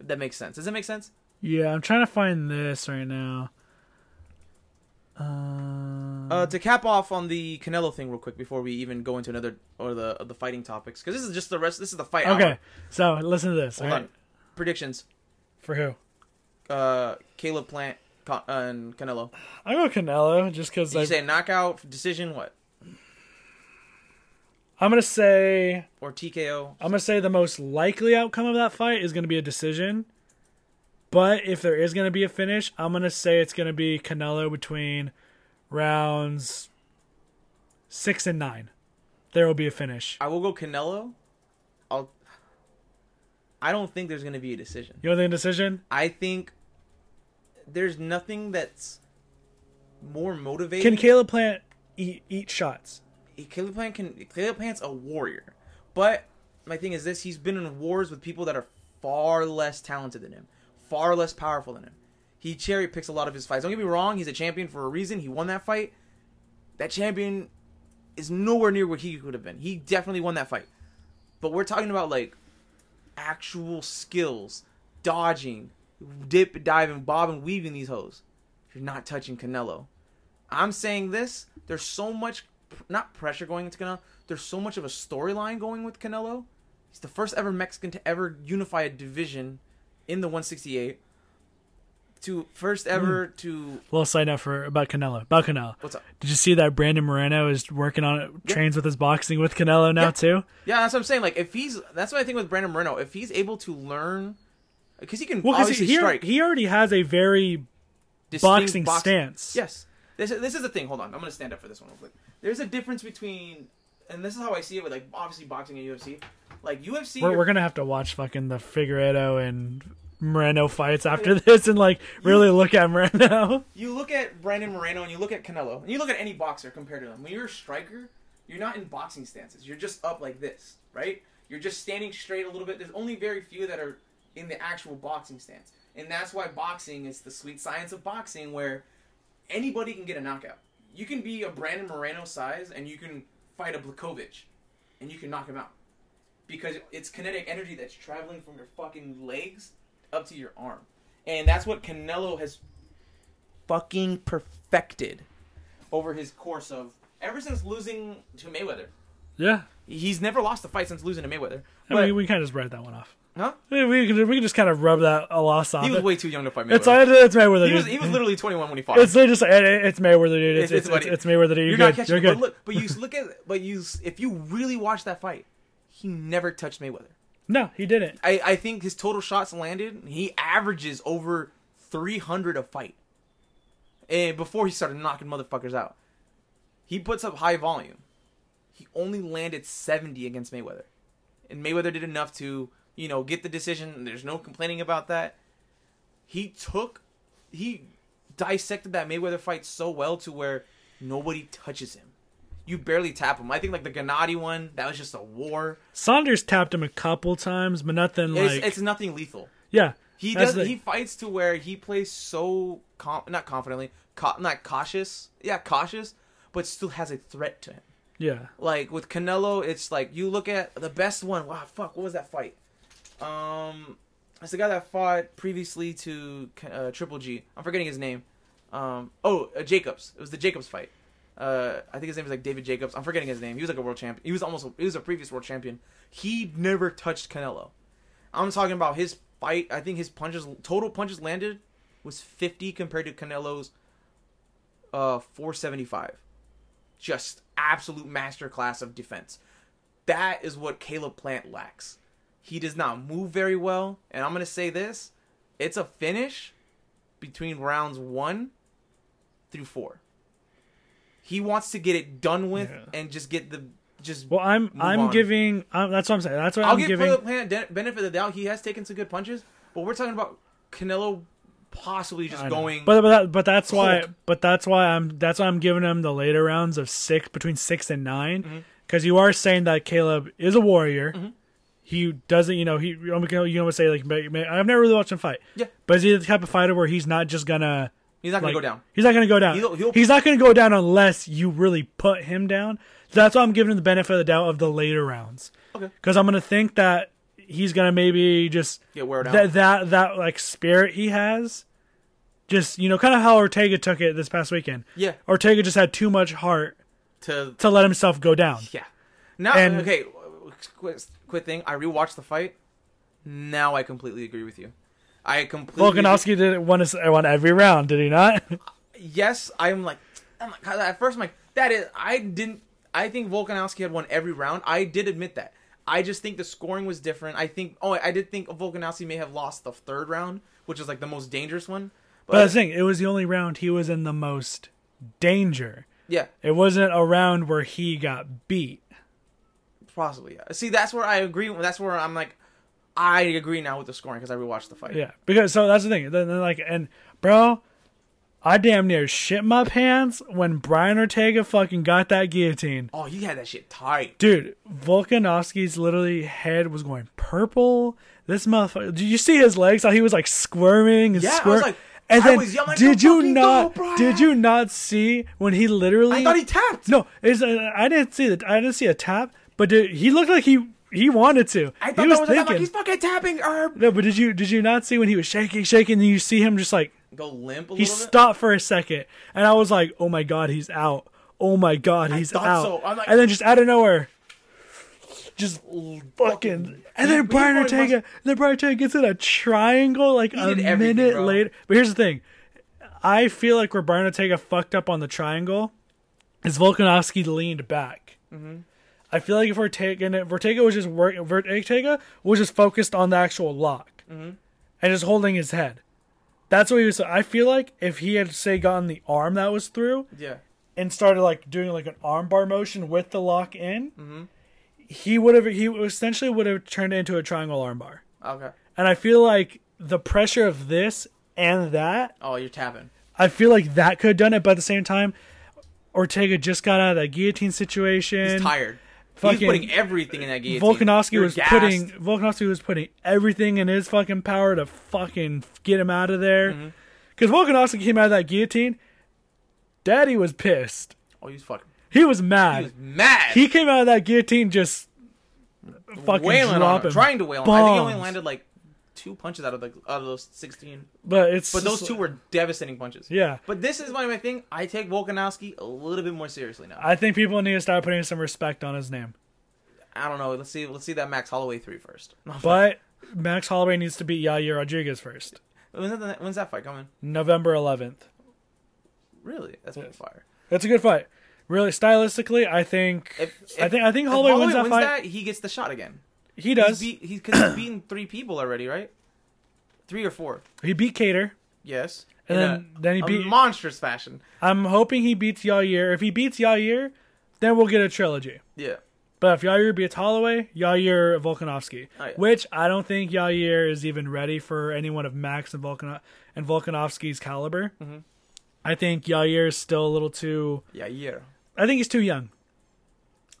[SPEAKER 1] If that makes sense. Does that make sense?
[SPEAKER 2] Yeah, I'm trying to find this right now. Uh,
[SPEAKER 1] Uh, to cap off on the Canelo thing, real quick, before we even go into another or the of the fighting topics, because this is just the rest. This is the fight. hour.
[SPEAKER 2] okay, so listen to this.
[SPEAKER 1] Hold
[SPEAKER 2] all right?
[SPEAKER 1] on. Predictions.
[SPEAKER 2] For who?
[SPEAKER 1] Uh, Caleb Plant Con- uh, and Canelo.
[SPEAKER 2] I go Canelo just because
[SPEAKER 1] Did you say knockout decision? What
[SPEAKER 2] I'm gonna say
[SPEAKER 1] or TKO?
[SPEAKER 2] I'm gonna say the most likely outcome of that fight is gonna be a decision. But if there is gonna be a finish, I'm gonna say it's gonna be Canelo between rounds six and nine. There will be a finish.
[SPEAKER 1] I will go Canelo. I'll. I don't think there's gonna be a decision.
[SPEAKER 2] You want the decision?
[SPEAKER 1] I think there's nothing that's more motivating.
[SPEAKER 2] Can Caleb Plant eat eat shots?
[SPEAKER 1] Caleb Plant can Caleb Plant's a warrior, but my thing is this: he's been in wars with people that are far less talented than him, far less powerful than him. He cherry picks a lot of his fights. Don't get me wrong; he's a champion for a reason. He won that fight. That champion is nowhere near what he could have been. He definitely won that fight, but we're talking about like actual skills, dodging, dip, diving, bob, and weaving these hoes. You're not touching Canelo. I'm saying this. There's so much, not pressure going into Canelo. There's so much of a storyline going with Canelo. He's the first ever Mexican to ever unify a division in the 168. To first
[SPEAKER 2] Hmm.
[SPEAKER 1] ever to
[SPEAKER 2] Little side note for about Canelo. About Canelo.
[SPEAKER 1] what's up?
[SPEAKER 2] Did you see that Brandon Moreno is working on it, trains with his boxing with Canelo now
[SPEAKER 1] Yeah.
[SPEAKER 2] too?
[SPEAKER 1] Yeah, that's what I'm saying. Like if he's that's what I think with Brandon Moreno. If he's able to learn, because he can
[SPEAKER 2] Well, because
[SPEAKER 1] obviously
[SPEAKER 2] he,
[SPEAKER 1] strike.
[SPEAKER 2] he already has a very
[SPEAKER 1] distinct
[SPEAKER 2] boxing stance.
[SPEAKER 1] Yes. This this is the thing. Hold on, I'm gonna stand up for this one real quick. There's a difference between, and this is how I see it with like obviously boxing and UFC. Like UFC,
[SPEAKER 2] We're,
[SPEAKER 1] you're-
[SPEAKER 2] we're gonna have to watch fucking the Figueredo and Moreno fights after this and like really look at Moreno.
[SPEAKER 1] you look at Brandon Moreno and you look at Canelo and you look at any boxer compared to them. When you're a striker, you're not in boxing stances. You're just up like this, right? You're just standing straight a little bit. There's only very few that are in the actual boxing stance. And that's why boxing is the sweet science of boxing where anybody can get a knockout. You can be a Brandon Moreno size and you can fight a Blakovich and you can knock him out. Because it's kinetic energy that's traveling from your fucking legs up to your arm. And that's what Canelo has fucking perfected over his course of ever since losing to Mayweather.
[SPEAKER 2] Yeah,
[SPEAKER 1] He's never lost a fight since losing to Mayweather.
[SPEAKER 2] I
[SPEAKER 1] But
[SPEAKER 2] mean, we can kind of just write that one off.
[SPEAKER 1] huh?
[SPEAKER 2] We we can, we can just kind of rub that a loss off.
[SPEAKER 1] He was
[SPEAKER 2] It-
[SPEAKER 1] way too young to fight Mayweather.
[SPEAKER 2] it's all it's Mayweather.
[SPEAKER 1] he was
[SPEAKER 2] dude.
[SPEAKER 1] he was literally 21 when he fought.
[SPEAKER 2] it's literally just it- it- it's Mayweather, dude.
[SPEAKER 1] It's-
[SPEAKER 2] It's it's,
[SPEAKER 1] it's
[SPEAKER 2] it's,
[SPEAKER 1] about it.
[SPEAKER 2] it's Mayweather, dude. You're,
[SPEAKER 1] You're
[SPEAKER 2] good.
[SPEAKER 1] not catching
[SPEAKER 2] You're
[SPEAKER 1] it,
[SPEAKER 2] good.
[SPEAKER 1] But look, but you s- look at but you s- if you really watch that fight, he never touched Mayweather.
[SPEAKER 2] no, he didn't.
[SPEAKER 1] I, I think his total shots landed, he averages over 300 a fight. And before he started knocking motherfuckers out, he puts up high volume. He only landed 70 against Mayweather. And Mayweather did enough to, you know, get the decision. There's no complaining about that. He took, he dissected that Mayweather fight so well to where nobody touches him. You barely tap him. I think like the Gennady one, that was just a war.
[SPEAKER 2] Saunders tapped him a couple times, but nothing
[SPEAKER 1] It's,
[SPEAKER 2] like
[SPEAKER 1] it's nothing lethal.
[SPEAKER 2] yeah.
[SPEAKER 1] He
[SPEAKER 2] That's
[SPEAKER 1] does.
[SPEAKER 2] the-
[SPEAKER 1] He fights to where he plays so com- not confidently, co- not cautious. Yeah, cautious, but still has a threat to him.
[SPEAKER 2] yeah.
[SPEAKER 1] Like with Canelo, it's like you look at the best one. Wow, fuck, what was that fight? Um, it's the guy that fought previously to uh, Triple G. I'm forgetting his name. Um, oh, uh, Jacobs. It was the Jacobs fight. Uh, I think his name is like David Jacobs. I'm forgetting his name. He was like a world champion. He was almost. He was a previous world champion. He never touched Canelo. I'm talking about his fight. I think his punches, total punches landed, was 50 compared to Canelo's uh 475. Just absolute masterclass of defense. That is what Caleb Plant lacks. He does not move very well, and I'm going to say this, it's a finish between rounds 1 through 4. He wants to get it done with
[SPEAKER 2] Yeah.
[SPEAKER 1] and just get the just
[SPEAKER 2] Well, I'm
[SPEAKER 1] move
[SPEAKER 2] I'm
[SPEAKER 1] on.
[SPEAKER 2] giving. I'm, that's what I'm saying. That's what i
[SPEAKER 1] I'll
[SPEAKER 2] am
[SPEAKER 1] give
[SPEAKER 2] giving.
[SPEAKER 1] Caleb Plant de- benefit of the doubt. He has taken some good punches, but we're talking about Canelo possibly
[SPEAKER 2] I
[SPEAKER 1] just
[SPEAKER 2] know.
[SPEAKER 1] going
[SPEAKER 2] But but, that, but that's why
[SPEAKER 1] Hulk.
[SPEAKER 2] but that's why I'm that's why I'm giving him the later rounds of six between six and 9
[SPEAKER 1] Mm-hmm.
[SPEAKER 2] because you are saying that Caleb is a warrior. He doesn't, you know, he you know, you know, say like may- may- I've never really watched him fight.
[SPEAKER 1] Yeah.
[SPEAKER 2] but is he the type of fighter where he's not just gonna
[SPEAKER 1] he's not going
[SPEAKER 2] like,
[SPEAKER 1] to go down.
[SPEAKER 2] He's not gonna go down.
[SPEAKER 1] He'll- he'll-
[SPEAKER 2] he's not gonna go down unless you really put him down. So that's why I'm giving him the benefit of the doubt of the later rounds
[SPEAKER 1] Okay.
[SPEAKER 2] because I'm gonna think that he's gonna maybe just
[SPEAKER 1] Get wore down.
[SPEAKER 2] that that that like spirit he has. Just you know, kind of how Ortega took it this past weekend.
[SPEAKER 1] Yeah.
[SPEAKER 2] Ortega just had too much heart
[SPEAKER 1] To
[SPEAKER 2] to let himself go down.
[SPEAKER 1] yeah. Now
[SPEAKER 2] And-
[SPEAKER 1] okay, quick, quick thing. I rewatched the fight. Now I completely agree with you. I completely
[SPEAKER 2] Volkanovski did it won, his- won every round, did he not?
[SPEAKER 1] yes, I'm like, I'm like at first I'm like that is I didn't I think Volkanovski had won every round. I did admit that. I just think the scoring was different. I think oh I did think Volkanovski may have lost the third round, which is like the most dangerous one.
[SPEAKER 2] but that's the thing, it was the only round he was in the most danger.
[SPEAKER 1] yeah,
[SPEAKER 2] It wasn't a round where he got beat.
[SPEAKER 1] possibly. Yeah. See, that's where I agree. That's where I'm like, I agree now with the scoring because I rewatched the fight.
[SPEAKER 2] Yeah, because so that's the thing. Then, then, like, and bro, I damn near shit my pants when Brian Ortega fucking got that guillotine.
[SPEAKER 1] Oh, he had that shit tight.
[SPEAKER 2] Dude, Volkanovski's literally head was going purple. This motherfucker. Did you see his legs? How he was like squirming and
[SPEAKER 1] Yeah, I was
[SPEAKER 2] squirming.
[SPEAKER 1] like,
[SPEAKER 2] and
[SPEAKER 1] I
[SPEAKER 2] then
[SPEAKER 1] was yelling,
[SPEAKER 2] did
[SPEAKER 1] "Go
[SPEAKER 2] you
[SPEAKER 1] fucking
[SPEAKER 2] not?
[SPEAKER 1] go, Brian!"
[SPEAKER 2] did you not see when he literally?
[SPEAKER 1] I thought he tapped.
[SPEAKER 2] No, it's, uh, I didn't see the. I didn't see a tap, but dude, he looked like he he wanted to.
[SPEAKER 1] I
[SPEAKER 2] he
[SPEAKER 1] thought
[SPEAKER 2] was
[SPEAKER 1] that was I'm
[SPEAKER 2] thinking.
[SPEAKER 1] like he's fucking tapping Herb.
[SPEAKER 2] No, but did you did you not see when he was shaking, shaking? And you see him just like
[SPEAKER 1] Go limp a
[SPEAKER 2] he
[SPEAKER 1] little bit.
[SPEAKER 2] stopped for a second, and I was like, "Oh my god, he's out! Oh my god, he's
[SPEAKER 1] thought
[SPEAKER 2] out!"
[SPEAKER 1] so. I'm like-
[SPEAKER 2] and then just out of nowhere, just fucking. And then
[SPEAKER 1] he
[SPEAKER 2] Brian
[SPEAKER 1] probably
[SPEAKER 2] Ortega,
[SPEAKER 1] must-
[SPEAKER 2] then Brian Ortega gets in a triangle like a
[SPEAKER 1] did everything,
[SPEAKER 2] minute
[SPEAKER 1] bro.
[SPEAKER 2] later. But here's the thing: I feel like where Brian Ortega fucked up on the triangle is Volkanovski leaned back.
[SPEAKER 1] Mm-hmm.
[SPEAKER 2] I feel like if Ortega and if Ortega was just work, if Ortega was just focused on the actual lock
[SPEAKER 1] Mm-hmm.
[SPEAKER 2] and just holding his head. That's what he was. I feel like if he had say gotten the arm that was through
[SPEAKER 1] yeah.
[SPEAKER 2] and started like doing like an arm bar motion with the lock in,
[SPEAKER 1] Mm-hmm.
[SPEAKER 2] he would have. He essentially would have turned it into a triangle arm bar.
[SPEAKER 1] Okay.
[SPEAKER 2] And I feel like the pressure of this and that
[SPEAKER 1] Oh, you're tapping.
[SPEAKER 2] I feel like that could have done it, but at the same time, Ortega just got out of that guillotine situation.
[SPEAKER 1] He's tired.
[SPEAKER 2] fucking
[SPEAKER 1] he's putting everything in that guillotine.
[SPEAKER 2] Volkanovski
[SPEAKER 1] You're
[SPEAKER 2] was
[SPEAKER 1] gassed.
[SPEAKER 2] putting Volkanovski was putting everything in his fucking power to fucking get him out of
[SPEAKER 1] Mm-hmm.
[SPEAKER 2] there. Because Volkanovski came out of that guillotine, Daddy was pissed.
[SPEAKER 1] Oh, he's fucking.
[SPEAKER 2] He was mad.
[SPEAKER 1] He was mad.
[SPEAKER 2] He came out of that guillotine just fucking
[SPEAKER 1] wailing on
[SPEAKER 2] dropping
[SPEAKER 1] him, trying to wail. on him. I think he
[SPEAKER 2] bombs.
[SPEAKER 1] only landed like two punches out of the out of those sixteen.
[SPEAKER 2] But it's
[SPEAKER 1] But those
[SPEAKER 2] just-
[SPEAKER 1] two were devastating punches.
[SPEAKER 2] Yeah.
[SPEAKER 1] But this is why my thing. I take Volkanovski a little bit more seriously now.
[SPEAKER 2] I think people need to start putting some respect on his name.
[SPEAKER 1] I don't know. Let's see. Let's see that Max Holloway three first.
[SPEAKER 2] But Max Holloway needs to beat Yair Rodriguez first.
[SPEAKER 1] When's that, when's that fight coming?
[SPEAKER 2] November 11th.
[SPEAKER 1] Really? That's pretty fire.
[SPEAKER 2] That's a good fight. Really, stylistically, I think
[SPEAKER 1] If,
[SPEAKER 2] I
[SPEAKER 1] if-
[SPEAKER 2] think I think
[SPEAKER 1] if
[SPEAKER 2] Holloway, wins that fight.
[SPEAKER 1] he gets the shot again.
[SPEAKER 2] he does.
[SPEAKER 1] He's, beat, he's, 'cause he's beaten three people already, right? Three or four.
[SPEAKER 2] he beat Cater.
[SPEAKER 1] Yes.
[SPEAKER 2] And
[SPEAKER 1] In
[SPEAKER 2] then- then he
[SPEAKER 1] a
[SPEAKER 2] beat-
[SPEAKER 1] monstrous fashion.
[SPEAKER 2] I'm hoping he beats Yair. If he beats Yair, then we'll get a trilogy.
[SPEAKER 1] Yeah.
[SPEAKER 2] But if Yair beats Holloway, Yair Volkanovski,
[SPEAKER 1] Oh, yeah.
[SPEAKER 2] which I don't think Yair is even ready for anyone of Max and Volkan and Volkanovski's caliber.
[SPEAKER 1] Mm-hmm.
[SPEAKER 2] I think Yair is still a little too.
[SPEAKER 1] Yeah. Yeah.
[SPEAKER 2] I think he's too young.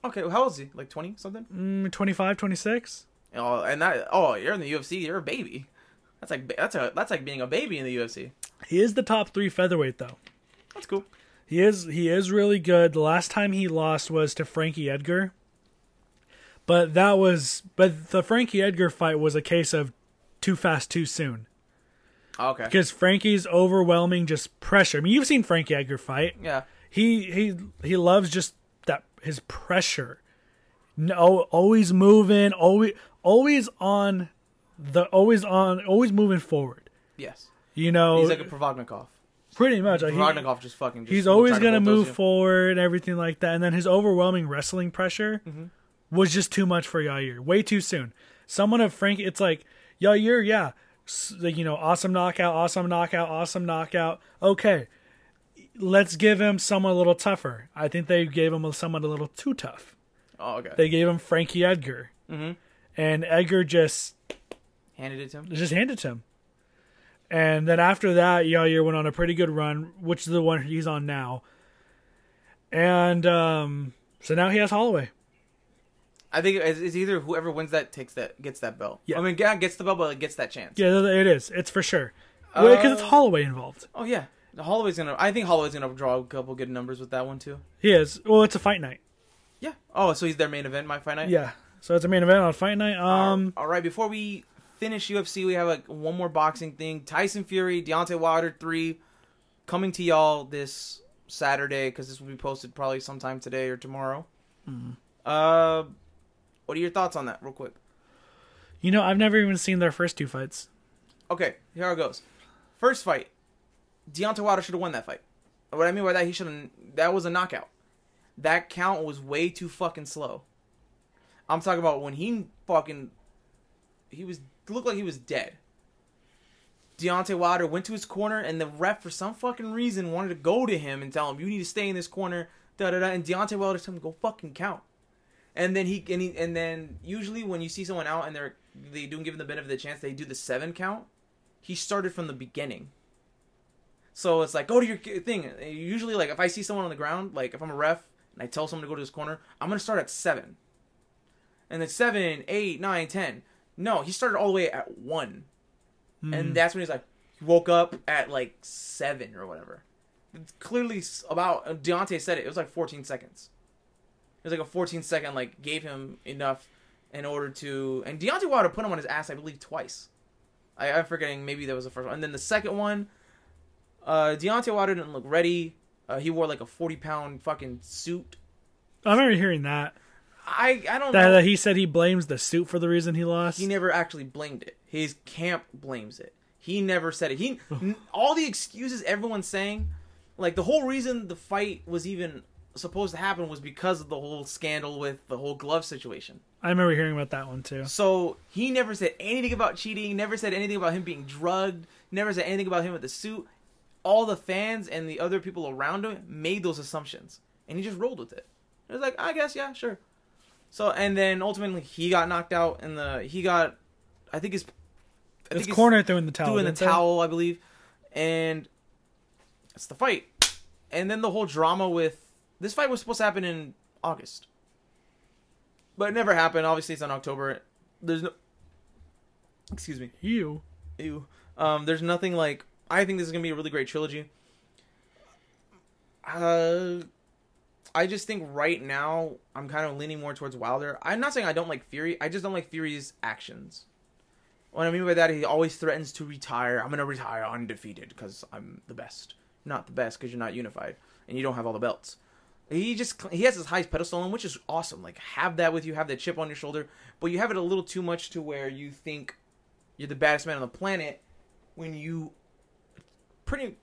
[SPEAKER 1] Okay. well, How old is he? Like twenty something?
[SPEAKER 2] Mm, 25, 26?
[SPEAKER 1] Oh, and that. Oh, you're in the UFC. You're a baby. That's like ba- that's a that's like being a baby in the UFC.
[SPEAKER 2] He is the top three featherweight though.
[SPEAKER 1] That's cool.
[SPEAKER 2] He is he is really good. The last time he lost was to Frankie Edgar. But that was but the Frankie Edgar fight was a case of too fast too soon.
[SPEAKER 1] Okay.
[SPEAKER 2] Because Frankie's overwhelming just pressure. I mean you've seen Frankie Edgar fight.
[SPEAKER 1] Yeah.
[SPEAKER 2] He he he loves just that his pressure. No always moving, always always on the always on always moving forward.
[SPEAKER 1] Yes.
[SPEAKER 2] You know
[SPEAKER 1] He's like a Provoknikov.
[SPEAKER 2] Pretty much, like, Oh, he-
[SPEAKER 1] Rodnikoff just fucking. Just
[SPEAKER 2] he's always
[SPEAKER 1] trying
[SPEAKER 2] gonna
[SPEAKER 1] bulldoze
[SPEAKER 2] move
[SPEAKER 1] you.
[SPEAKER 2] forward and everything like that. And then his overwhelming wrestling pressure was just too much for Yair. Way too soon. Someone of Frank, it's like Yair, yeah, s- like, you know, awesome knockout, awesome knockout, awesome knockout. Okay, let's give him someone a little tougher. I think they gave him someone a little too tough.
[SPEAKER 1] Oh, okay.
[SPEAKER 2] They gave him Frankie Edgar, and Edgar just
[SPEAKER 1] Handed it to him.
[SPEAKER 2] it just handed to him. And then after that, Yair went on a pretty good run, which is the one he's on now. And um, so now he has Holloway.
[SPEAKER 1] I think it's, it's either whoever wins that takes that gets that belt.
[SPEAKER 2] Yeah.
[SPEAKER 1] I mean, yeah, gets the belt, but gets that chance.
[SPEAKER 2] Yeah, it is. It's for sure. Because it's Holloway involved.
[SPEAKER 1] Oh yeah. Holloway's gonna. I think Holloway's gonna draw a couple good numbers with that one too.
[SPEAKER 2] He is. Well, it's a fight night.
[SPEAKER 1] Yeah. Oh, so he's their main event, my fight night.
[SPEAKER 2] Yeah. So it's a main event on fight night. Um,
[SPEAKER 1] All right. Before we finish UFC, we have like one more boxing thing: Tyson Fury, Deontay Wilder three, coming to y'all this Saturday because this will be posted probably sometime today or tomorrow.
[SPEAKER 2] Mm-hmm.
[SPEAKER 1] Uh, what are your thoughts on that, real quick?
[SPEAKER 2] you know, I've never even seen their first two fights.
[SPEAKER 1] Okay, here it goes. First fight, Deontay Wilder should have won that fight. What I mean by that, he should have. That was a knockout. That count was way too fucking slow. I'm talking about when he fucking, he was looked like he was dead. Deontay Wilder went to his corner, and the ref for some fucking reason wanted to go to him and tell him, "You need to stay in this corner." Da da da. And Deontay Wilder told him, "Go fucking count." And then he and, he and then usually when you see someone out and they're they don't give them the benefit of the chance, they do the seven count he started from the beginning. So it's like go to your ki- thing. Usually, like if I see someone on the ground, like if I'm a ref and I tell someone to go to this corner, I'm gonna start at seven, and then seven, eight, nine, ten. No, he started all the way at one, and that's when he's like he woke up at like seven or whatever. It's clearly s- about uh, Deontay said it. It was like 14 seconds. It was like a 14 second like gave him enough in order to and Deontay Wilder put him on his ass I believe twice. I, I'm forgetting. Maybe that was the first one. And then the second one, uh, Deontay Wilder didn't look ready. Uh, he wore like a 40 pound fucking suit.
[SPEAKER 2] I remember hearing that.
[SPEAKER 1] I I don't
[SPEAKER 2] That,
[SPEAKER 1] know.
[SPEAKER 2] that he said he blames the suit for the reason he lost.
[SPEAKER 1] he never actually blamed it. His camp blames it. He never said it. He n- all the excuses everyone's saying, like the whole reason the fight was even supposed to happen was because of the whole scandal with the whole glove situation.
[SPEAKER 2] I remember hearing about that one too.
[SPEAKER 1] So he never said anything about cheating, never said anything about him being drugged, never said anything about him with the suit. All the fans and the other people around him made those assumptions, and he just rolled with it. It was like, I guess, yeah, sure. So and then ultimately he got knocked out, and the he got, I think his, I
[SPEAKER 2] It's
[SPEAKER 1] think his-
[SPEAKER 2] corner threw in the towel.
[SPEAKER 1] threw in the
[SPEAKER 2] didn't they?
[SPEAKER 1] towel, I believe, and it's the fight. And then the whole drama with this fight was supposed to happen in August, but it never happened. Obviously, it's in October. There's no, excuse me,
[SPEAKER 2] You.
[SPEAKER 1] ew. Um, there's nothing like. I think this is gonna be a really great trilogy. Uh, I just think right now I'm kind of leaning more towards Wilder. I'm not saying I don't like Fury. I just don't like Fury's actions. What I mean by that, he always threatens to retire. I'm gonna retire undefeated because I'm the best. Not the best because you're not unified and you don't have all the belts. He just he has his highest pedestal on, which is awesome. Like have that with you, have that chip on your shoulder, but you have it a little too much to where you think you're the baddest man on the planet when you pretty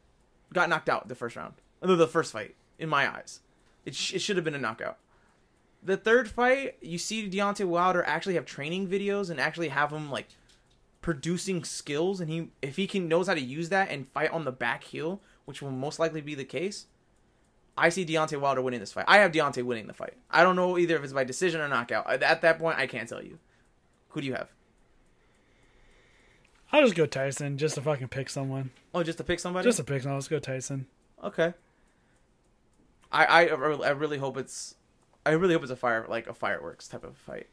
[SPEAKER 1] got knocked out the first round, the the first fight. In my eyes, it sh- it should have been a knockout. The third fight, you see Deontay Wilder actually have training videos and actually have him like producing skills and he if he can knows how to use that and fight on the back heel, which will most likely be the case, I see Deontay Wilder winning this fight. I have Deontay winning the fight. I don't know either if it's by decision or knockout. At- At that point, I can't tell you. Who do you have?
[SPEAKER 2] I'll just go Tyson just to fucking pick someone.
[SPEAKER 1] Oh, just to pick somebody.
[SPEAKER 2] Just to pick someone. Let's go Tyson.
[SPEAKER 1] okay. I, I I really hope it's I really hope it's a fire like a fireworks type of fight.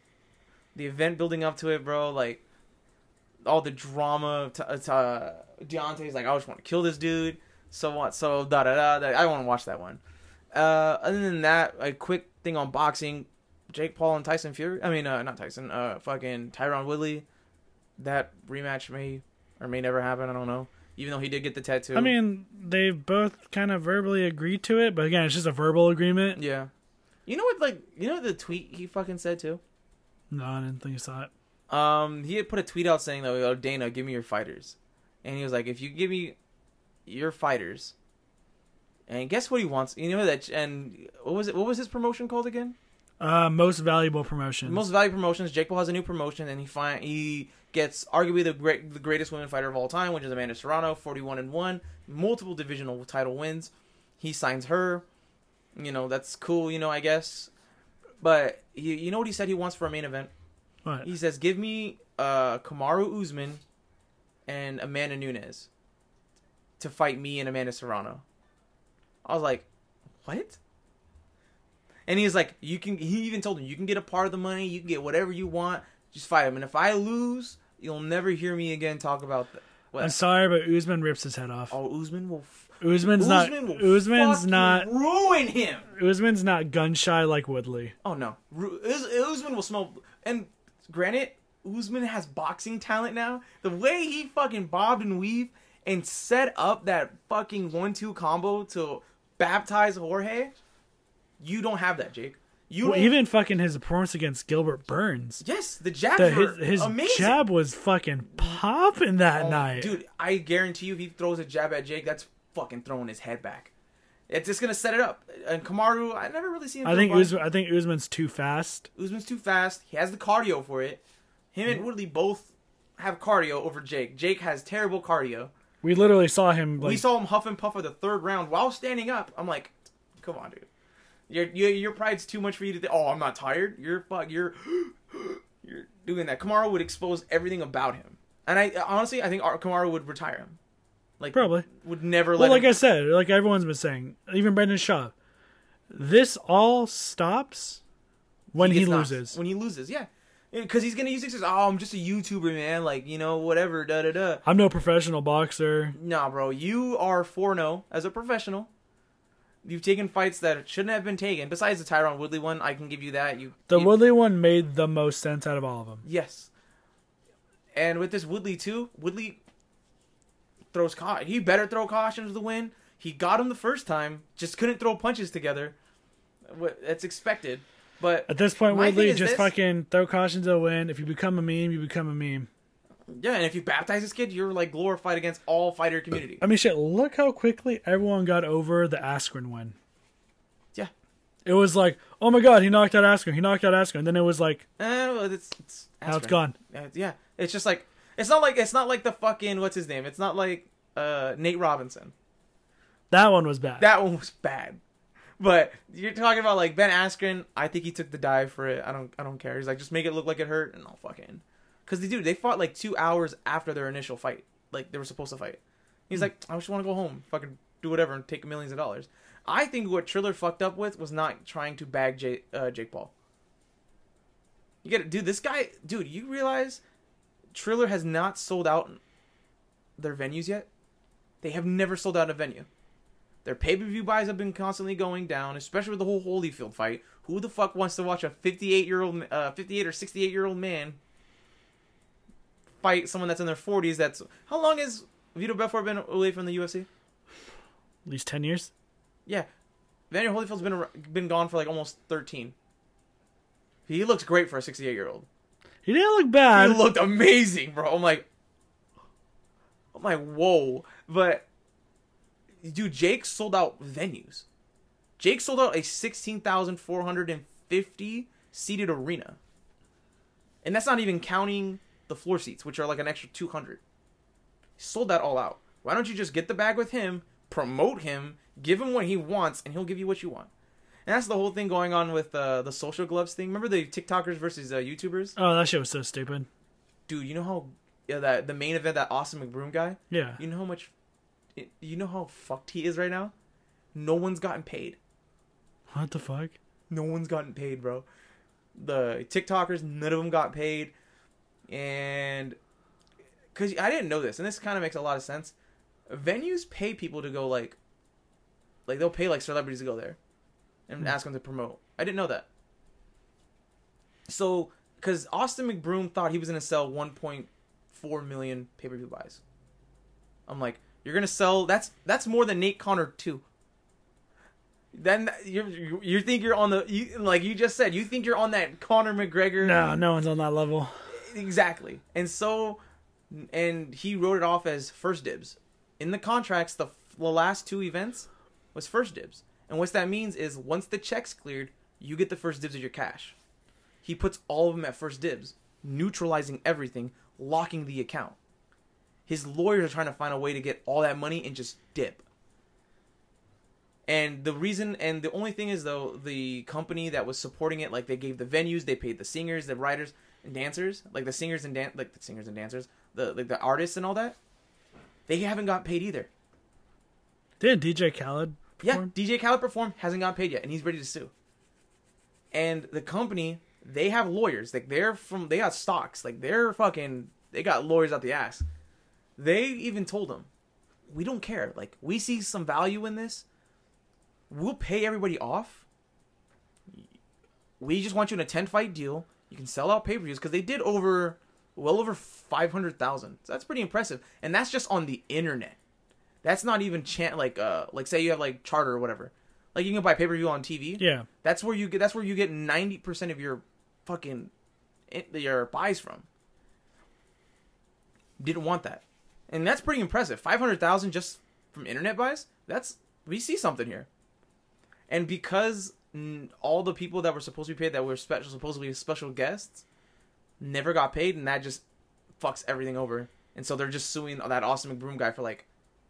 [SPEAKER 1] The event building up to it, bro, like all the drama. T- uh, t- uh, Deontay's like, I just want to kill this dude. So what? So da da da. da. I want to watch that one. Uh, other than that, a quick thing on boxing: Jake Paul and Tyson Fury. I mean, uh, not Tyson. Uh, fucking Tyron Woodley. That rematch may or may never happen. I don't know. Even though he did get the tattoo.
[SPEAKER 2] I mean, they both kind of verbally agreed to it, but again, it's just a verbal agreement.
[SPEAKER 1] Yeah. You know what? Like, you know the tweet he fucking said too.
[SPEAKER 2] No, I didn't think I saw it.
[SPEAKER 1] Um, he had put a tweet out saying that, "Oh Dana, give me your fighters," and he was like, "If you give me your fighters, And guess what he wants? You know that. And what was it? What was his promotion called again?
[SPEAKER 2] Uh, most valuable promotion.
[SPEAKER 1] Most Value Promotions. Jake Paul has a new promotion, and he find he gets arguably the great the greatest women fighter of all time, which is Amanda Serrano, forty one and one, multiple divisional title wins. He signs her. You know that's cool. You know I guess, but you you know what he said he wants for a main event.
[SPEAKER 2] What?
[SPEAKER 1] He says, "Give me uh, Kamaru Usman and Amanda Nunes to fight me and Amanda Serrano." I was like, "What?" And he's like, "You can." He even told him, "You can get a part of the money. You can get whatever you want. Just fight him. And if I lose, you'll never hear me again talk about th-
[SPEAKER 2] I'm
[SPEAKER 1] what."
[SPEAKER 2] sorry, but Usman rips his head off.
[SPEAKER 1] Oh, Usman will. F-
[SPEAKER 2] Usman's not.
[SPEAKER 1] Usman will
[SPEAKER 2] Usman's
[SPEAKER 1] fucking
[SPEAKER 2] not.
[SPEAKER 1] ruin him.
[SPEAKER 2] Usman's not gun shy like Woodley.
[SPEAKER 1] Oh no, Ru- Us- Usman will smell. And granted, Usman has boxing talent now. The way he fucking bobbed and weaved and set up that fucking one-two combo to baptize Jorge, you don't have that, Jake. You
[SPEAKER 2] Well,
[SPEAKER 1] don't-
[SPEAKER 2] even fucking his performance against Gilbert Burns.
[SPEAKER 1] yes, the jab
[SPEAKER 2] The,
[SPEAKER 1] were
[SPEAKER 2] his his
[SPEAKER 1] amazing.
[SPEAKER 2] jab was fucking popping that
[SPEAKER 1] Oh,
[SPEAKER 2] night.
[SPEAKER 1] dude. I guarantee you, if he throws a jab at Jake, that's fucking throwing his head back. It's just gonna set it up. And Kamaru, I never really seen. Him
[SPEAKER 2] I
[SPEAKER 1] throw
[SPEAKER 2] think
[SPEAKER 1] a body.
[SPEAKER 2] Usman, I think Usman's too fast.
[SPEAKER 1] Usman's too fast. He has the cardio for it. Him
[SPEAKER 2] Mm-hmm.
[SPEAKER 1] and Woodley both have cardio over Jake. Jake has terrible cardio.
[SPEAKER 2] We literally saw him like
[SPEAKER 1] we saw him huff and puff for the third round while standing up. I'm like, come on, dude. Your your, your pride's too much for you to. Th- oh, I'm not tired. You're fuck. You're you're doing that. Kamara would expose everything about him. And I honestly, I think Ar- Kamara would retire him. Like
[SPEAKER 2] probably.
[SPEAKER 1] would never
[SPEAKER 2] Well,
[SPEAKER 1] let.
[SPEAKER 2] like
[SPEAKER 1] him-
[SPEAKER 2] I said, like everyone's been saying, even Brendan Shaw, this all stops when he,
[SPEAKER 1] gets knocked.
[SPEAKER 2] loses.
[SPEAKER 1] When he loses, yeah. Because he's gonna use excuses. Oh, I'm just a YouTuber, man. Like you know, whatever. Da da da.
[SPEAKER 2] I'm no professional boxer.
[SPEAKER 1] Nah, bro, you are 4 0 as a professional. You've taken fights that shouldn't have been taken. Besides the Tyron Woodley one, I can give you that. You
[SPEAKER 2] The
[SPEAKER 1] you-
[SPEAKER 2] Woodley one made the most sense out of all of them.
[SPEAKER 1] Yes. And with this Woodley too, Woodley throws caution. He better throw caution to the win. He got him the first time, just couldn't throw punches together. What- That's expected. But
[SPEAKER 2] At this point,
[SPEAKER 1] My thing
[SPEAKER 2] Woodley
[SPEAKER 1] is
[SPEAKER 2] just
[SPEAKER 1] this-
[SPEAKER 2] fucking throw caution to the wind. If you become a meme, you become a meme.
[SPEAKER 1] yeah, and if you baptize this kid, you're like glorified against all fighter community.
[SPEAKER 2] I mean, shit. Look how quickly everyone got over the Askren win.
[SPEAKER 1] Yeah.
[SPEAKER 2] It was like, oh my god, he knocked out Askren. He knocked out Askren. And then it was like,
[SPEAKER 1] Eh, well, it's, it's
[SPEAKER 2] now it's
[SPEAKER 1] aspirin.
[SPEAKER 2] gone.
[SPEAKER 1] Uh, yeah, it's just like it's not like it's not like the fucking what's his name? It's not like uh Nate Robinson.
[SPEAKER 2] That one was bad.
[SPEAKER 1] That one was bad. But you're talking about like Ben Askren. I think he took the dive for it. I don't. I don't care. He's like, just make it look like it hurt, and I'll fucking. Because they dude, they fought like two hours after their initial fight. Like they were supposed to fight. He's like, I just want to go home, fucking do whatever, and take millions of dollars. I think what Triller fucked up with was not trying to bag Jake, uh, Jake Paul. You get it, dude. This guy, dude. You realize Triller has not sold out their venues yet. They have never sold out a venue. Their pay per view buys have been constantly going down, especially with the whole Holyfield fight. Who the fuck wants to watch a 58 year old, uh, 58 or 68 year old man fight someone that's in their 40s? That's how long has Vito Belfort been away from the UFC?
[SPEAKER 2] At least ten years.
[SPEAKER 1] Yeah, Vander Holyfield's been ar- been gone for like almost 13. He looks great for a 68 year old.
[SPEAKER 2] He didn't look bad.
[SPEAKER 1] He looked amazing, bro. I'm like, I'm like, whoa. But, dude, Jake sold out venues. Jake sold out a 16,450 seated arena. And that's not even counting the floor seats, which are like an extra 200. He sold that all out. Why don't you just get the bag with him, promote him, give him what he wants, and he'll give you what you want? And that's the whole thing going on with uh, the social gloves thing. Remember the TikTokers versus uh, YouTubers?
[SPEAKER 2] oh, that shit was so stupid.
[SPEAKER 1] dude, you know how yeah, that the main event that Austin McBroom guy.
[SPEAKER 2] Yeah.
[SPEAKER 1] You know how much, you know how fucked he is right now. No one's gotten paid.
[SPEAKER 2] What the fuck?
[SPEAKER 1] No one's gotten paid, bro. The TikTokers, none of them got paid, and because I didn't know this, and this kind of makes a lot of sense. Venues pay people to go like, like they'll pay like celebrities to go there, and ask them to promote. I didn't know that. So, because Austin McBroom thought he was gonna sell 1.4 million pay per view buys. I'm like, you're gonna sell that's that's more than Nate Connor too. Then you're you you think you're on the you, like you just said you think you're on that Connor McGregor
[SPEAKER 2] No, no one's on that level.
[SPEAKER 1] exactly and so and he wrote it off as first dibs in the contracts the, the last two events was first dibs. And what that means is once the check's cleared, you get the first dibs of your cash. He puts all of them at first dibs, neutralizing everything, locking the account. His lawyers are trying to find a way to get all that money and just dip. And the reason, and the only thing is though, the company that was supporting it, like they gave the venues, they paid the singers, the writers, and dancers, like the singers and dan- like the singers and dancers, the like the artists and all that. They haven't got paid either.
[SPEAKER 2] Didn't DJ Khaled
[SPEAKER 1] Yeah,
[SPEAKER 2] perform?
[SPEAKER 1] DJ Khaled performed, hasn't got paid yet, and he's ready to sue. And the company, they have lawyers. Like they're from, they got stocks. Like they're fucking, they got lawyers out the ass. They even told him, we don't care. Like we see some value in this. We'll pay everybody off. We just want you in a ten fight deal. You can sell out pay per views because they did over, well over five hundred thousand. So that's pretty impressive, and that's just on the internet. That's not even chan like uh like say you have like charter or whatever. Like you can buy pay per view on TV.
[SPEAKER 2] Yeah.
[SPEAKER 1] That's where you get that's where you get ninety percent of your fucking it- your buys from. Didn't want that, and that's pretty impressive. Five hundred thousand just from internet buys. That's we see something here, and because mm, all the people that were supposed to be paid that were special supposedly special guests never got paid, and that just fucks everything over. And so they're just suing that awesome McBroom guy for like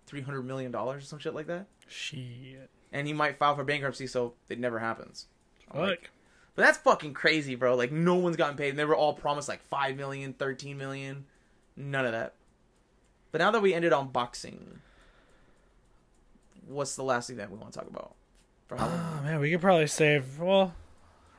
[SPEAKER 1] three hundred million dollars or some shit like that,
[SPEAKER 2] Shit.
[SPEAKER 1] and he might file for bankruptcy, so it never happens. I'm like,
[SPEAKER 2] Fuck.
[SPEAKER 1] but that's fucking crazy, bro. Like no one's gotten paid. And they were all promised like 5 million, 13 million. None of that. But now that we ended on boxing, what's the last event we want to talk about? For Halloween?
[SPEAKER 2] Oh man, we could probably save well,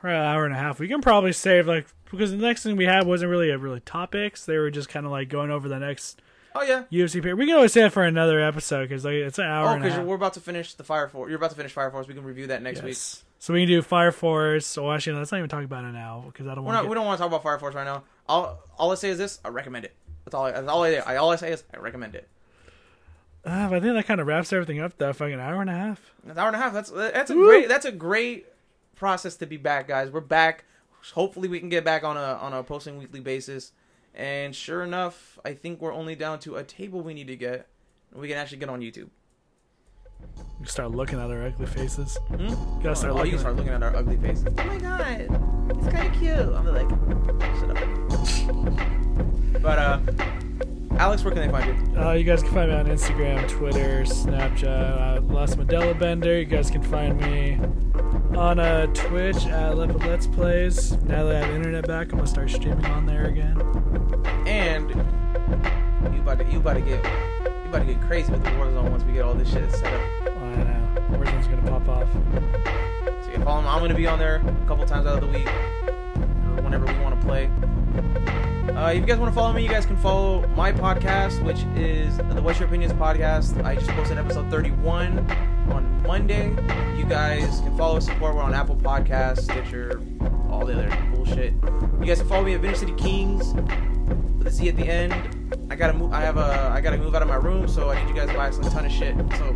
[SPEAKER 2] we're at an hour and a half. We can probably save like because the next thing we had wasn't really a really topics. They were just kind of like going over the next
[SPEAKER 1] oh yeah.
[SPEAKER 2] UFC period. We can always save it for another episode because like it's an hour.
[SPEAKER 1] Oh,
[SPEAKER 2] and a
[SPEAKER 1] because
[SPEAKER 2] half.
[SPEAKER 1] we're about to finish the Fire Force. You're about to finish Fire Force. We can review that next week.
[SPEAKER 2] Yes. So we can do Fire Force. Well, actually, let's not even talk about it now because I don't
[SPEAKER 1] We're
[SPEAKER 2] want
[SPEAKER 1] not.
[SPEAKER 2] to.
[SPEAKER 1] We don't want to talk about Fire Force right now. All all I say is this. I recommend it. That's all. I, that's all I. I all I say is I recommend it.
[SPEAKER 2] Uh, but I think that kind of wraps everything up. That fucking hour and a half.
[SPEAKER 1] An hour and a half. That's that's a
[SPEAKER 2] Woo!
[SPEAKER 1] great that's a great process to be back, guys. We're back. Hopefully, we can get back on a on a posting weekly basis. And sure enough, I think we're only down to a table we need to get. We can actually get on YouTube.
[SPEAKER 2] We start looking at our ugly faces.
[SPEAKER 1] Hmm?
[SPEAKER 2] Gotta start
[SPEAKER 1] oh, you
[SPEAKER 2] looking
[SPEAKER 1] can
[SPEAKER 2] at-
[SPEAKER 1] start looking at our ugly faces. Oh my god, it's kind of cute. I'm like, shut up. but uh, Alex, where can they find you?
[SPEAKER 2] Uh, you guys can find me on Instagram, Twitter, Snapchat, uh, Las Modelo Bender. You guys can find me on uh, Twitch at Leopard Let's Plays. Now that I have internet back, I'm gonna start streaming on there again.
[SPEAKER 1] And you about to you about to get you about to get crazy with the Warzone once we get all this shit set up.
[SPEAKER 2] Oh, I know Warzone's gonna pop off.
[SPEAKER 1] So yeah, follow me. I'm gonna be on there a couple times out of the week, or whenever we want to play. Uh, if you guys want to follow me, you guys can follow my podcast, which is the What's Your Opinions podcast. I just posted episode 31 on Monday. You guys can follow us, support. We're on Apple Podcasts, Stitcher, all the other bullshit. You guys can follow me at Vintage City Kings with a Z at the end. I gotta move. I have a. I gotta move out of my room, so I need you guys to buy us a ton of shit. So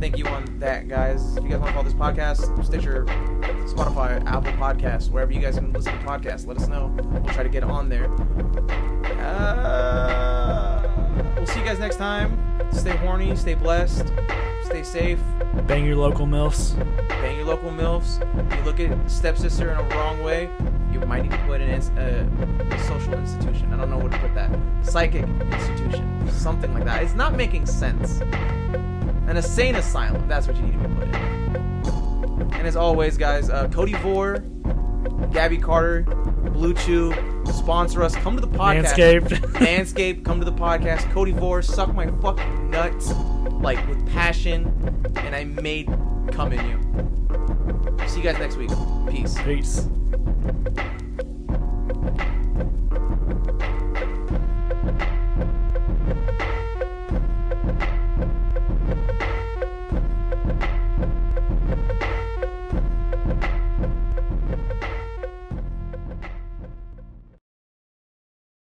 [SPEAKER 1] thank you on that, guys. If you guys want to follow this podcast, Stitcher, Spotify, Apple Podcasts, wherever you guys can listen to podcasts, let us know. We'll try to get on there. Uh, we'll see you guys next time. Stay horny, stay blessed, stay safe.
[SPEAKER 2] Bang your local milfs.
[SPEAKER 1] Bang your local milfs. If you look at stepsister in a wrong way, you might need to put an ins- uh, a social institution. I don't know what to put that. Psychic institution, something like that. It's not making sense. An insane asylum. That's what you need to put it. And as always, guys, uh, Cody Vore, Gabby Carter, Blue Chew, sponsor us. Come to the podcast.
[SPEAKER 2] Manscaped.
[SPEAKER 1] Manscaped, come to the podcast. Cody Vore, suck my fucking nuts, like with passion, and I made come in you. See you guys next week. Peace.
[SPEAKER 2] Peace.